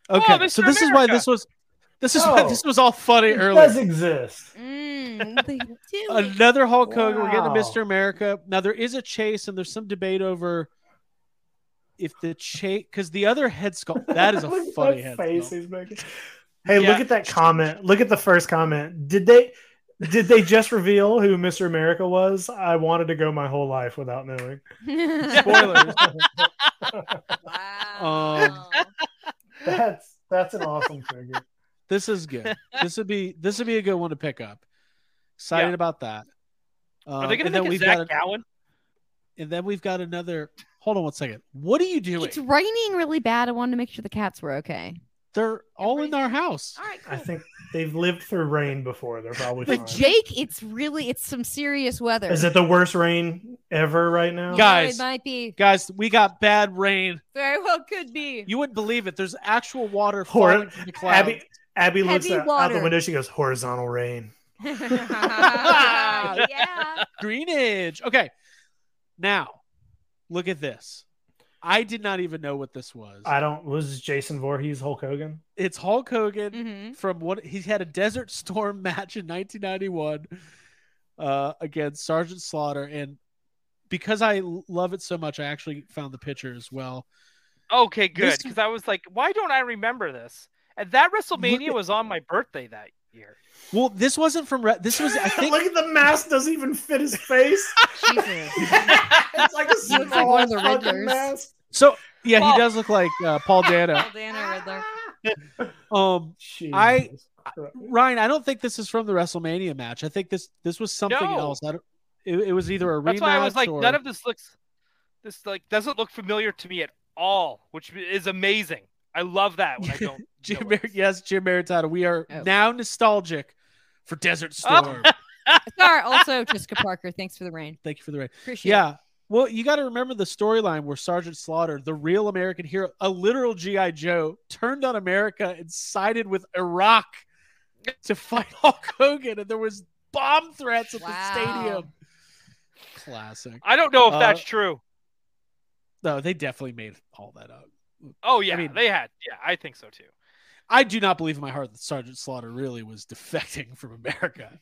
Speaker 1: Okay,
Speaker 4: Oh,
Speaker 1: so
Speaker 4: Mr.
Speaker 1: this is why
Speaker 4: America.
Speaker 1: this was. This is why
Speaker 2: Oh.
Speaker 1: this was all funny
Speaker 2: It does
Speaker 1: earlier.
Speaker 2: exist.
Speaker 3: Mm, they do it.
Speaker 1: Another Hulk Hogan. We're getting
Speaker 2: Wow.
Speaker 1: the Mr. America. Now there is a chase, and there's some debate over if the chase because the other head
Speaker 2: <laughs>
Speaker 1: sculpt that is a
Speaker 2: Look at
Speaker 1: funny
Speaker 2: that
Speaker 1: head
Speaker 2: face
Speaker 1: sculpt.
Speaker 2: he's making. Hey,
Speaker 4: Yeah.
Speaker 2: look at that comment. Look at the first comment. Did they? Did they just reveal who Mr. America was? I wanted to go my whole life
Speaker 1: <laughs>
Speaker 2: without knowing.
Speaker 3: <laughs>
Speaker 2: Spoilers.
Speaker 3: wow.
Speaker 2: <laughs>
Speaker 1: Um,
Speaker 2: that's that's an awesome figure.
Speaker 1: This is good. this would be this would be a good one to pick up. Excited
Speaker 4: Yeah.
Speaker 1: about that. Um,
Speaker 4: Are they going
Speaker 1: and
Speaker 4: to
Speaker 1: then
Speaker 4: make it
Speaker 1: we've
Speaker 4: Zach
Speaker 1: got a-
Speaker 4: Gowen?
Speaker 1: and then we've got another. Hold on one second. What are you doing?
Speaker 3: it's raining really bad. I wanted to make sure the cats were okay.
Speaker 1: They're all in
Speaker 3: raining.
Speaker 1: our house.
Speaker 3: All right,
Speaker 2: I think they've lived through rain before. They're probably
Speaker 3: But
Speaker 2: fine.
Speaker 3: Jake, it's really it's some serious weather.
Speaker 2: Is it the worst rain ever right now?
Speaker 1: Yeah.
Speaker 3: Yeah,
Speaker 1: Guys.
Speaker 3: it might be.
Speaker 1: Guys, we got bad rain.
Speaker 3: Very well could be. <laughs>
Speaker 1: You wouldn't believe it. There's actual water
Speaker 2: Hor-
Speaker 1: falling from the clouds.
Speaker 2: Abby Abby looks
Speaker 3: Heavy
Speaker 2: out, out the
Speaker 3: water.
Speaker 2: window. She goes, "Horizontal rain."
Speaker 3: <laughs> yeah.
Speaker 1: Greenage. Okay. Now, look at this. I did not even know what this was.
Speaker 2: I don't. Was Jason Voorhees Hulk Hogan?
Speaker 1: it's Hulk Hogan
Speaker 4: Mm-hmm.
Speaker 3: Mhm.
Speaker 1: from what he had a Desert Storm <laughs> match in 1991 uh, against Sergeant Slaughter, and because I l- love it so much, I actually found the picture as well.
Speaker 4: Okay, good.
Speaker 1: This-
Speaker 4: Because I was like, why don't I remember this? And that WrestleMania
Speaker 1: at-
Speaker 4: was on my birthday that <laughs> year.
Speaker 1: Well, this wasn't from Re- this
Speaker 2: <laughs>
Speaker 1: was I think
Speaker 2: Look at the mask. Doesn't even fit his face.
Speaker 3: <laughs> Jesus.
Speaker 2: <laughs> it's like a
Speaker 3: <laughs> He looks like one of the
Speaker 2: small fucking
Speaker 3: Riddlers.
Speaker 2: mask.
Speaker 1: so. Yeah,
Speaker 4: Paul.
Speaker 1: he does look like uh,
Speaker 4: <laughs>
Speaker 1: Paul Dano.
Speaker 3: Paul Dano, Riddler.
Speaker 1: Um,
Speaker 2: Jesus
Speaker 1: I-
Speaker 2: Christ.
Speaker 1: Ryan, I don't think this is from the WrestleMania match. I think this this was something
Speaker 4: No.
Speaker 1: else. I don't, it, it was either a
Speaker 4: That's
Speaker 1: rematch
Speaker 4: why I was like,
Speaker 1: or
Speaker 4: none of this looks, this like doesn't look familiar to me at all, which is amazing. I love that when I <laughs> don't. know
Speaker 1: Jim.
Speaker 4: what it
Speaker 1: Mer-
Speaker 4: is.
Speaker 1: yes, Jim Maritata. We are
Speaker 3: Oh. Ah!
Speaker 1: now nostalgic for Desert
Speaker 4: Oh.
Speaker 3: <laughs>
Speaker 1: Storm.
Speaker 3: Sorry, also Jessica Parker. Thanks for the rain.
Speaker 1: Thank you for the rain.
Speaker 3: Appreciate it.
Speaker 1: Yeah. Well, you got to remember the storyline where Sergeant Slaughter, the real American hero, a literal GI Joe, turned on America and sided with Iraq to fight <laughs> Hulk Hogan, and there was bomb threats at
Speaker 3: Wow.
Speaker 1: the stadium. Classic.
Speaker 4: I don't know if
Speaker 1: Uh,
Speaker 4: that's true.
Speaker 1: No, they definitely made all that up.
Speaker 4: Oh yeah,
Speaker 1: mean-
Speaker 4: they had. Yeah, I think so too.
Speaker 1: I do not believe in my heart that Sergeant Slaughter really was defecting from America.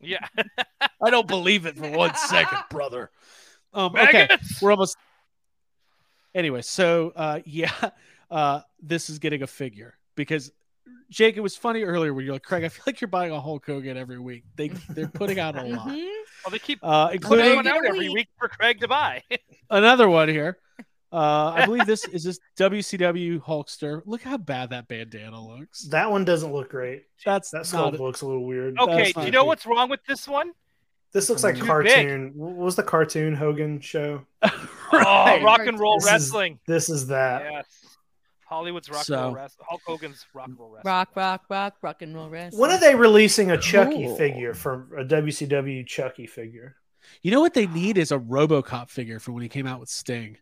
Speaker 4: Yeah. <laughs>
Speaker 1: I don't believe it for one second,
Speaker 3: <laughs>
Speaker 1: brother. Um, okay.
Speaker 4: Maggots!
Speaker 1: we're almost anyway so uh <laughs> yeah uh this is getting a figure because jake it was funny earlier where you're like craig i feel like you're buying a hulk hogan every week they they're putting out a lot
Speaker 3: Mhm.
Speaker 4: Well, they keep
Speaker 1: uh
Speaker 4: putting
Speaker 1: including
Speaker 4: one out every
Speaker 3: week.
Speaker 4: week for Craig to buy. <laughs>
Speaker 1: another one here uh i believe this is this wcw hulkster look how bad that bandana looks
Speaker 2: That one doesn't look great.
Speaker 1: that's
Speaker 2: That skull
Speaker 1: not
Speaker 2: looks a little weird.
Speaker 1: Oh.
Speaker 4: okay,
Speaker 1: That's
Speaker 4: do
Speaker 1: not
Speaker 4: you know
Speaker 1: good.
Speaker 4: what's wrong with this one?
Speaker 1: <laughs>
Speaker 2: This looks like
Speaker 1: Too
Speaker 2: cartoon. What was the cartoon Hogan show?
Speaker 4: Oh, rock
Speaker 3: Right.
Speaker 4: and roll
Speaker 2: This is-
Speaker 4: wrestling.
Speaker 2: This is that.
Speaker 4: Yes. Hollywood's rock and
Speaker 1: So-
Speaker 4: roll wrestling. Hulk Hogan's rock and roll wrestling.
Speaker 3: Rock, rock, rock, rock and roll wrestling.
Speaker 2: When are they releasing a Chucky
Speaker 1: Cool.
Speaker 2: figure from a WCW Chucky figure?
Speaker 1: <laughs> you know what they need is a robocop figure for when he came out with sting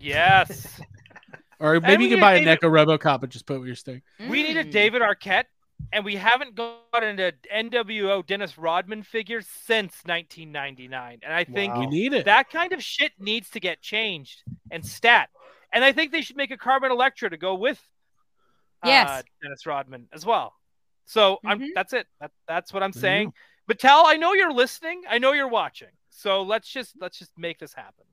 Speaker 4: Yes.
Speaker 1: or maybe
Speaker 4: we
Speaker 1: you can
Speaker 4: need
Speaker 1: buy a
Speaker 4: David-
Speaker 1: neck of robocop and just put it with your sting
Speaker 4: we need a
Speaker 3: Mm.
Speaker 4: David Arquette, and we haven't gotten an NWO Dennis Rodman figure since 1999. And I think
Speaker 1: you
Speaker 2: Wow.
Speaker 1: need it
Speaker 4: that kind of shit needs to get changed and stat. And I think they should make a Carbon Electra to go with uh,
Speaker 3: Yes.
Speaker 4: Dennis Rodman as well. So I'm
Speaker 3: Mhm.
Speaker 4: that's it. That, that's what I'm
Speaker 1: There you
Speaker 4: saying. Mattel, I know you're listening. I know you're watching. So let's just let's just make this happen.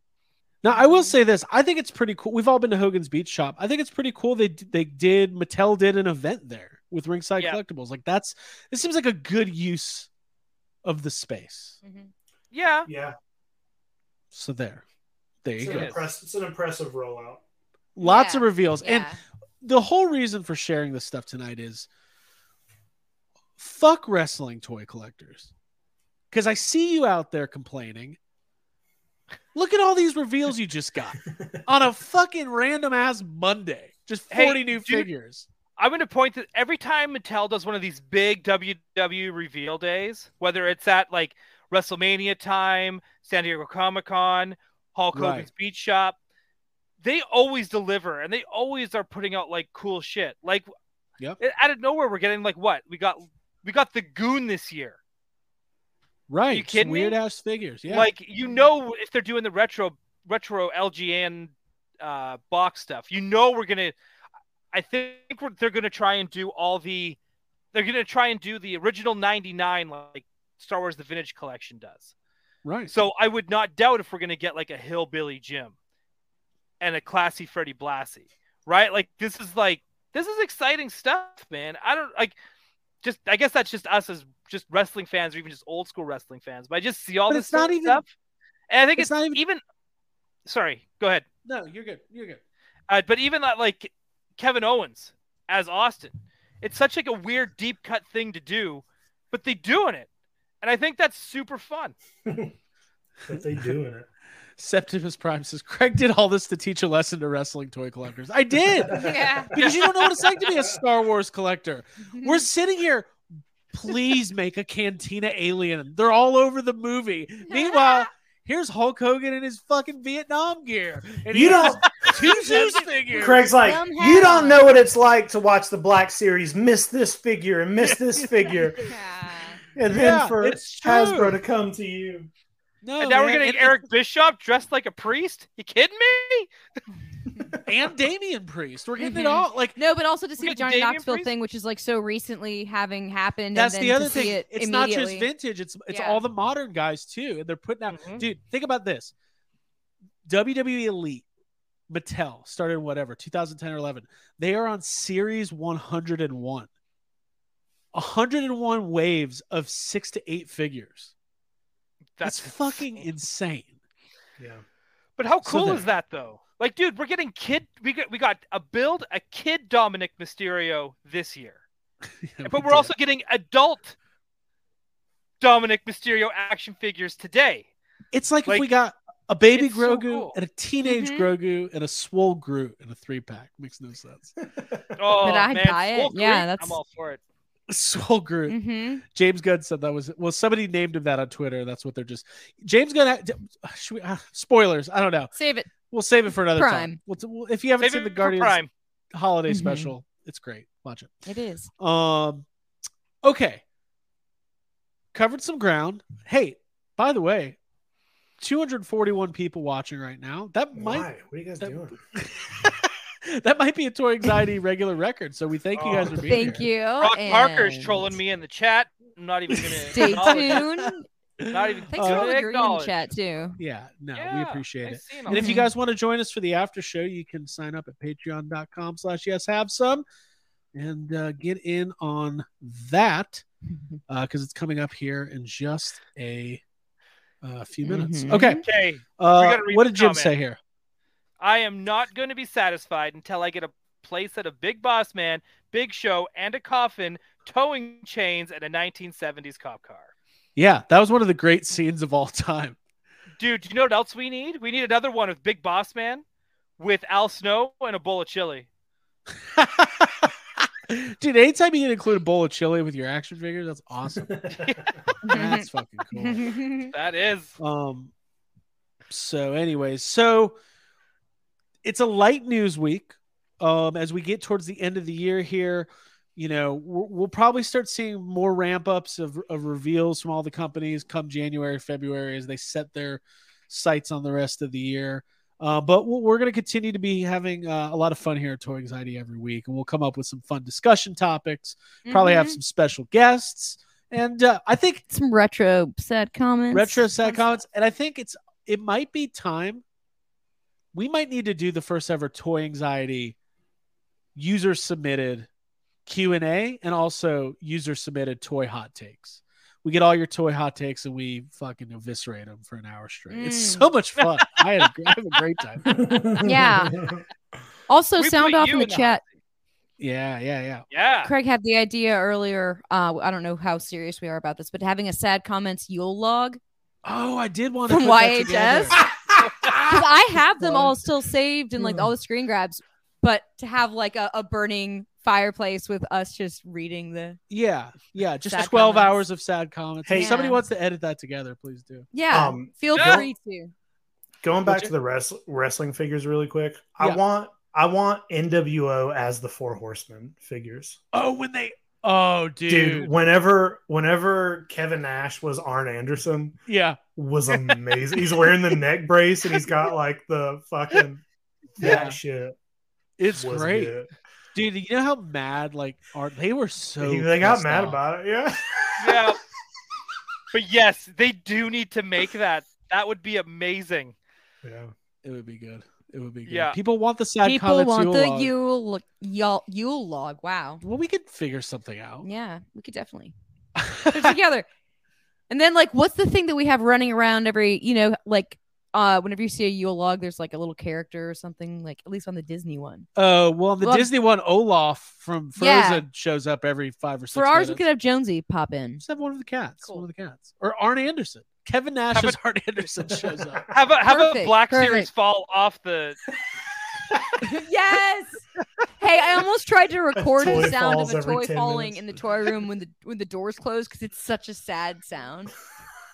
Speaker 1: Now I will say this: I think it's pretty cool. We've all been to Hogan's Beach Shop. I think it's pretty cool. They they did Mattel did an event there with Ringside
Speaker 4: Yeah.
Speaker 1: Collectibles. Like that's it seems like a good use of the space.
Speaker 3: Mhm.
Speaker 4: Yeah.
Speaker 2: Yeah,
Speaker 1: So there, there you
Speaker 4: Sure.
Speaker 1: go.
Speaker 4: an impress-
Speaker 2: it's an impressive rollout.
Speaker 1: Lots of
Speaker 3: Yeah.
Speaker 1: reveals, and
Speaker 3: Yeah.
Speaker 1: the whole reason for sharing this stuff tonight is fuck wrestling toy collectors. Because I see you out there complaining. Look at all these reveals you just got on a fucking random ass Monday. Just 40
Speaker 4: Hey,
Speaker 1: new
Speaker 4: dude.
Speaker 1: figures.
Speaker 4: I'm going to point that every time Mattel does one of these big WW reveal days, whether it's at like WrestleMania time, San Diego Comic Con, Hulk
Speaker 1: Right.
Speaker 4: Hogan's Beach Shop, they always deliver and they always are putting out like cool shit. Like,
Speaker 1: Yep.
Speaker 4: it- out of nowhere, we're getting like what we got. We got the Goon this year.
Speaker 1: Right.
Speaker 4: You kidding me?
Speaker 1: Weird ass figures. Yeah.
Speaker 4: Like, you know, if they're doing the retro retro LGN uh, box stuff, you know, we're gonna. I think we're, they're gonna try and do all the. They're gonna try and do the original '99 like Star Wars: The Vintage Collection does.
Speaker 1: right.
Speaker 4: So I would not doubt if we're gonna get like a hillbilly Jim, and a classy Freddie Blassie, right? Like this is like this is exciting stuff, man. I don't like. just I guess that's just us as just wrestling fans or even just old school wrestling fans. But I just see all
Speaker 1: But
Speaker 4: this
Speaker 1: it's not
Speaker 4: sort of
Speaker 1: even-
Speaker 4: stuff. And I think
Speaker 1: it's
Speaker 4: it's,
Speaker 1: not even-
Speaker 4: even... sorry, go ahead.
Speaker 1: No, you're good. You're good.
Speaker 4: Uh, but even that like Kevin Owens as Austin. It's such like a weird deep cut thing to do, but they doing it. And I think that's super fun.
Speaker 2: But they doing it.
Speaker 1: Septimus Prime says Craig did all this to teach a lesson to wrestling toy collectors. I did
Speaker 4: <laughs>
Speaker 3: yeah.
Speaker 2: <laughs>
Speaker 1: because you don't know what it's like to be a Star Wars collector.
Speaker 3: <laughs>
Speaker 1: We're sitting here. Please make a Cantina alien. They're all over the movie. Meanwhile, here's Hulk Hogan in his fucking Vietnam gear. And
Speaker 2: You
Speaker 1: he has
Speaker 2: don't,
Speaker 4: <laughs>
Speaker 1: two Zeus figures.
Speaker 2: Craig's like,
Speaker 3: Somehow.
Speaker 2: you don't know what it's like to watch the Black Series miss this figure and miss <laughs> this figure,
Speaker 3: Yeah.
Speaker 2: and then
Speaker 1: Yeah,
Speaker 2: for
Speaker 1: it's true.
Speaker 2: Hasbro to come to you.
Speaker 1: No,
Speaker 4: and now we're
Speaker 1: Oh, man.
Speaker 4: gonna
Speaker 1: And-
Speaker 4: get Eric Bischoff dressed like a priest? You kidding me?
Speaker 1: and Damian Priest. We're getting
Speaker 3: Mhm.
Speaker 1: it all. Like
Speaker 3: No, but also to see
Speaker 4: Look
Speaker 3: the
Speaker 4: at
Speaker 3: Johnny
Speaker 4: Damian
Speaker 3: Knoxville
Speaker 4: Priest.
Speaker 3: thing, which is like so recently having happened.
Speaker 1: that's
Speaker 3: and then
Speaker 1: the other
Speaker 3: to see
Speaker 1: thing.
Speaker 3: It
Speaker 1: it's not just
Speaker 3: immediately.
Speaker 1: vintage. It's it's
Speaker 3: Yeah. Mm-hmm.
Speaker 1: all the modern guys too, and they're putting out.
Speaker 4: Mhm.
Speaker 1: Dude, think about this. WWE Elite, Mattel started in whatever 2010 or 11. They are on series 101. 101 waves of six to eight figures. That's, fucking
Speaker 4: insane.
Speaker 1: insane.
Speaker 2: Yeah.
Speaker 4: But how
Speaker 1: So
Speaker 4: cool
Speaker 1: there.
Speaker 4: is that though? Like, dude, we're getting kid. We got we got a build a kid Dominic Mysterio this year,
Speaker 1: <laughs>
Speaker 4: but we're also getting adult Dominic Mysterio action figures today.
Speaker 1: <laughs> It's like, if
Speaker 4: Like,
Speaker 1: we got a baby
Speaker 4: it's so
Speaker 1: Grogu
Speaker 4: cool.
Speaker 1: and a teenage
Speaker 3: Mhm.
Speaker 1: Grogu and a swole Groot in a three pack. Makes no
Speaker 3: <laughs>
Speaker 1: sense.
Speaker 4: Oh
Speaker 3: I'd
Speaker 4: man,
Speaker 3: buy it.
Speaker 4: Swole
Speaker 3: Yeah,
Speaker 4: Creek,
Speaker 3: that's-
Speaker 4: I'm all for it.
Speaker 1: swole Groot.
Speaker 3: Mhm.
Speaker 1: James Gunn said that was well. Somebody named him that on Twitter. That's what they're just. James Gunn. had- Should we, ah, spoilers. I don't know.
Speaker 3: Save it.
Speaker 1: We'll save it for another time.
Speaker 3: Prime.
Speaker 1: We'll, we'll- if you haven't
Speaker 4: Maybe
Speaker 1: seen the
Speaker 4: for
Speaker 1: Guardians
Speaker 4: Prime.
Speaker 1: holiday
Speaker 3: Mhm.
Speaker 1: special, it's great. Watch it.
Speaker 3: It is.
Speaker 1: Um, okay. Covered some ground. Hey, by the way, 241 people watching right now. That might
Speaker 2: Why? What are you guys
Speaker 1: that-
Speaker 2: <laughs> doing?
Speaker 1: that might <laughs> be a toy
Speaker 3: <laughs>
Speaker 1: anxiety regular record. So we thank you
Speaker 2: Oh,
Speaker 1: guys for being here.
Speaker 3: Thank you.
Speaker 4: Brock Parker is
Speaker 3: Oh, and
Speaker 4: trolling me in the chat. I'm not even gonna.
Speaker 3: Stay
Speaker 4: acknowledge it.
Speaker 3: tuned.
Speaker 4: Not even.
Speaker 3: Thanks for
Speaker 4: gonna
Speaker 3: all the green in
Speaker 4: Uh, acknowledge
Speaker 3: chat
Speaker 4: it.
Speaker 3: too.
Speaker 1: Um, Yeah, no, we
Speaker 4: Yeah,
Speaker 1: appreciate
Speaker 4: I've
Speaker 1: it.
Speaker 4: seen all
Speaker 1: And if you
Speaker 3: Mhm.
Speaker 1: guys want to join us for the after show, you can sign up at patreon.com slash yes have some and uh, get in on that because it's coming up here in just a uh, few minutes.
Speaker 3: Mhm.
Speaker 1: Okay.
Speaker 4: that. Okay,
Speaker 1: Uh,
Speaker 4: Mm-hmm. gotta read
Speaker 1: what
Speaker 4: the
Speaker 1: did Jim
Speaker 4: comment.
Speaker 1: say here?
Speaker 4: I am not going to be satisfied until I get a place at a big boss man, big show, and a coffin, towing chains, and a 1970s cop car.
Speaker 1: Yeah, that was one of the great scenes of all time. <laughs>
Speaker 4: Dude, do you know what else we need? We need another one with Big Boss Man, with Al Snow, and a bowl of chili.
Speaker 1: Dude, anytime you can include a bowl of chili with your action figure, that's
Speaker 4: <laughs>
Speaker 1: awesome. <laughs>
Speaker 3: <laughs>
Speaker 1: That's fucking cool.
Speaker 3: Mm-hmm.
Speaker 4: That is.
Speaker 1: Um. So, anyways, so it's a light news week. Um, as we get towards the end of the year here, you know, we'll, we'll probably start seeing more ramp ups of, of reveals from all the companies come January, February, as they set their sights on the rest of the year. Uh, but we'll, we're going to continue to be having uh, a lot of fun here at Toy Anxiety every week, and we'll come up with some fun discussion topics. Probably have
Speaker 3: Mhm.
Speaker 1: some special guests, and uh, I think
Speaker 3: some retro sad comments.
Speaker 1: retro set comments and i think it's it might be time we might need to do the first ever toy anxiety user submitted q&a and also user submitted toy hot takes we get all your toy hot takes and we fucking eviscerate them for an hour straight it's
Speaker 3: Mm.
Speaker 1: so much fun <laughs> I, had a, gr- I have a great time
Speaker 3: Yeah. Also,
Speaker 4: We
Speaker 3: sound
Speaker 4: put
Speaker 3: off
Speaker 4: you
Speaker 3: in the
Speaker 4: in the
Speaker 3: chat.
Speaker 1: yeah yeah yeah
Speaker 4: Yeah.
Speaker 3: Craig had the idea earlier. Uh, I don't know how serious we are about this, but having a sad comments Yule log
Speaker 1: oh i did want to
Speaker 3: from
Speaker 1: put that together.
Speaker 3: YHS. <laughs> 'Cause I have them
Speaker 2: Fun.
Speaker 3: all still saved and
Speaker 1: Hmm.
Speaker 3: like all the screen grabs, but to have like a, a burning fireplace with us just reading the
Speaker 1: yeah yeah just
Speaker 3: Sad
Speaker 1: 12
Speaker 3: comments.
Speaker 1: hours of sad comments
Speaker 2: Hey-
Speaker 1: if somebody
Speaker 3: Yeah.
Speaker 1: wants to edit that together please do
Speaker 3: yeah.
Speaker 2: Um,
Speaker 3: feel
Speaker 4: yeah.
Speaker 3: free to.
Speaker 2: Going back
Speaker 1: Would you-
Speaker 2: to the wrestl- wrestling figures really quick.
Speaker 1: Yeah.
Speaker 2: I want I want NWO as the Four Horsemen figures.
Speaker 1: oh when they oh dude,
Speaker 2: Dude, whenever whenever Kevin Nash was Arn Anderson
Speaker 1: yeah
Speaker 2: was amazing. he's wearing the neck brace and he's got like the <laughs> fucking that
Speaker 1: Yeah.
Speaker 2: shit.
Speaker 1: It's
Speaker 2: was
Speaker 1: great,
Speaker 2: good.
Speaker 1: dude. You know how mad like are they were so
Speaker 2: He- they got
Speaker 1: pissed
Speaker 2: mad
Speaker 1: off.
Speaker 2: about it. Yeah.
Speaker 4: Yeah. but yes, they do need to make that. That would be amazing.
Speaker 3: <laughs>
Speaker 2: Yeah.
Speaker 1: It would be good. It would be good.
Speaker 4: Yeah.
Speaker 1: People want the sad
Speaker 3: People
Speaker 1: comments.
Speaker 3: want
Speaker 1: Yule
Speaker 3: the
Speaker 1: log.
Speaker 3: Yule lo- Yule Yule log. Wow.
Speaker 1: Well, we could figure something <laughs> out.
Speaker 3: Yeah, we could definitely
Speaker 1: <laughs>
Speaker 3: put it together. And then like, what's the thing that we have running around every? You know, like uh, whenever you see a Yule log, there's like a little character or something. Like at least on the Disney one.
Speaker 1: Oh well, the
Speaker 3: Well-
Speaker 1: Disney one, Olaf from
Speaker 3: Yeah.
Speaker 1: Frozen, shows up every five or six.
Speaker 3: For ours, we
Speaker 1: minutes.
Speaker 3: could have Jonesy pop in.
Speaker 1: Just have one of the cats.
Speaker 3: Cool.
Speaker 1: One of the cats. Or Arn Anderson. Kevin Nash
Speaker 4: Have
Speaker 1: as
Speaker 4: a-
Speaker 1: Arn Anderson shows up.
Speaker 4: Have a have a
Speaker 3: Perfect,
Speaker 4: Black Series
Speaker 3: perfect.
Speaker 4: fall off the
Speaker 3: yes. Hey, I almost
Speaker 1: <laughs>
Speaker 3: tried to record
Speaker 2: toy
Speaker 3: the sound of
Speaker 2: falls
Speaker 3: a
Speaker 2: every
Speaker 3: toy
Speaker 2: 10
Speaker 3: falling
Speaker 2: minutes.
Speaker 3: in the toy room when the when the doors closed because it's such a
Speaker 1: <laughs>
Speaker 3: sad sound.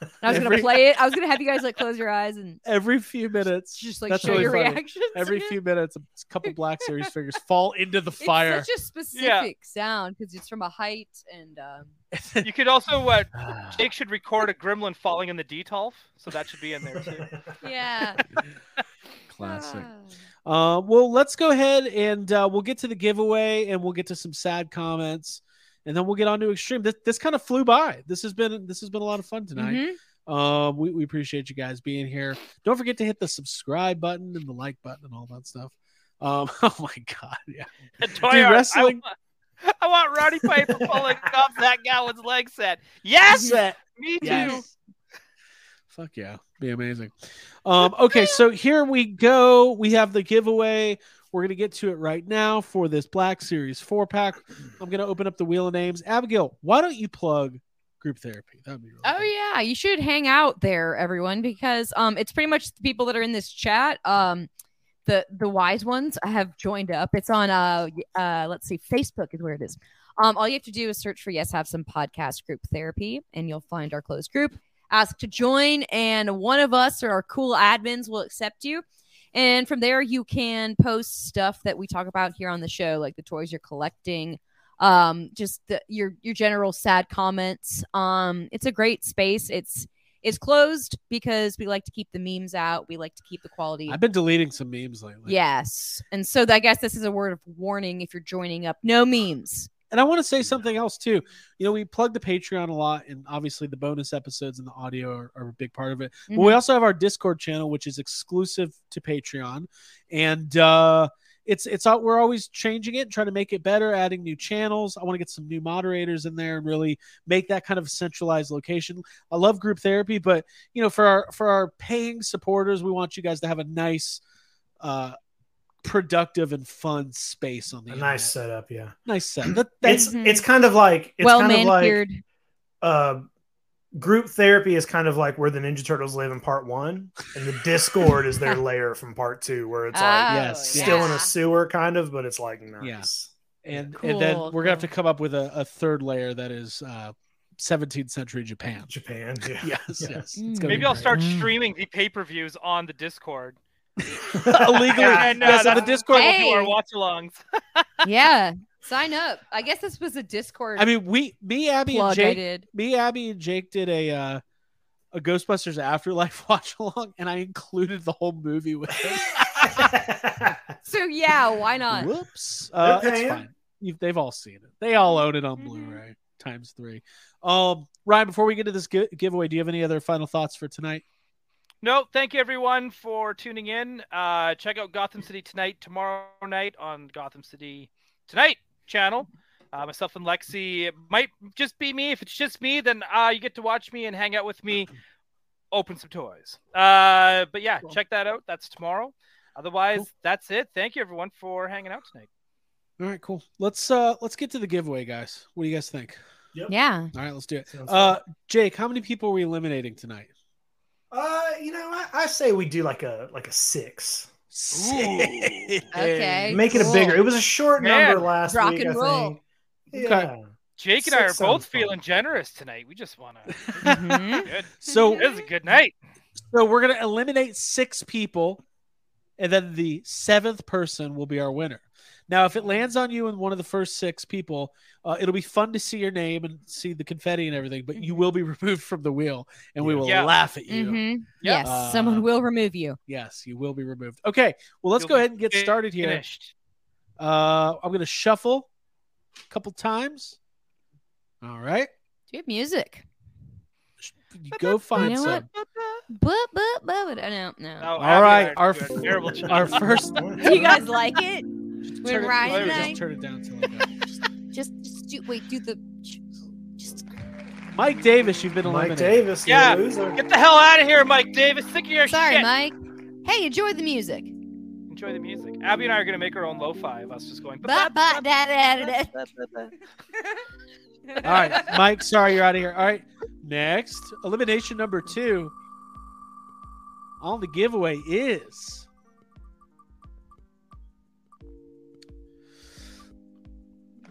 Speaker 3: And I was
Speaker 1: Every-
Speaker 3: gonna play it. I was gonna have you guys like close your eyes
Speaker 1: <laughs>
Speaker 3: and
Speaker 1: Every few minutes,
Speaker 3: just like
Speaker 1: That's
Speaker 3: show
Speaker 1: really
Speaker 3: your
Speaker 1: funny.
Speaker 3: reactions.
Speaker 1: every
Speaker 3: to it.
Speaker 1: few minutes, a couple Black
Speaker 3: <laughs>
Speaker 1: Series figures fall into the
Speaker 3: It's
Speaker 1: fire.
Speaker 3: such a specific sound because it's from a height and um,
Speaker 4: You could also <sighs> uh, Jake should record a gremlin falling in the detolf, so that should be in there too.
Speaker 3: <laughs> yeah.
Speaker 1: Classic.
Speaker 3: Ah.
Speaker 1: Uh, well, let's go ahead and uh, we'll get to the giveaway and we'll get to some sad comments, and then we'll get on to extreme. This, this kind of flew by. This has been this has been a lot of fun tonight.
Speaker 3: Mhm.
Speaker 1: Um, we, we appreciate you guys being here. Don't forget to hit the subscribe button and the like button and all that stuff. Um, <laughs> oh my god, yeah. <laughs>
Speaker 4: Toy
Speaker 1: Dude,
Speaker 4: art,
Speaker 1: wrestling-
Speaker 4: I want, I want Roddy Piper
Speaker 1: <laughs>
Speaker 4: falling off that Gowan's leg set. Yes, me too.
Speaker 1: Yes. Fuck yeah. Be amazing. Um, okay, so here we go. We have the giveaway. We're going to get to it right now for this Black Series four pack. I'm going to open up the wheel of names. Abigail, why don't you plug group therapy? That'd be really
Speaker 3: Oh
Speaker 1: fun.
Speaker 3: yeah, you should hang out there, everyone, because um, it's pretty much the people that are in this chat. Um, the the wise ones have joined up. It's on uh, y- uh let's see, Facebook is where it is. Um, all you have to do is search for Yes Have Some Podcast Group Therapy, and you'll find our closed group. Ask to join, and one of us or our cool admins will accept you. And from there, you can post stuff that we talk about here on the show, like the toys you're collecting, um just the, your your general sad comments um it's a great space it's it's closed because we like to keep the memes out we like to keep the quality
Speaker 1: I've been deleting some memes lately.
Speaker 3: yes and so i guess this is a word of warning if you're joining up no memes
Speaker 1: And I want to say something else too. You know, we plug the Patreon a lot, and obviously the bonus episodes and the audio are, are a big part of it. But we
Speaker 3: Mhm.
Speaker 1: also have our Discord channel, which is exclusive to Patreon, and uh, it's it's all, we're always changing it, trying to make it better, adding new channels. I want to get some new moderators in there and really make that kind of centralized location. I love group therapy, but you know, for our for our paying supporters, we want you guys to have a nice. Uh, productive and fun space on the
Speaker 2: A
Speaker 1: internet.
Speaker 2: nice setup, yeah.
Speaker 1: nice
Speaker 2: <clears throat>
Speaker 1: set that, that's
Speaker 2: It's
Speaker 3: Mhm.
Speaker 2: it's kind of like it's
Speaker 3: well
Speaker 2: kind of like
Speaker 3: manicured
Speaker 2: uh, group therapy is kind of like where the Ninja Turtles live in part one, and the Discord is
Speaker 3: <laughs>
Speaker 2: their layer from part two, where it's like
Speaker 3: Oh,
Speaker 1: yes,
Speaker 2: still in
Speaker 3: yeah.
Speaker 2: a sewer kind of, but it's like nice.
Speaker 1: and and then
Speaker 3: Cool,
Speaker 1: we're gonna have to
Speaker 3: cool.
Speaker 1: come up with a, a third layer that is uh 17th century japan
Speaker 2: Japan, yeah.
Speaker 1: yes <laughs> yes,
Speaker 3: Mm.
Speaker 1: gonna
Speaker 4: Maybe
Speaker 1: be
Speaker 4: I'll
Speaker 1: great. <laughs>
Speaker 4: start streaming the pay per views on the Discord.
Speaker 1: illegally
Speaker 2: <laughs>
Speaker 4: And, uh,
Speaker 1: yes, on the
Speaker 4: that's-
Speaker 1: discord
Speaker 4: We'll do our
Speaker 3: Hey.
Speaker 4: watch alongs.
Speaker 3: yeah sign up i guess this was a discord
Speaker 1: i mean we me abby
Speaker 3: plug
Speaker 1: and
Speaker 3: i
Speaker 1: jake
Speaker 3: did
Speaker 1: me abby and jake did a uh a ghostbusters afterlife <laughs> watch along and i included the whole movie with it
Speaker 3: so yeah why not
Speaker 1: whoops uh
Speaker 2: They're
Speaker 1: it's
Speaker 2: paying.
Speaker 1: fine you they've all seen it they all own it on
Speaker 3: Mhm.
Speaker 1: blu-ray times three um ryan before we get to this gi- giveaway do you have any other final thoughts for tonight
Speaker 4: No, thank you everyone for tuning in. Uh, check out Gotham City tonight, tomorrow night on Gotham City Tonight channel. Uh, myself and Lexi. It might just be me. If it's just me, then uh, you get to watch me and hang out with me, open some toys. Uh, but yeah,
Speaker 1: Cool.
Speaker 4: check that out. That's tomorrow. Otherwise,
Speaker 1: Cool.
Speaker 4: that's it. Thank you everyone for hanging out tonight.
Speaker 1: All right, cool. Let's uh let's get to the giveaway, guys. What do you guys think?
Speaker 3: yeah
Speaker 1: All right, let's do it.
Speaker 2: Sounds
Speaker 1: Uh Jake, how many people are we eliminating tonight?
Speaker 2: Uh, you know, I, I say we do like a like a six.
Speaker 3: okay
Speaker 2: Make it a
Speaker 3: cool.
Speaker 2: bigger. It was a short
Speaker 4: Man,
Speaker 2: number last
Speaker 3: rock
Speaker 2: week.
Speaker 3: and
Speaker 2: I
Speaker 3: roll.
Speaker 2: think.
Speaker 1: Okay.
Speaker 2: Yeah.
Speaker 4: Jake and I are
Speaker 2: Six
Speaker 4: both
Speaker 2: sounds fun.
Speaker 4: feeling generous tonight. We just
Speaker 1: <laughs>
Speaker 4: want to.
Speaker 3: Mhm.
Speaker 4: Good.
Speaker 1: So
Speaker 4: It was a good night.
Speaker 1: so we're gonna eliminate six people, and then the seventh person will be our winner. Now, if it lands on you in one of the first six people, uh, it'll be fun to see your name and see the confetti and everything, but
Speaker 3: Mm-hmm.
Speaker 1: you will be <laughs> removed from the wheel and we will
Speaker 4: Yeah.
Speaker 1: laugh at you.
Speaker 3: Mhm.
Speaker 4: Yeah.
Speaker 3: yes someone
Speaker 1: Uh,
Speaker 3: will remove you
Speaker 1: Yes, you will be removed. Okay, well, let's
Speaker 4: You'll
Speaker 1: go
Speaker 4: be
Speaker 1: ahead and get started here.
Speaker 4: Finished.
Speaker 1: Uh, I'm gonna shuffle a couple times. All right,
Speaker 3: do you have music
Speaker 1: Sh- You go find
Speaker 3: know
Speaker 1: some.
Speaker 3: But but but uh, I don't know.
Speaker 4: Oh,
Speaker 1: All right,
Speaker 4: Abby,
Speaker 1: our
Speaker 4: you're a
Speaker 1: f-
Speaker 4: terrible
Speaker 1: <laughs> our
Speaker 4: child.
Speaker 1: first.
Speaker 3: Do <laughs> you guys like it?
Speaker 1: Just
Speaker 3: We're
Speaker 1: turn it-
Speaker 3: riding
Speaker 1: Larry,
Speaker 3: tonight.
Speaker 1: Just turn it down till I go.
Speaker 3: Just just do wait do the just
Speaker 1: Mike Davis, you've been
Speaker 2: Mike
Speaker 1: eliminated.
Speaker 2: Davis, the
Speaker 4: Yeah.
Speaker 2: loser.
Speaker 4: Get the hell out of here, Mike Davis. Sick of your
Speaker 3: sorry
Speaker 4: shit.
Speaker 3: Mike. Hey, enjoy the music.
Speaker 4: Enjoy the music. Abby and I are gonna make our own lo-fi of us just going.
Speaker 3: Bye bye da da da. da.
Speaker 1: All right, Mike. Sorry, you're out of here. All right, next elimination number two. On the giveaway is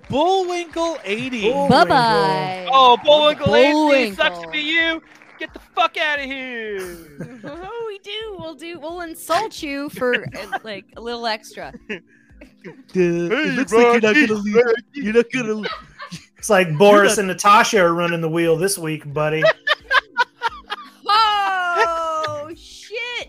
Speaker 1: Bullwinkle eighty.
Speaker 2: Bull-
Speaker 3: Bye bye.
Speaker 4: <laughs> Oh, Bullwinkle AC
Speaker 3: Bullwinkle.
Speaker 4: sucks to be you. Get the fuck out of here.
Speaker 1: <laughs>
Speaker 3: <laughs> Oh, we do. We'll do. We'll insult you for uh, like a little extra.
Speaker 4: Hey, looks like you're not gonna leave.
Speaker 1: You're not gonna.
Speaker 2: It's like Boris and Natasha are running the wheel this week,
Speaker 3: <laughs>
Speaker 2: buddy.
Speaker 3: Oh shit!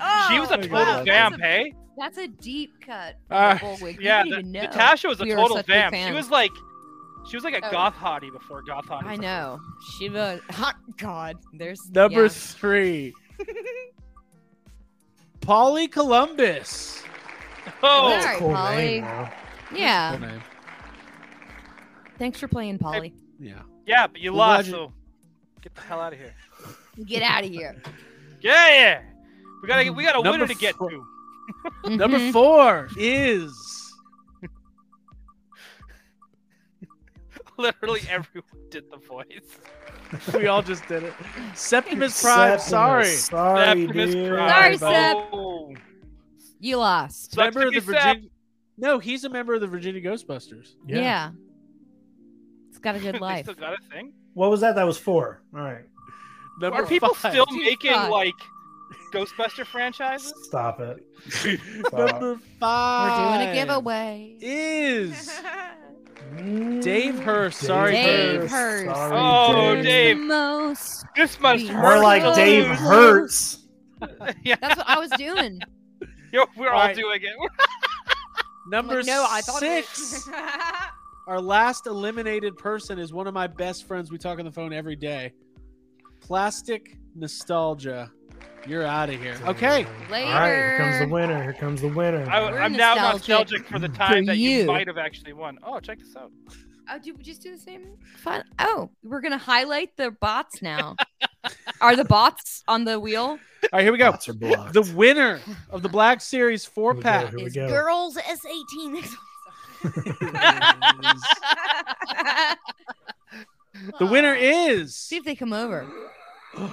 Speaker 3: Oh,
Speaker 4: She was a
Speaker 1: my
Speaker 4: total
Speaker 1: God.
Speaker 4: vamp,
Speaker 3: That's a,
Speaker 4: hey?
Speaker 3: that's a deep cut.
Speaker 1: All right.
Speaker 3: Bullwig.
Speaker 4: Yeah,
Speaker 3: you
Speaker 4: the-
Speaker 3: didn't even know.
Speaker 4: Natasha was a
Speaker 3: we were
Speaker 4: total
Speaker 3: such big
Speaker 4: vamp. She
Speaker 3: fans.
Speaker 4: was like, she was like a
Speaker 3: Oh.
Speaker 4: goth hottie before goth hottie.
Speaker 3: I know. She was. Hot God. There's
Speaker 1: Number
Speaker 3: yeah.
Speaker 1: three. <laughs> Polly Columbus.
Speaker 4: Oh,
Speaker 3: Sorry, Polly.
Speaker 2: though.
Speaker 3: Yeah.
Speaker 1: Cool name.
Speaker 3: Thanks for playing, Polly.
Speaker 1: Yeah.
Speaker 4: yeah, but you
Speaker 1: Well,
Speaker 4: lost,
Speaker 1: glad
Speaker 4: so get the hell out of here.
Speaker 3: Get out of
Speaker 4: <laughs>
Speaker 3: here.
Speaker 4: Yeah, yeah. We gotta, we got a
Speaker 1: Number
Speaker 4: winner to get
Speaker 1: four.
Speaker 4: to. <laughs>
Speaker 1: Number
Speaker 3: Mhm.
Speaker 1: four is
Speaker 4: Literally everyone did the voice.
Speaker 1: <laughs> we all just did it. Septimus Prime.
Speaker 2: Septimus,
Speaker 1: Sorry.
Speaker 2: Sorry,
Speaker 4: Septimus
Speaker 2: dude.
Speaker 4: Prime.
Speaker 3: Sorry, Sep.
Speaker 4: Oh.
Speaker 3: <laughs> You lost.
Speaker 4: Sucks
Speaker 1: member
Speaker 4: to
Speaker 1: of the
Speaker 4: be Sep.
Speaker 1: Virginia. No, he's a member of the Virginia Ghostbusters.
Speaker 3: Yeah. It's got a good
Speaker 4: <laughs> They
Speaker 3: life.
Speaker 4: still got a thing.
Speaker 2: What was that? That was four. All right.
Speaker 1: Number
Speaker 4: Are people
Speaker 1: five. <laughs>
Speaker 4: still
Speaker 3: Dude,
Speaker 4: making
Speaker 3: fuck.
Speaker 4: like Ghostbuster franchises?
Speaker 2: Stop it.
Speaker 1: Number
Speaker 3: We're
Speaker 1: five.
Speaker 3: doing a giveaway.
Speaker 1: Is
Speaker 2: Mm,
Speaker 1: Dave Hurst. Sorry,
Speaker 3: Dave
Speaker 1: Dave.
Speaker 3: Hurst.
Speaker 2: Sorry,
Speaker 4: Oh,
Speaker 3: Who's
Speaker 4: Dave.
Speaker 3: The most.
Speaker 4: This must
Speaker 3: We-
Speaker 4: hurt.
Speaker 2: More like
Speaker 4: to
Speaker 2: Dave
Speaker 4: lose. <laughs>
Speaker 2: Hurts.
Speaker 4: yeah,
Speaker 3: That's what I was doing.
Speaker 4: yo, we're all
Speaker 1: Alright.
Speaker 4: doing it.
Speaker 3: I'm
Speaker 1: Number
Speaker 3: like, no, I thought it
Speaker 1: six.
Speaker 3: <laughs> was-
Speaker 1: Our last eliminated person is one of my best friends. We talk on the phone every day. Plastic nostalgia. You're out of here. Okay.
Speaker 3: Later.
Speaker 2: All right, here comes the winner. Here comes the winner.
Speaker 4: <laughs> I,
Speaker 3: We're
Speaker 4: I'm now nostalgic
Speaker 3: nostalgic
Speaker 4: for the time that you.
Speaker 3: you.
Speaker 4: might have actually won. Oh, check this out.
Speaker 3: Oh, do we just do the same? Fine. Oh, we're gonna highlight the bots now. Are the bots on the wheel?
Speaker 1: All right, here we go.
Speaker 2: Shots are blocked.
Speaker 1: The winner of the Black Series four
Speaker 2: Here we go,
Speaker 1: pack.
Speaker 2: here we
Speaker 3: Is
Speaker 2: go.
Speaker 3: girls S eighteen? <laughs>
Speaker 1: The winner is.
Speaker 3: See if they come over.
Speaker 4: Oh,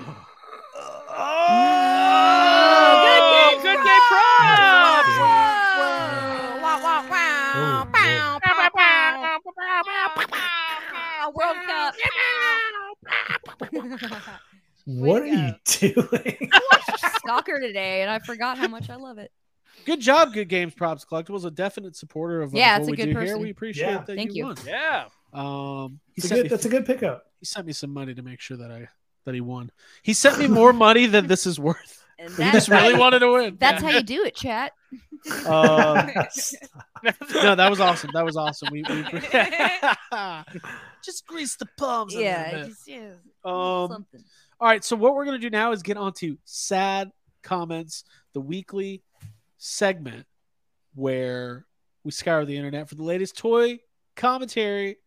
Speaker 4: good game, good game, props!
Speaker 2: Oh, yeah.
Speaker 3: World Cup.
Speaker 2: What are
Speaker 3: Way to
Speaker 2: you <laughs> doing?
Speaker 3: <laughs> Soccer today, and I forgot how much I love it.
Speaker 1: Good job, Good Games Props Collectibles, a definite supporter of uh,
Speaker 3: Yeah,
Speaker 1: what
Speaker 3: it's a
Speaker 1: we
Speaker 3: good
Speaker 1: do here.
Speaker 3: person.
Speaker 1: We appreciate
Speaker 2: Yeah.
Speaker 1: that
Speaker 3: Thank
Speaker 1: you,
Speaker 3: you.
Speaker 1: won.
Speaker 4: Yeah. <laughs>
Speaker 1: Um, he
Speaker 2: It's a
Speaker 1: sent,
Speaker 2: good,
Speaker 1: me,
Speaker 2: that's a good pickup.
Speaker 1: he sent me some money to make sure that I that he won. He sent me
Speaker 2: <laughs>
Speaker 1: more money than this is worth.
Speaker 3: And
Speaker 1: He
Speaker 3: that's
Speaker 1: just really
Speaker 3: how-
Speaker 1: wanted to win.
Speaker 3: That's how you do
Speaker 1: <laughs>
Speaker 3: it, chat. <laughs>
Speaker 1: Um,
Speaker 4: no,
Speaker 1: no, that was awesome. That was awesome. We, we <laughs> just grease the palms. a little
Speaker 3: yeah,
Speaker 1: bit.
Speaker 3: just, yeah,
Speaker 1: Um,
Speaker 3: something.
Speaker 1: all right. So what we're gonna do now is get on to sad comments, the weekly segment where we scour the internet for the latest toy commentary,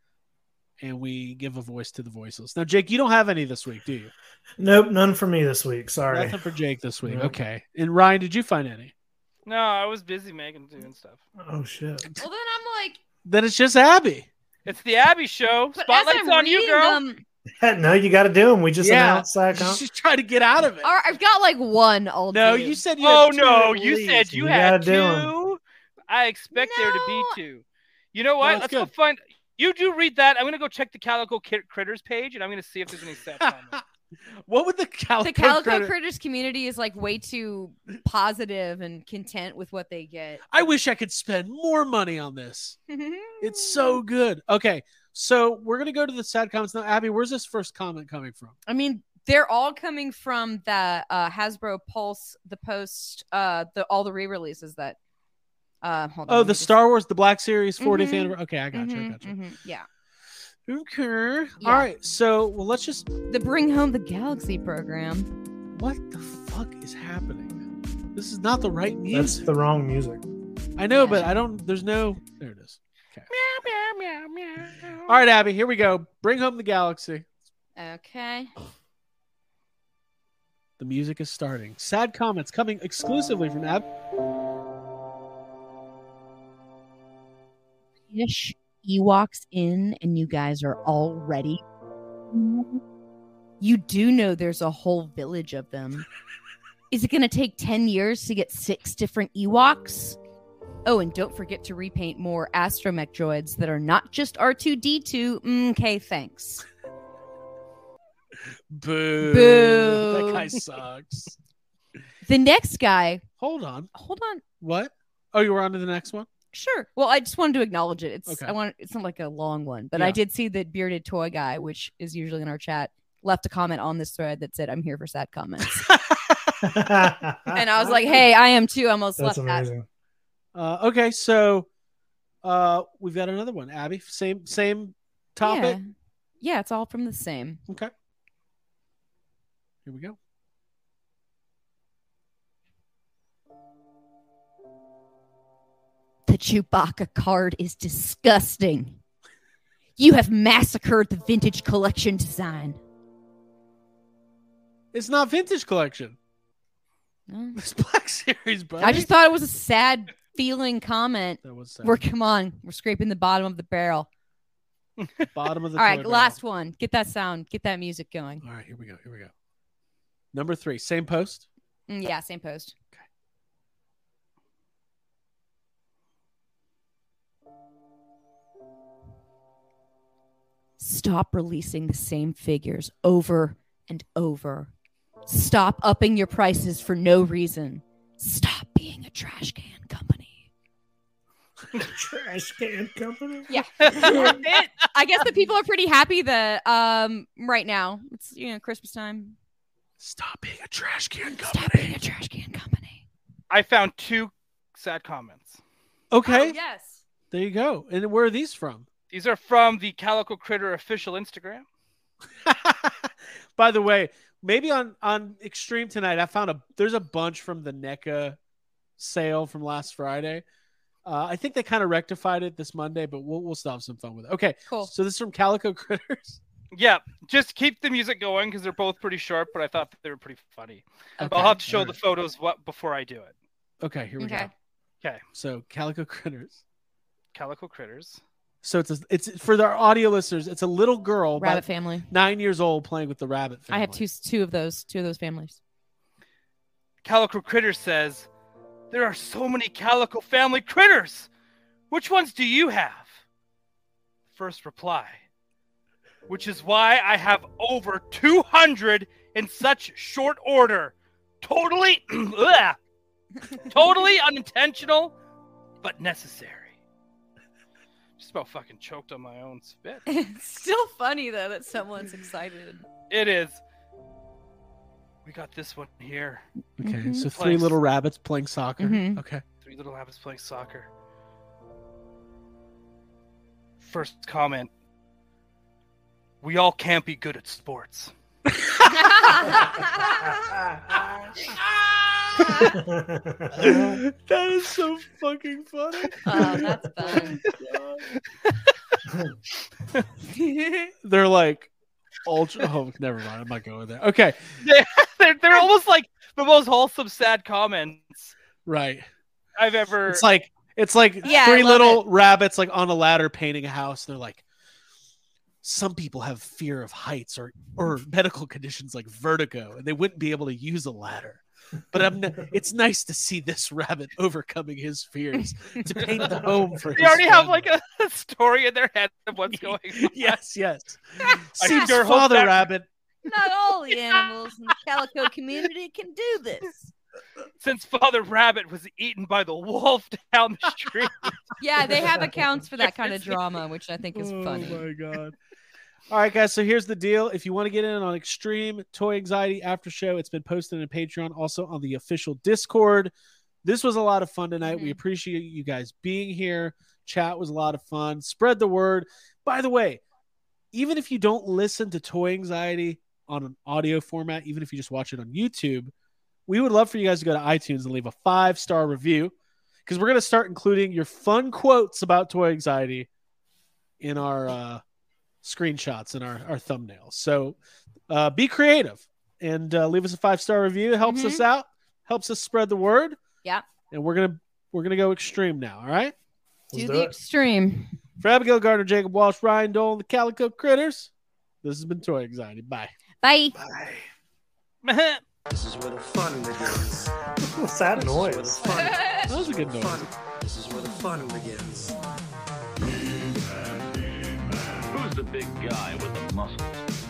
Speaker 1: and we give a voice to the voiceless. Now, Jake, you don't have any this week, do you?
Speaker 2: Nope, none for me this week. Sorry.
Speaker 1: Nothing for Jake this week.
Speaker 2: Nope.
Speaker 1: Okay. And Ryan, did you find any?
Speaker 4: I was busy making doing stuff.
Speaker 2: Oh shit. <laughs>
Speaker 3: Well, then I'm like,
Speaker 1: Then it's just Abby.
Speaker 4: It's the Abby show.
Speaker 3: but as
Speaker 4: Spotlight's
Speaker 3: I'm
Speaker 4: on you,
Speaker 3: reading
Speaker 4: girl.
Speaker 3: them-
Speaker 2: no, you got to do them. We just
Speaker 1: Yeah.
Speaker 2: announced that. Comp-
Speaker 1: She's trying to get out of it.
Speaker 3: all right, I've got like one. I'll
Speaker 1: No,
Speaker 3: do.
Speaker 1: you said you.
Speaker 4: Oh
Speaker 1: had two
Speaker 4: no,
Speaker 1: at
Speaker 4: you
Speaker 1: least.
Speaker 4: said you
Speaker 2: You
Speaker 4: had
Speaker 2: gotta do 'em.
Speaker 4: two. I expect there to be
Speaker 3: No.
Speaker 4: two. You know what?
Speaker 1: it's
Speaker 4: Let's go
Speaker 1: good.
Speaker 4: find. You do read that. I'm gonna go check the Calico Kit- Critters page, and I'm gonna see if there's any
Speaker 1: <laughs>
Speaker 4: sad comments.
Speaker 1: what would the calico? <laughs>
Speaker 3: the calico
Speaker 1: critter-
Speaker 3: critters community is like way too positive and content with what they get.
Speaker 1: I wish I could spend more money on this. It's so good. Okay, so we're gonna go to the sad comments now. Abby, where's this first comment coming from?
Speaker 3: I mean, they're all coming from the uh, Hasbro Pulse, the post, uh, the all the re-releases that. Uh, hold on,
Speaker 1: Oh,
Speaker 3: let me
Speaker 1: the Mm-hmm,
Speaker 3: just-
Speaker 1: Star Wars, the Black Series 40th
Speaker 3: Mhm.
Speaker 1: anniversary. Okay, I got you. I
Speaker 3: Mhm,
Speaker 1: got you.
Speaker 3: mhm, Yeah.
Speaker 1: Okay.
Speaker 3: Yeah.
Speaker 1: All right. So, well, let's just.
Speaker 3: The Bring Home the Galaxy program.
Speaker 1: What the fuck is happening? This is not the right
Speaker 2: That's
Speaker 1: music.
Speaker 2: the wrong music.
Speaker 1: I know,
Speaker 3: Yeah.
Speaker 1: but I don't. There's no. There it is.
Speaker 4: Meow, meow, meow, meow.
Speaker 1: All right, Abby. Here we go. Bring home the galaxy.
Speaker 3: Okay.
Speaker 1: The music is starting. Sad comments coming exclusively from Abby.
Speaker 3: Ish, he walks in, and you guys are already. Mm-hmm. You do know there's a whole village of <laughs> them. Is it going to take 10 years to get six different Ewoks? Oh, and don't forget to repaint more astromech droids that are not just R2D2. Mm, thanks.
Speaker 1: Boo. <laughs> That
Speaker 3: Boo.
Speaker 1: guy sucks.
Speaker 3: The next guy,
Speaker 1: Hold on.
Speaker 3: hold on.
Speaker 1: What? Oh, you were on to the next one?
Speaker 3: Sure. Well, I just wanted to acknowledge it. It's
Speaker 1: Okay.
Speaker 3: I want it's not like a long one, but
Speaker 1: Yeah.
Speaker 3: I did see that bearded toy guy, which is usually in our chat, left a comment on this thread that said, "I'm here for sad comments,"
Speaker 1: <laughs>
Speaker 3: and I was like,
Speaker 2: <laughs>
Speaker 3: "Hey, I am too." I almost
Speaker 2: that's
Speaker 3: left that.
Speaker 2: amazing.
Speaker 1: Uh, okay, so uh, we've got another one. Abby, same same topic.
Speaker 3: Yeah. yeah, it's all from the same.
Speaker 1: Okay. Here we go.
Speaker 3: The Chewbacca card is disgusting. You have massacred the vintage collection design.
Speaker 1: It's not vintage collection. <laughs>
Speaker 3: No.
Speaker 1: It's Black Series, buddy.
Speaker 3: I just thought it was a sad feeling comment.
Speaker 1: that was sad.
Speaker 3: We're come on, we're scraping the bottom of the barrel.
Speaker 1: bottom of the
Speaker 3: <laughs> All right,
Speaker 1: toilet barrel.
Speaker 3: last one. Get that sound. Get that music going.
Speaker 1: All right, here we go. Here we go. Number three, same post.
Speaker 3: Mm, Yeah, same post. Stop releasing the same figures over and over. Stop upping your prices for no reason. Stop being a trash can company.
Speaker 2: Trash can company.
Speaker 3: <laughs>
Speaker 2: <laughs>
Speaker 3: Yeah. I guess the people are pretty happy that um right now it's you know Christmas time.
Speaker 1: Stop being a trash can
Speaker 3: Stop being
Speaker 1: company.
Speaker 3: a trash can company.
Speaker 4: I found two sad comments.
Speaker 1: Okay,
Speaker 3: Oh, yes.
Speaker 1: there you go. And where are these from? <laughs>
Speaker 4: These are from the Calico Critter official Instagram.
Speaker 1: By the way, maybe on on Extreme tonight, I found a there's a bunch from the NECA sale from last Friday. Uh, I think they kind of rectified it this Monday, but we'll we'll still have some fun with it. Okay,
Speaker 3: Cool.
Speaker 1: so this is from Calico Critters. <laughs>
Speaker 4: Yeah, just keep the music going because they're both pretty short, but I thought they were pretty funny. But
Speaker 3: Okay.
Speaker 4: I'll have to show
Speaker 1: Alright.
Speaker 4: the photos what before I do it.
Speaker 1: Okay, here we
Speaker 3: Okay.
Speaker 1: go.
Speaker 4: Okay.
Speaker 1: so Calico Critters.
Speaker 4: Calico Critters.
Speaker 1: So it's a, it's for our audio listeners. It's a little girl, about
Speaker 3: Rabbit family.
Speaker 1: nine years old, playing with the rabbit. Family.
Speaker 3: I have two two of those two of those families.
Speaker 4: Calico Critter says, There are so many Calico family critters. Which ones do you have? First reply, which is why I have over 200 in such short order. Totally, <clears throat> Ugh. totally unintentional, but necessary. Just about fucking choked on my own spit.
Speaker 3: <laughs> It's still funny though that someone's <laughs> excited.
Speaker 4: It is. We got this one here.
Speaker 1: Okay,
Speaker 3: Mhm.
Speaker 1: so three
Speaker 4: Place.
Speaker 1: little rabbits playing soccer.
Speaker 3: Mhm.
Speaker 1: Okay,
Speaker 4: Three little rabbits playing soccer. First comment. We all can't be good at sports. <laughs>
Speaker 3: Oh,
Speaker 1: <laughs> that is so fucking funny.
Speaker 3: oh, that's fun.
Speaker 4: <laughs>
Speaker 1: They're like ultra. Oh, never mind. I'm not going there. Okay,
Speaker 4: They're, they're almost like the most wholesome, sad comments
Speaker 1: right.
Speaker 4: I've ever.
Speaker 1: It's like it's like
Speaker 3: Yeah, I
Speaker 1: three
Speaker 3: love
Speaker 1: little rabbits like on a ladder painting a house. They're like, some people have fear of heights or or medical conditions like vertigo, and they wouldn't be able to use a ladder. But I'm n- it's nice to see this rabbit overcoming his fears to paint the home for.
Speaker 4: they
Speaker 1: his
Speaker 4: already have
Speaker 1: family.
Speaker 4: like a, <laughs> a story in their head
Speaker 1: <laughs>
Speaker 4: of what's going on.
Speaker 1: yes, yes.
Speaker 4: <laughs>
Speaker 1: Seems
Speaker 4: sure hope
Speaker 1: Father
Speaker 4: that-
Speaker 1: Rabbit.
Speaker 3: Not all the animals in the calico community can do this.
Speaker 4: Since Father Rabbit was eaten by the wolf <laughs> down the street. <laughs>
Speaker 3: Yeah, they have accounts for that <laughs> kind of drama, which I think is
Speaker 1: Oh
Speaker 3: funny.
Speaker 1: my
Speaker 3: <laughs>
Speaker 1: god. All right, guys. So here's the deal. If you want to get in on Extreme Toy Anxiety After Show, it's been posted on Patreon, also on the official Discord. This was a lot of fun tonight. We
Speaker 3: Mhm.
Speaker 1: appreciate you guys being here. Chat was a lot of fun. Spread the word. By the way, even if you don't listen to Toy Anxiety on an audio format, even if you just watch it on YouTube, we would love for you guys to go to iTunes and leave a five star review because we're going to start including your fun quotes about Toy Anxiety in our uh, screenshots and our, our thumbnails. So uh, be creative and uh, leave us a five star review. It helps
Speaker 3: Mhm.
Speaker 1: us out, helps us spread the word.
Speaker 3: Yeah.
Speaker 1: And we're going to we're going to go extreme now, all right?
Speaker 2: Let's
Speaker 3: to
Speaker 2: do
Speaker 3: the
Speaker 2: it.
Speaker 3: extreme.
Speaker 1: For Abigail Gardner, Jacob Walsh, Ryan Dolan, the Calico Critters, this has been Toy Anxiety. Bye.
Speaker 3: Bye.
Speaker 2: Bye.
Speaker 5: This is where the fun begins.
Speaker 2: What's that
Speaker 5: This is
Speaker 2: noise?
Speaker 5: where the fun.
Speaker 1: That was a good noise.
Speaker 5: fun. This is where the fun begins.
Speaker 6: Who's the big guy with the muscles?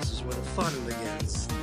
Speaker 5: This is where the fun begins.